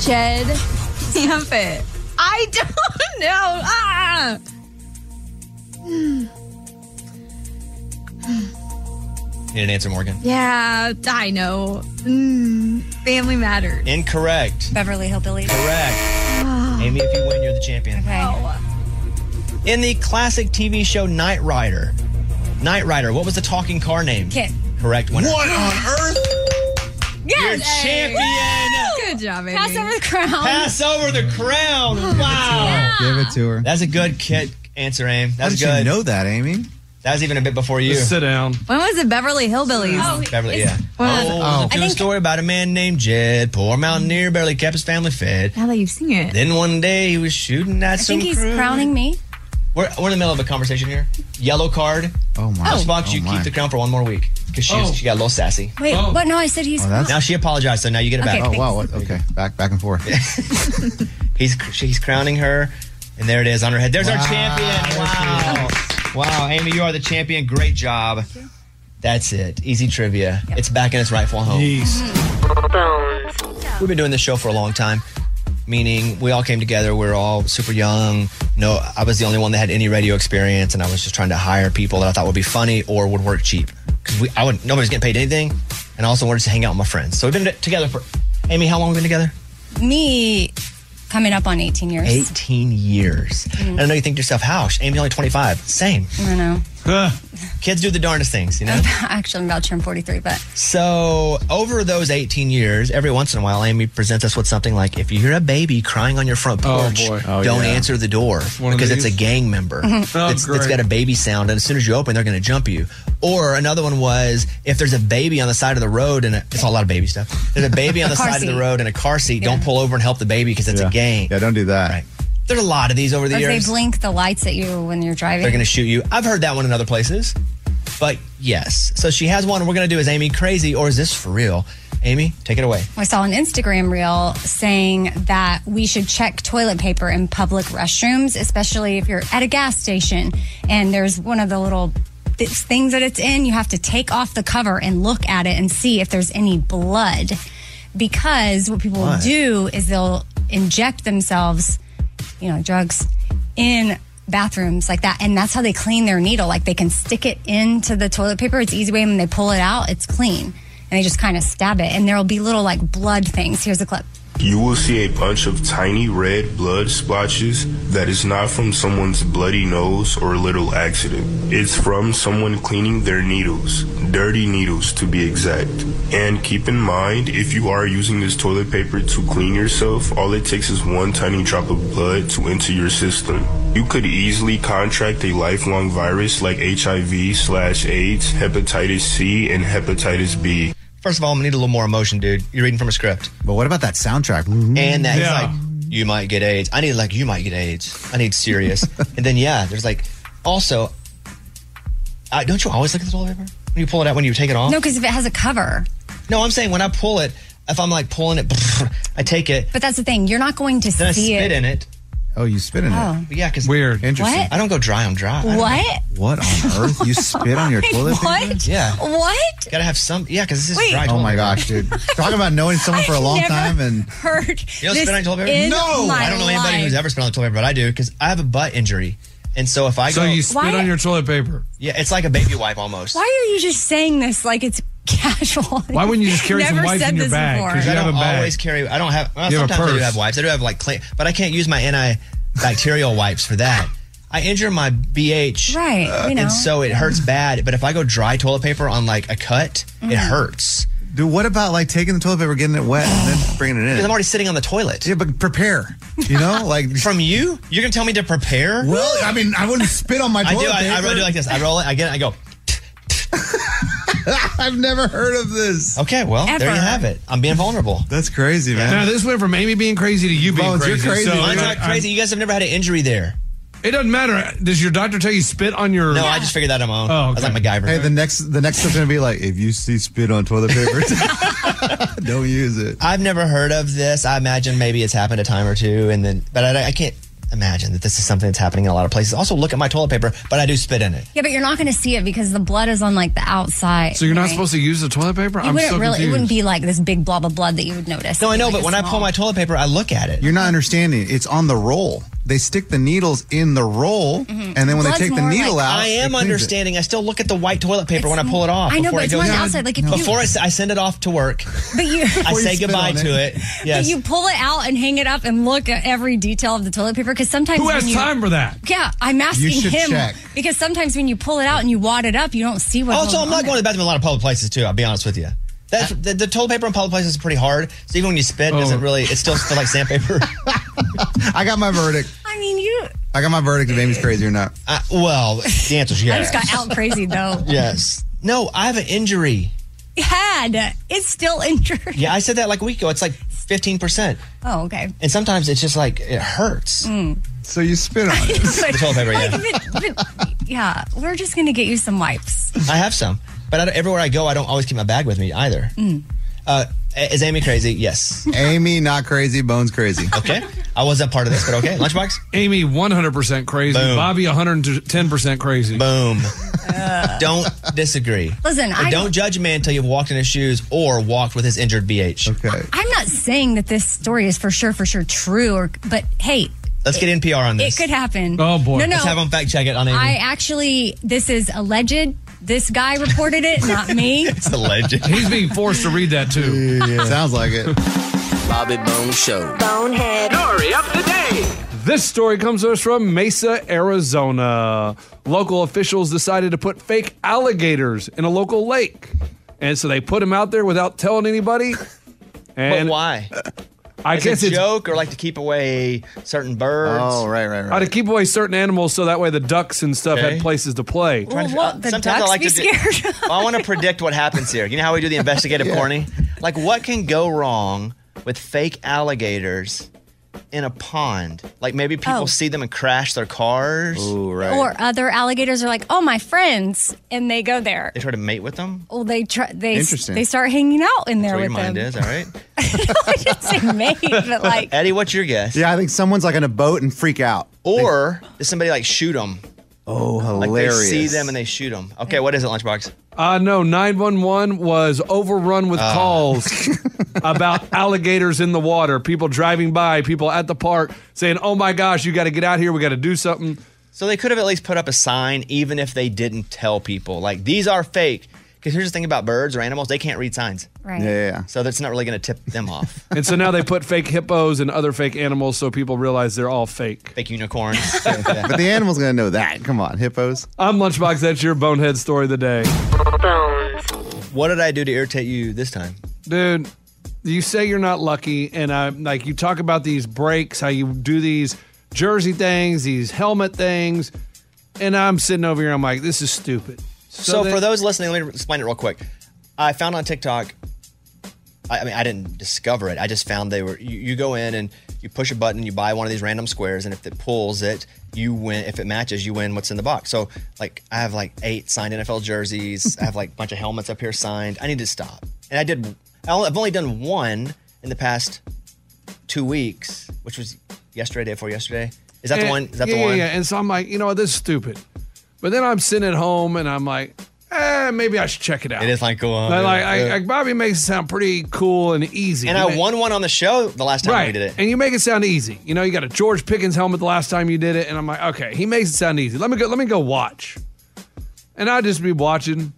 Speaker 16: (sighs) Jed Clampett. I (laughs) don't know. Ah. (sighs) Hmm.
Speaker 5: Need an answer, Morgan.
Speaker 16: Yeah, I know. Mm, family Matters.
Speaker 5: Incorrect.
Speaker 2: Beverly Hillbillies.
Speaker 5: Correct. Amy, if you win, you're the champion.
Speaker 2: Okay.
Speaker 16: Oh.
Speaker 5: In the classic TV show Knight Rider, Knight Rider, what was the talking car name?
Speaker 2: Kit.
Speaker 5: Correct. Winner.
Speaker 2: What on
Speaker 5: earth? You're champion.
Speaker 16: Good job, Amy.
Speaker 2: Pass over the crown.
Speaker 5: Pass over the
Speaker 16: (laughs)
Speaker 5: crown. Wow.
Speaker 6: Give it to her.
Speaker 5: That's a good kit answer, Aim.
Speaker 6: How
Speaker 5: That's
Speaker 6: did you
Speaker 5: good.
Speaker 6: know that, Amy?
Speaker 5: That was even a bit before you.
Speaker 7: Just sit down.
Speaker 16: When was it Beverly Hillbillies?
Speaker 5: Beverly, yeah.
Speaker 16: Well,
Speaker 5: oh,
Speaker 16: I
Speaker 5: it's a true
Speaker 16: think-
Speaker 5: story about a man named Jed, poor mountaineer, barely kept his family fed.
Speaker 16: Now that you've seen it.
Speaker 5: Then one day he was shooting at
Speaker 2: I
Speaker 5: some
Speaker 2: think he's
Speaker 5: crew.
Speaker 2: crowning me.
Speaker 5: We're, we're in the middle of a conversation here. Yellow card.
Speaker 6: Oh
Speaker 2: my.
Speaker 5: Lunchbox,
Speaker 2: Oh.
Speaker 5: you
Speaker 2: Oh, my.
Speaker 5: keep the crown for one more week because she was-
Speaker 2: Oh.
Speaker 5: she got a little sassy.
Speaker 2: Wait,
Speaker 7: Oh.
Speaker 2: what? No, I said he's.
Speaker 6: Oh,
Speaker 5: now she apologized, so now you get it
Speaker 2: Okay,
Speaker 5: back.
Speaker 2: Oh, wow,
Speaker 6: Okay, back back and forth.
Speaker 5: (laughs) he's he's crowning her, and there it is on her head. There's our
Speaker 6: Wow.
Speaker 5: champion. Wow, wow, Amy, you are the champion. Great job. That's it. Easy trivia. It's back in its rightful home. We've been doing this show for a long time, meaning we all came together. We were all super young. No, I was the only one that had any radio experience, and I was just trying to hire people that I thought would be funny or would work cheap because I would nobody's getting paid anything, and I also wanted to hang out with my friends. So we've been together for Amy. How long have we been together?
Speaker 2: Me coming up on 18 years. Hmm.
Speaker 5: 18 years. And I know you think to yourself, how? Amy's only 25. Same.
Speaker 2: I don't know. (laughs)
Speaker 5: Kids do the darndest things, you know?
Speaker 2: Actually, I'm about to turn 43, but
Speaker 5: So, over those 18 years, every once in a while, Amy presents us with something like if you hear a baby crying on your front
Speaker 7: Oh,
Speaker 5: porch,
Speaker 7: boy. Oh,
Speaker 5: don't
Speaker 7: yeah.
Speaker 5: answer the door
Speaker 7: One of
Speaker 5: because it's a
Speaker 7: these?
Speaker 5: gang member.
Speaker 7: Oh,
Speaker 5: it's, it's
Speaker 7: great.
Speaker 5: got a baby sound, and as soon as you open, they're going to jump you. Or another one was if there's a baby on the side of the road, and a, it's a lot of baby stuff. There's a baby on the
Speaker 7: Car
Speaker 5: side of
Speaker 7: seat.
Speaker 5: the road in a car seat, don't pull over and help the baby because it's a gang.
Speaker 6: Yeah, don't do that.
Speaker 5: There's a lot of these over
Speaker 2: or
Speaker 5: the
Speaker 2: if
Speaker 5: years.
Speaker 2: they blink the lights at you when you're driving.
Speaker 5: They're going to shoot you. I've heard that one in other places. But yes. So she has one. We're going to do is Amy crazy or is this for real? Amy, take it away.
Speaker 2: I saw an Instagram reel saying that we should check toilet paper in public restrooms, especially if you're at a gas station and there's one of the little th- things that it's in. You have to take off the cover and look at it and see if there's any blood. Because what people
Speaker 5: Why?
Speaker 2: do is they'll inject themselves, you know, drugs in bathrooms like that. And that's how they clean their needle. Like they can stick it into the toilet paper. It's easy way. When they pull it out, it's clean. And they just kind of stab it. And there'll be little like blood things. Here's a clip.
Speaker 17: You will see a bunch of tiny red blood splotches that is not from someone's bloody nose or little accident. It's from someone cleaning their needles, dirty needles to be exact. And keep in mind, if you are using this toilet paper to clean yourself, all it takes is one tiny drop of blood to enter your system. You could easily contract a lifelong virus like HIV slash AIDS, hepatitis C, and hepatitis B.
Speaker 5: First of all, I need a little more emotion, dude. You're reading from a script.
Speaker 6: But what about that soundtrack?
Speaker 5: And that he's
Speaker 6: Yeah.
Speaker 5: like, you might get AIDS. I need like, you might get AIDS. I
Speaker 6: (laughs)
Speaker 5: need serious. and then yeah, there's like, also, I, don't you always look at the toilet paper when you pull it out when you take it off?
Speaker 2: No, because if it has a cover.
Speaker 5: No, I'm saying when I pull it, if I'm like pulling it, (laughs) I take it,
Speaker 2: But that's the thing. You're not going to
Speaker 5: then I
Speaker 2: see
Speaker 5: spit
Speaker 2: it.
Speaker 5: in
Speaker 2: (laughs)
Speaker 5: it.
Speaker 6: Oh, you spit in
Speaker 2: Oh.
Speaker 5: it? Yeah, because
Speaker 6: weird,
Speaker 2: Interesting. What?
Speaker 5: I don't go dry. I'm dry. I don't-
Speaker 2: What?
Speaker 6: What
Speaker 2: (laughs)
Speaker 6: on earth? You spit on your toilet paper?
Speaker 2: What?
Speaker 5: Yeah.
Speaker 2: What?
Speaker 5: Gotta have some. Yeah, because this is
Speaker 2: Wait.
Speaker 5: dry.
Speaker 6: Oh my gosh, dude! Talk about knowing
Speaker 2: (laughs)
Speaker 6: someone for a
Speaker 2: I've
Speaker 6: long
Speaker 2: never
Speaker 6: time and
Speaker 2: Heard.
Speaker 5: You know,
Speaker 2: this
Speaker 5: spit on toilet paper?
Speaker 2: in
Speaker 5: No,
Speaker 2: my
Speaker 5: I don't know anybody
Speaker 2: life.
Speaker 5: who's ever spit on toilet paper, but I do because I have a butt injury, and so if I
Speaker 7: So
Speaker 5: go,
Speaker 7: you spit Why- on your toilet paper.
Speaker 5: Yeah, it's like a baby wipe almost.
Speaker 2: Why are you just saying this like it's (laughs) casual? Why
Speaker 7: wouldn't you just
Speaker 2: Never said this before.
Speaker 5: I don't always carry. I don't have. Well,
Speaker 7: You have a
Speaker 5: sometimes I do
Speaker 7: purse.
Speaker 5: have wipes. I do have like clean, but I can't use my antibacterial wipes for that. I injure my BH,
Speaker 2: right? you know.
Speaker 5: and so it hurts bad. But if I go dry toilet paper on like a cut, it
Speaker 6: Mm.
Speaker 5: hurts.
Speaker 6: Dude, what about like taking the toilet paper, getting it wet, and then bringing it in?
Speaker 5: Because I'm already sitting on the toilet.
Speaker 6: Yeah, but prepare. You
Speaker 5: (laughs)
Speaker 6: know, like
Speaker 5: from you, you're gonna tell me to prepare.
Speaker 6: Well, I mean, I wouldn't spit on my
Speaker 5: (laughs) I
Speaker 6: toilet
Speaker 5: do. I, I
Speaker 6: paper.
Speaker 5: do like this. I roll it. I get it. I
Speaker 7: (laughs)
Speaker 5: go.
Speaker 6: I've never heard of this.
Speaker 5: Okay, well, there
Speaker 7: Ever.
Speaker 5: you have it. I'm being vulnerable.
Speaker 6: That's crazy, man.
Speaker 7: Now this went from Amy being crazy to you being
Speaker 6: Bones, you're
Speaker 7: crazy.
Speaker 6: crazy.
Speaker 7: So,
Speaker 5: Mine's not crazy. you guys have never had an injury there.
Speaker 7: It doesn't matter. Does your doctor tell you spit on your?
Speaker 5: No, I just figured that out on my own.
Speaker 7: Oh,
Speaker 5: I was
Speaker 7: okay.
Speaker 5: like MacGyver.
Speaker 6: Hey, the next the next step's gonna be like, if you see spit on toilet
Speaker 5: (laughs)
Speaker 6: paper, don't use it.
Speaker 5: I've never heard of this. I imagine maybe it's happened a time or two, and then, but I, I can't imagine that this is something that's happening in a lot of places. Also, look at my toilet paper, but I do spit in it.
Speaker 2: yeah, but you're not going to see it because the blood is on like the outside.
Speaker 7: So you're not
Speaker 2: right?
Speaker 7: supposed to use the toilet paper?
Speaker 2: You
Speaker 7: I'm
Speaker 2: wouldn't
Speaker 7: so
Speaker 2: really. It
Speaker 7: confused.
Speaker 2: wouldn't be like this big blob of blood that you would notice.
Speaker 5: No, I
Speaker 2: It'd be,
Speaker 5: know,
Speaker 2: like,
Speaker 5: but
Speaker 2: a
Speaker 5: when I pull
Speaker 2: small-
Speaker 5: my toilet paper, I look at it.
Speaker 6: You're not understanding. it. It's on the roll. They stick the needles in the roll,
Speaker 5: Mm-hmm.
Speaker 6: and then when
Speaker 2: Blood's
Speaker 6: they take the
Speaker 2: more
Speaker 6: needle
Speaker 2: like-
Speaker 6: out,
Speaker 5: I am understanding. I still look at the white toilet paper when I pull it off.
Speaker 2: I know,
Speaker 5: before
Speaker 2: but
Speaker 5: it
Speaker 2: it's
Speaker 5: goes
Speaker 2: on the
Speaker 5: in.
Speaker 2: outside, like, if you-
Speaker 5: before I, s- I send it off to work,
Speaker 2: But you,
Speaker 5: I say goodbye to it. Yes.
Speaker 2: But you pull it out and hang it up and look at every detail of the toilet paper because sometimes
Speaker 7: Who
Speaker 2: when
Speaker 7: has
Speaker 2: you-
Speaker 7: time for that?
Speaker 2: Yeah, I'm asking
Speaker 5: should
Speaker 2: him
Speaker 5: check.
Speaker 2: because sometimes when you pull it out and you wad it up, you don't see what.
Speaker 5: also,
Speaker 2: goes
Speaker 5: Oh, I'm not
Speaker 2: on
Speaker 5: going to the bathroom in a lot of public places too. I'll be honest with you. That's, the, the toilet paper in public places is pretty hard. So even when you spit, it
Speaker 7: Oh.
Speaker 5: doesn't really. It still feels like sandpaper.
Speaker 6: (laughs) I got my verdict.
Speaker 2: there. I mean, you.
Speaker 6: I got my verdict if Amy's crazy or not.
Speaker 5: Uh, well, the answer's yes.
Speaker 2: I just got out crazy
Speaker 5: (laughs)
Speaker 2: though.
Speaker 5: Yes. No, I have an injury.
Speaker 2: Had it's still injured.
Speaker 5: Yeah, I said that like a week ago. It's like 15%.
Speaker 2: (laughs) Oh, okay.
Speaker 5: And sometimes it's just like, it hurts.
Speaker 2: Mm.
Speaker 6: So you spit on
Speaker 2: (laughs) it.
Speaker 5: the toilet paper,
Speaker 2: Like,
Speaker 5: yeah.
Speaker 2: if it- if it- yeah, we're just gonna get you some wipes.
Speaker 5: I have some. But I don't, everywhere I go, I don't always keep my bag with me either.
Speaker 2: Mm.
Speaker 5: Uh, is Amy crazy? Yes.
Speaker 6: Amy, not crazy. Bones, crazy.
Speaker 5: Okay. I wasn't part of this, but okay. Lunchbox?
Speaker 7: Amy, 100% crazy.
Speaker 5: Boom.
Speaker 7: Bobby, 110% crazy.
Speaker 5: Boom. don't disagree.
Speaker 2: Uh. Listen,
Speaker 5: And
Speaker 2: I-
Speaker 5: don't judge a man until you've walked in his shoes or walked with his injured BH.
Speaker 6: Okay.
Speaker 2: I'm not saying that this story is for sure, for sure true, or but hey,
Speaker 5: Let's get NPR on
Speaker 2: it
Speaker 5: this.
Speaker 2: could happen.
Speaker 7: Oh,
Speaker 2: No, no.
Speaker 5: Let's have them fact check it on Amy.
Speaker 2: I actually, this is alleged. This guy reported
Speaker 5: (laughs)
Speaker 2: it, not me.
Speaker 5: it's a legend.
Speaker 7: (laughs) He's being forced to read that too.
Speaker 6: Sounds like it.
Speaker 7: Bobby Bone Show.
Speaker 3: Bonehead. Story of the day.
Speaker 7: This story comes to us from Mesa, Arizona. Local officials decided to put fake alligators in a local lake. And so they put them out there without telling anybody.
Speaker 5: (laughs)
Speaker 7: And
Speaker 5: but why?
Speaker 7: I
Speaker 5: As
Speaker 7: guess
Speaker 5: a
Speaker 7: it's
Speaker 5: joke or like to keep away certain birds.
Speaker 7: Oh,
Speaker 6: right, right,
Speaker 7: how to keep away certain animals so that way the ducks and stuff
Speaker 5: Okay.
Speaker 7: had places to play.
Speaker 5: Sometimes I like to (laughs) do, I want to predict what happens here. You know how
Speaker 2: (laughs)
Speaker 5: we do the investigative
Speaker 7: Yeah.
Speaker 5: corny? Like what can go wrong with fake alligators in a pond. Like maybe people see them and crash their cars.
Speaker 6: Oh, right.
Speaker 2: Oh. Or other alligators are like, oh, my friends, and they go there.
Speaker 5: they try to mate with them.
Speaker 2: Well, they try, they
Speaker 5: Interesting.
Speaker 2: they start hanging out in there
Speaker 5: That's
Speaker 2: with
Speaker 5: what your
Speaker 2: them.
Speaker 5: mind is, all right?
Speaker 2: I didn't say mate,
Speaker 5: (laughs)
Speaker 2: but (laughs) like
Speaker 5: Eddie, what's your guess?
Speaker 6: Yeah, I think someone's like in a boat and freak out.
Speaker 5: Or does somebody like shoot them?
Speaker 6: Oh,
Speaker 5: Like they
Speaker 6: hilarious.
Speaker 5: see them and they shoot them. Okay, what is it, Lunchbox?
Speaker 7: Uh, no, 911 was overrun
Speaker 5: Ah. (laughs)
Speaker 7: with calls about alligators in the water, people driving by, people at the park saying, oh my gosh, you got to get out here. We got to do something.
Speaker 5: So they could have at least put up a sign, even if they didn't tell people, like these are fake. Because here's the thing about birds or animals, they can't read signs.
Speaker 2: Right.
Speaker 6: Yeah, yeah.
Speaker 5: So that's not really going to tip them off.
Speaker 7: And so now
Speaker 5: (laughs)
Speaker 7: they put fake hippos and other fake animals so people realize they're all fake.
Speaker 5: Fake unicorns.
Speaker 6: (laughs) but the animal's going to know that. Come on, hippos.
Speaker 7: I'm Lunchbox. That's your bonehead story of the day.
Speaker 5: What did I do to irritate you this time?
Speaker 7: (laughs) Dude, you say you're not lucky, and I like you talk about these breaks, how you do these jersey things, these helmet things, and I'm sitting over here, I'm like, this is stupid.
Speaker 5: So,
Speaker 7: then-
Speaker 5: for those listening, let me explain it real quick. I found on TikTok. I, I mean, I didn't discover it. I just found they were. You, you go in and you push a button. You buy one of these random squares, and if it pulls it, you win. If it matches, you win what's in the box. So, like, I have like eight signed NFL
Speaker 7: (laughs)
Speaker 5: jerseys. I have like a bunch of helmets up here signed. I need to stop. And I did. I only- I've only done one in the past two weeks, which was yesterday, day before yesterday. Is that the
Speaker 7: And-
Speaker 5: one? Is that
Speaker 7: Eh, yeah,
Speaker 5: the one?
Speaker 7: Yeah, yeah. And so I'm like, you know what, this is stupid. But then I'm sitting at home and I'm like, eh, maybe I should check it out.
Speaker 5: It is like go on.
Speaker 7: Like, like, I-
Speaker 5: Oh, Yeah.
Speaker 7: like, Bobby makes it sound pretty cool and easy.
Speaker 5: and
Speaker 7: He
Speaker 5: I
Speaker 7: ma-
Speaker 5: won one on the show the last time
Speaker 7: right.
Speaker 5: we did it.
Speaker 7: And you make it sound easy. You know, you got a George Pickens helmet the last time you did it, and I'm like, okay, he makes it sound easy. Let me go. Let me go watch. And I just be watching,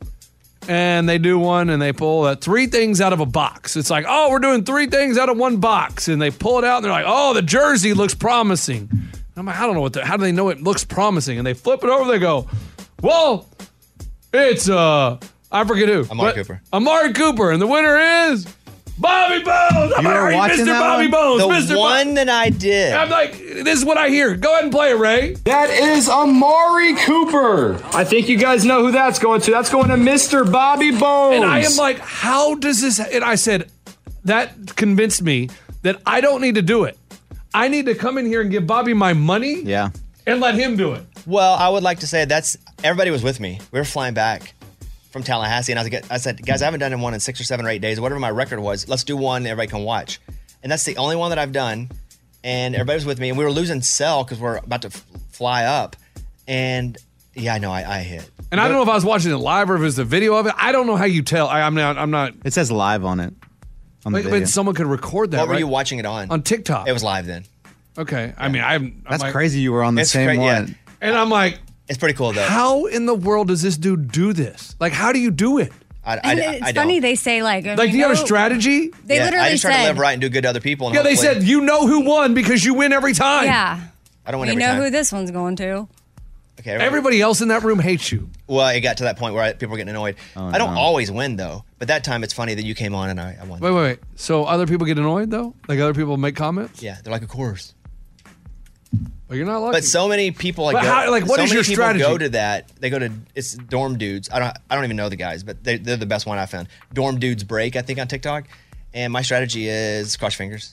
Speaker 7: and they do one, and they pull uh, three things out of a box. It's like, oh, we're doing three things out of one box, and they pull it out, and they're like, oh, the jersey looks promising. And I'm like, I don't know what. The, how do they know it looks promising? And they flip it over, they go, well, it's uh, I forget who.
Speaker 5: Amari
Speaker 7: But-
Speaker 5: Cooper.
Speaker 7: Amari Cooper, and the winner is Bobby Bones. I'm
Speaker 5: You were
Speaker 7: already
Speaker 5: watching
Speaker 7: Mr.
Speaker 5: that
Speaker 7: Bobby
Speaker 5: one?
Speaker 7: Bones.
Speaker 5: The
Speaker 7: Mr.
Speaker 5: one that I did.
Speaker 7: I'm like, this is what I hear. Go ahead and play it, Ray.
Speaker 18: That is Amari Cooper. I think you guys know who that's going to. That's going to Mr. Bobby Bones.
Speaker 7: And I am like, how does this? And I said, that convinced me that I don't need to do it. I need to come in here and give Bobby my money
Speaker 6: Yeah.
Speaker 7: and let him do it.
Speaker 5: Well, I would like to say that's everybody was with me. We were flying back from Tallahassee, and I was I said, guys, I haven't done one in six or seven or eight days, whatever my record was. Let's do one everybody can watch, and that's the only one that I've done. And everybody was with me, and we were losing cell because we're about to f- fly up, and yeah, I know I, I hit.
Speaker 7: And I don't know if I was watching it live or if it was the video of it. I don't know how you tell. I, I'm not. I'm not.
Speaker 6: It says live on it. On
Speaker 7: But, but someone could record that.
Speaker 5: What were
Speaker 7: right?
Speaker 5: you watching it on?
Speaker 7: On TikTok.
Speaker 5: It was live then.
Speaker 7: Okay. I mean, I'm.
Speaker 6: That's
Speaker 7: I'm like-
Speaker 6: crazy. You were on the
Speaker 5: It's
Speaker 6: same
Speaker 5: cra- yeah.
Speaker 6: one.
Speaker 7: And I'm like,
Speaker 5: it's pretty cool though.
Speaker 7: How in the world does this dude do this? Like, how do you do it?
Speaker 5: I, I,
Speaker 2: and
Speaker 5: I-
Speaker 2: it's
Speaker 5: I don't.
Speaker 2: funny they say like
Speaker 7: Like, do you have a strategy?
Speaker 2: They
Speaker 5: Yeah,
Speaker 2: literally
Speaker 5: I just try
Speaker 2: said
Speaker 5: to live right and do good to other people. And
Speaker 7: Yeah, they
Speaker 5: hopefully-
Speaker 7: said you know who won because you win every time.
Speaker 2: yeah.
Speaker 5: I don't win
Speaker 2: We
Speaker 5: every
Speaker 2: know
Speaker 5: time.
Speaker 2: who this one's going to.
Speaker 5: okay,
Speaker 7: Everybody else in that room hates you.
Speaker 5: Well, it got to that point where I, people were getting annoyed. I don't
Speaker 7: Oh, no.
Speaker 5: always win though, but that time it's funny that you came on and I, I won.
Speaker 7: Wait, wait, wait. So other people get annoyed though? Like other people make comments?
Speaker 5: Yeah, they're like, of course.
Speaker 7: But you're not lucky.
Speaker 5: But so many people like,
Speaker 7: But
Speaker 5: go,
Speaker 7: how- like, what
Speaker 5: so
Speaker 7: is
Speaker 5: many
Speaker 7: your
Speaker 5: people
Speaker 7: strategy?
Speaker 5: Go to that. They go to it's dorm dudes. I don't I don't even know the guys, but they, they're the best one I found. Dorm dudes break I think on TikTok, and my strategy is cross fingers,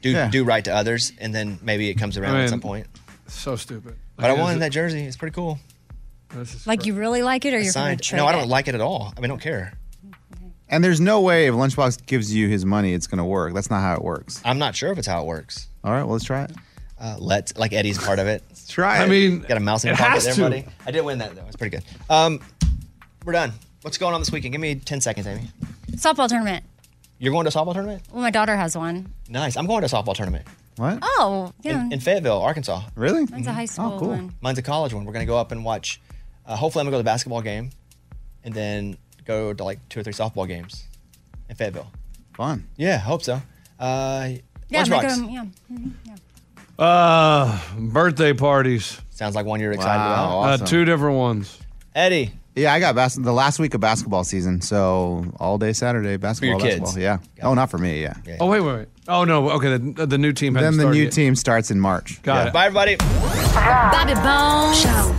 Speaker 5: do
Speaker 7: Yeah.
Speaker 5: do right to others, and then maybe it comes around
Speaker 7: I
Speaker 5: at some
Speaker 7: mean,
Speaker 5: point.
Speaker 7: So stupid.
Speaker 5: But I
Speaker 7: is
Speaker 5: won
Speaker 7: it-
Speaker 5: that jersey. It's pretty cool.
Speaker 2: Like you really like it or you're going
Speaker 5: Signed.
Speaker 2: to trade
Speaker 5: No, I
Speaker 2: it?
Speaker 5: don't like it at all. I mean, I don't care.
Speaker 6: And there's no way if Lunchbox gives you his money, it's going to work. That's not how it works.
Speaker 5: I'm not sure if it's how it works.
Speaker 6: All right, well, let's try it.
Speaker 5: Uh, let's like Eddie's part of it. Let's
Speaker 6: try
Speaker 7: I it. mean,
Speaker 5: got a mouse in
Speaker 7: it
Speaker 5: your pocket
Speaker 7: has
Speaker 5: there,
Speaker 7: to.
Speaker 5: buddy. I did win that though. It's pretty good. Um, we're done. What's going on this weekend? Give me ten seconds, Amy.
Speaker 2: softball tournament.
Speaker 5: You're going to a softball tournament?
Speaker 2: Well, my daughter has one.
Speaker 5: Nice. I'm going to a softball tournament
Speaker 6: What?
Speaker 2: Oh, yeah.
Speaker 5: in, in Fayetteville, Arkansas.
Speaker 6: Really? Mm-hmm.
Speaker 2: Mine's a high school
Speaker 5: cool.
Speaker 2: one.
Speaker 5: Mine's a college one. We're gonna go up and watch. Uh, hopefully, I'm gonna go to the basketball game, and then go to like two or three softball games in Fayetteville.
Speaker 6: Fun.
Speaker 5: Yeah, hope so. Uh,
Speaker 2: Yeah, make
Speaker 5: Lunchbox.
Speaker 2: them- yeah. Mhm, yeah.
Speaker 7: Uh, birthday parties.
Speaker 5: Sounds like one you're excited
Speaker 6: Wow,
Speaker 5: about.
Speaker 6: awesome.
Speaker 7: Uh, two different ones.
Speaker 5: Eddie.
Speaker 6: Yeah, I got bas- the last week of basketball season, so all day Saturday basketball.
Speaker 7: kids.
Speaker 6: basketball. Yeah. Oh, not for me. Yeah.
Speaker 7: Oh wait, wait, wait. Oh no. Okay, the, the new team.
Speaker 6: Then
Speaker 7: hasn't
Speaker 6: the
Speaker 7: started
Speaker 6: new
Speaker 7: yet.
Speaker 6: team starts in March.
Speaker 7: Got
Speaker 6: Yeah.
Speaker 7: it.
Speaker 5: Bye, everybody.
Speaker 2: Bobby Bones.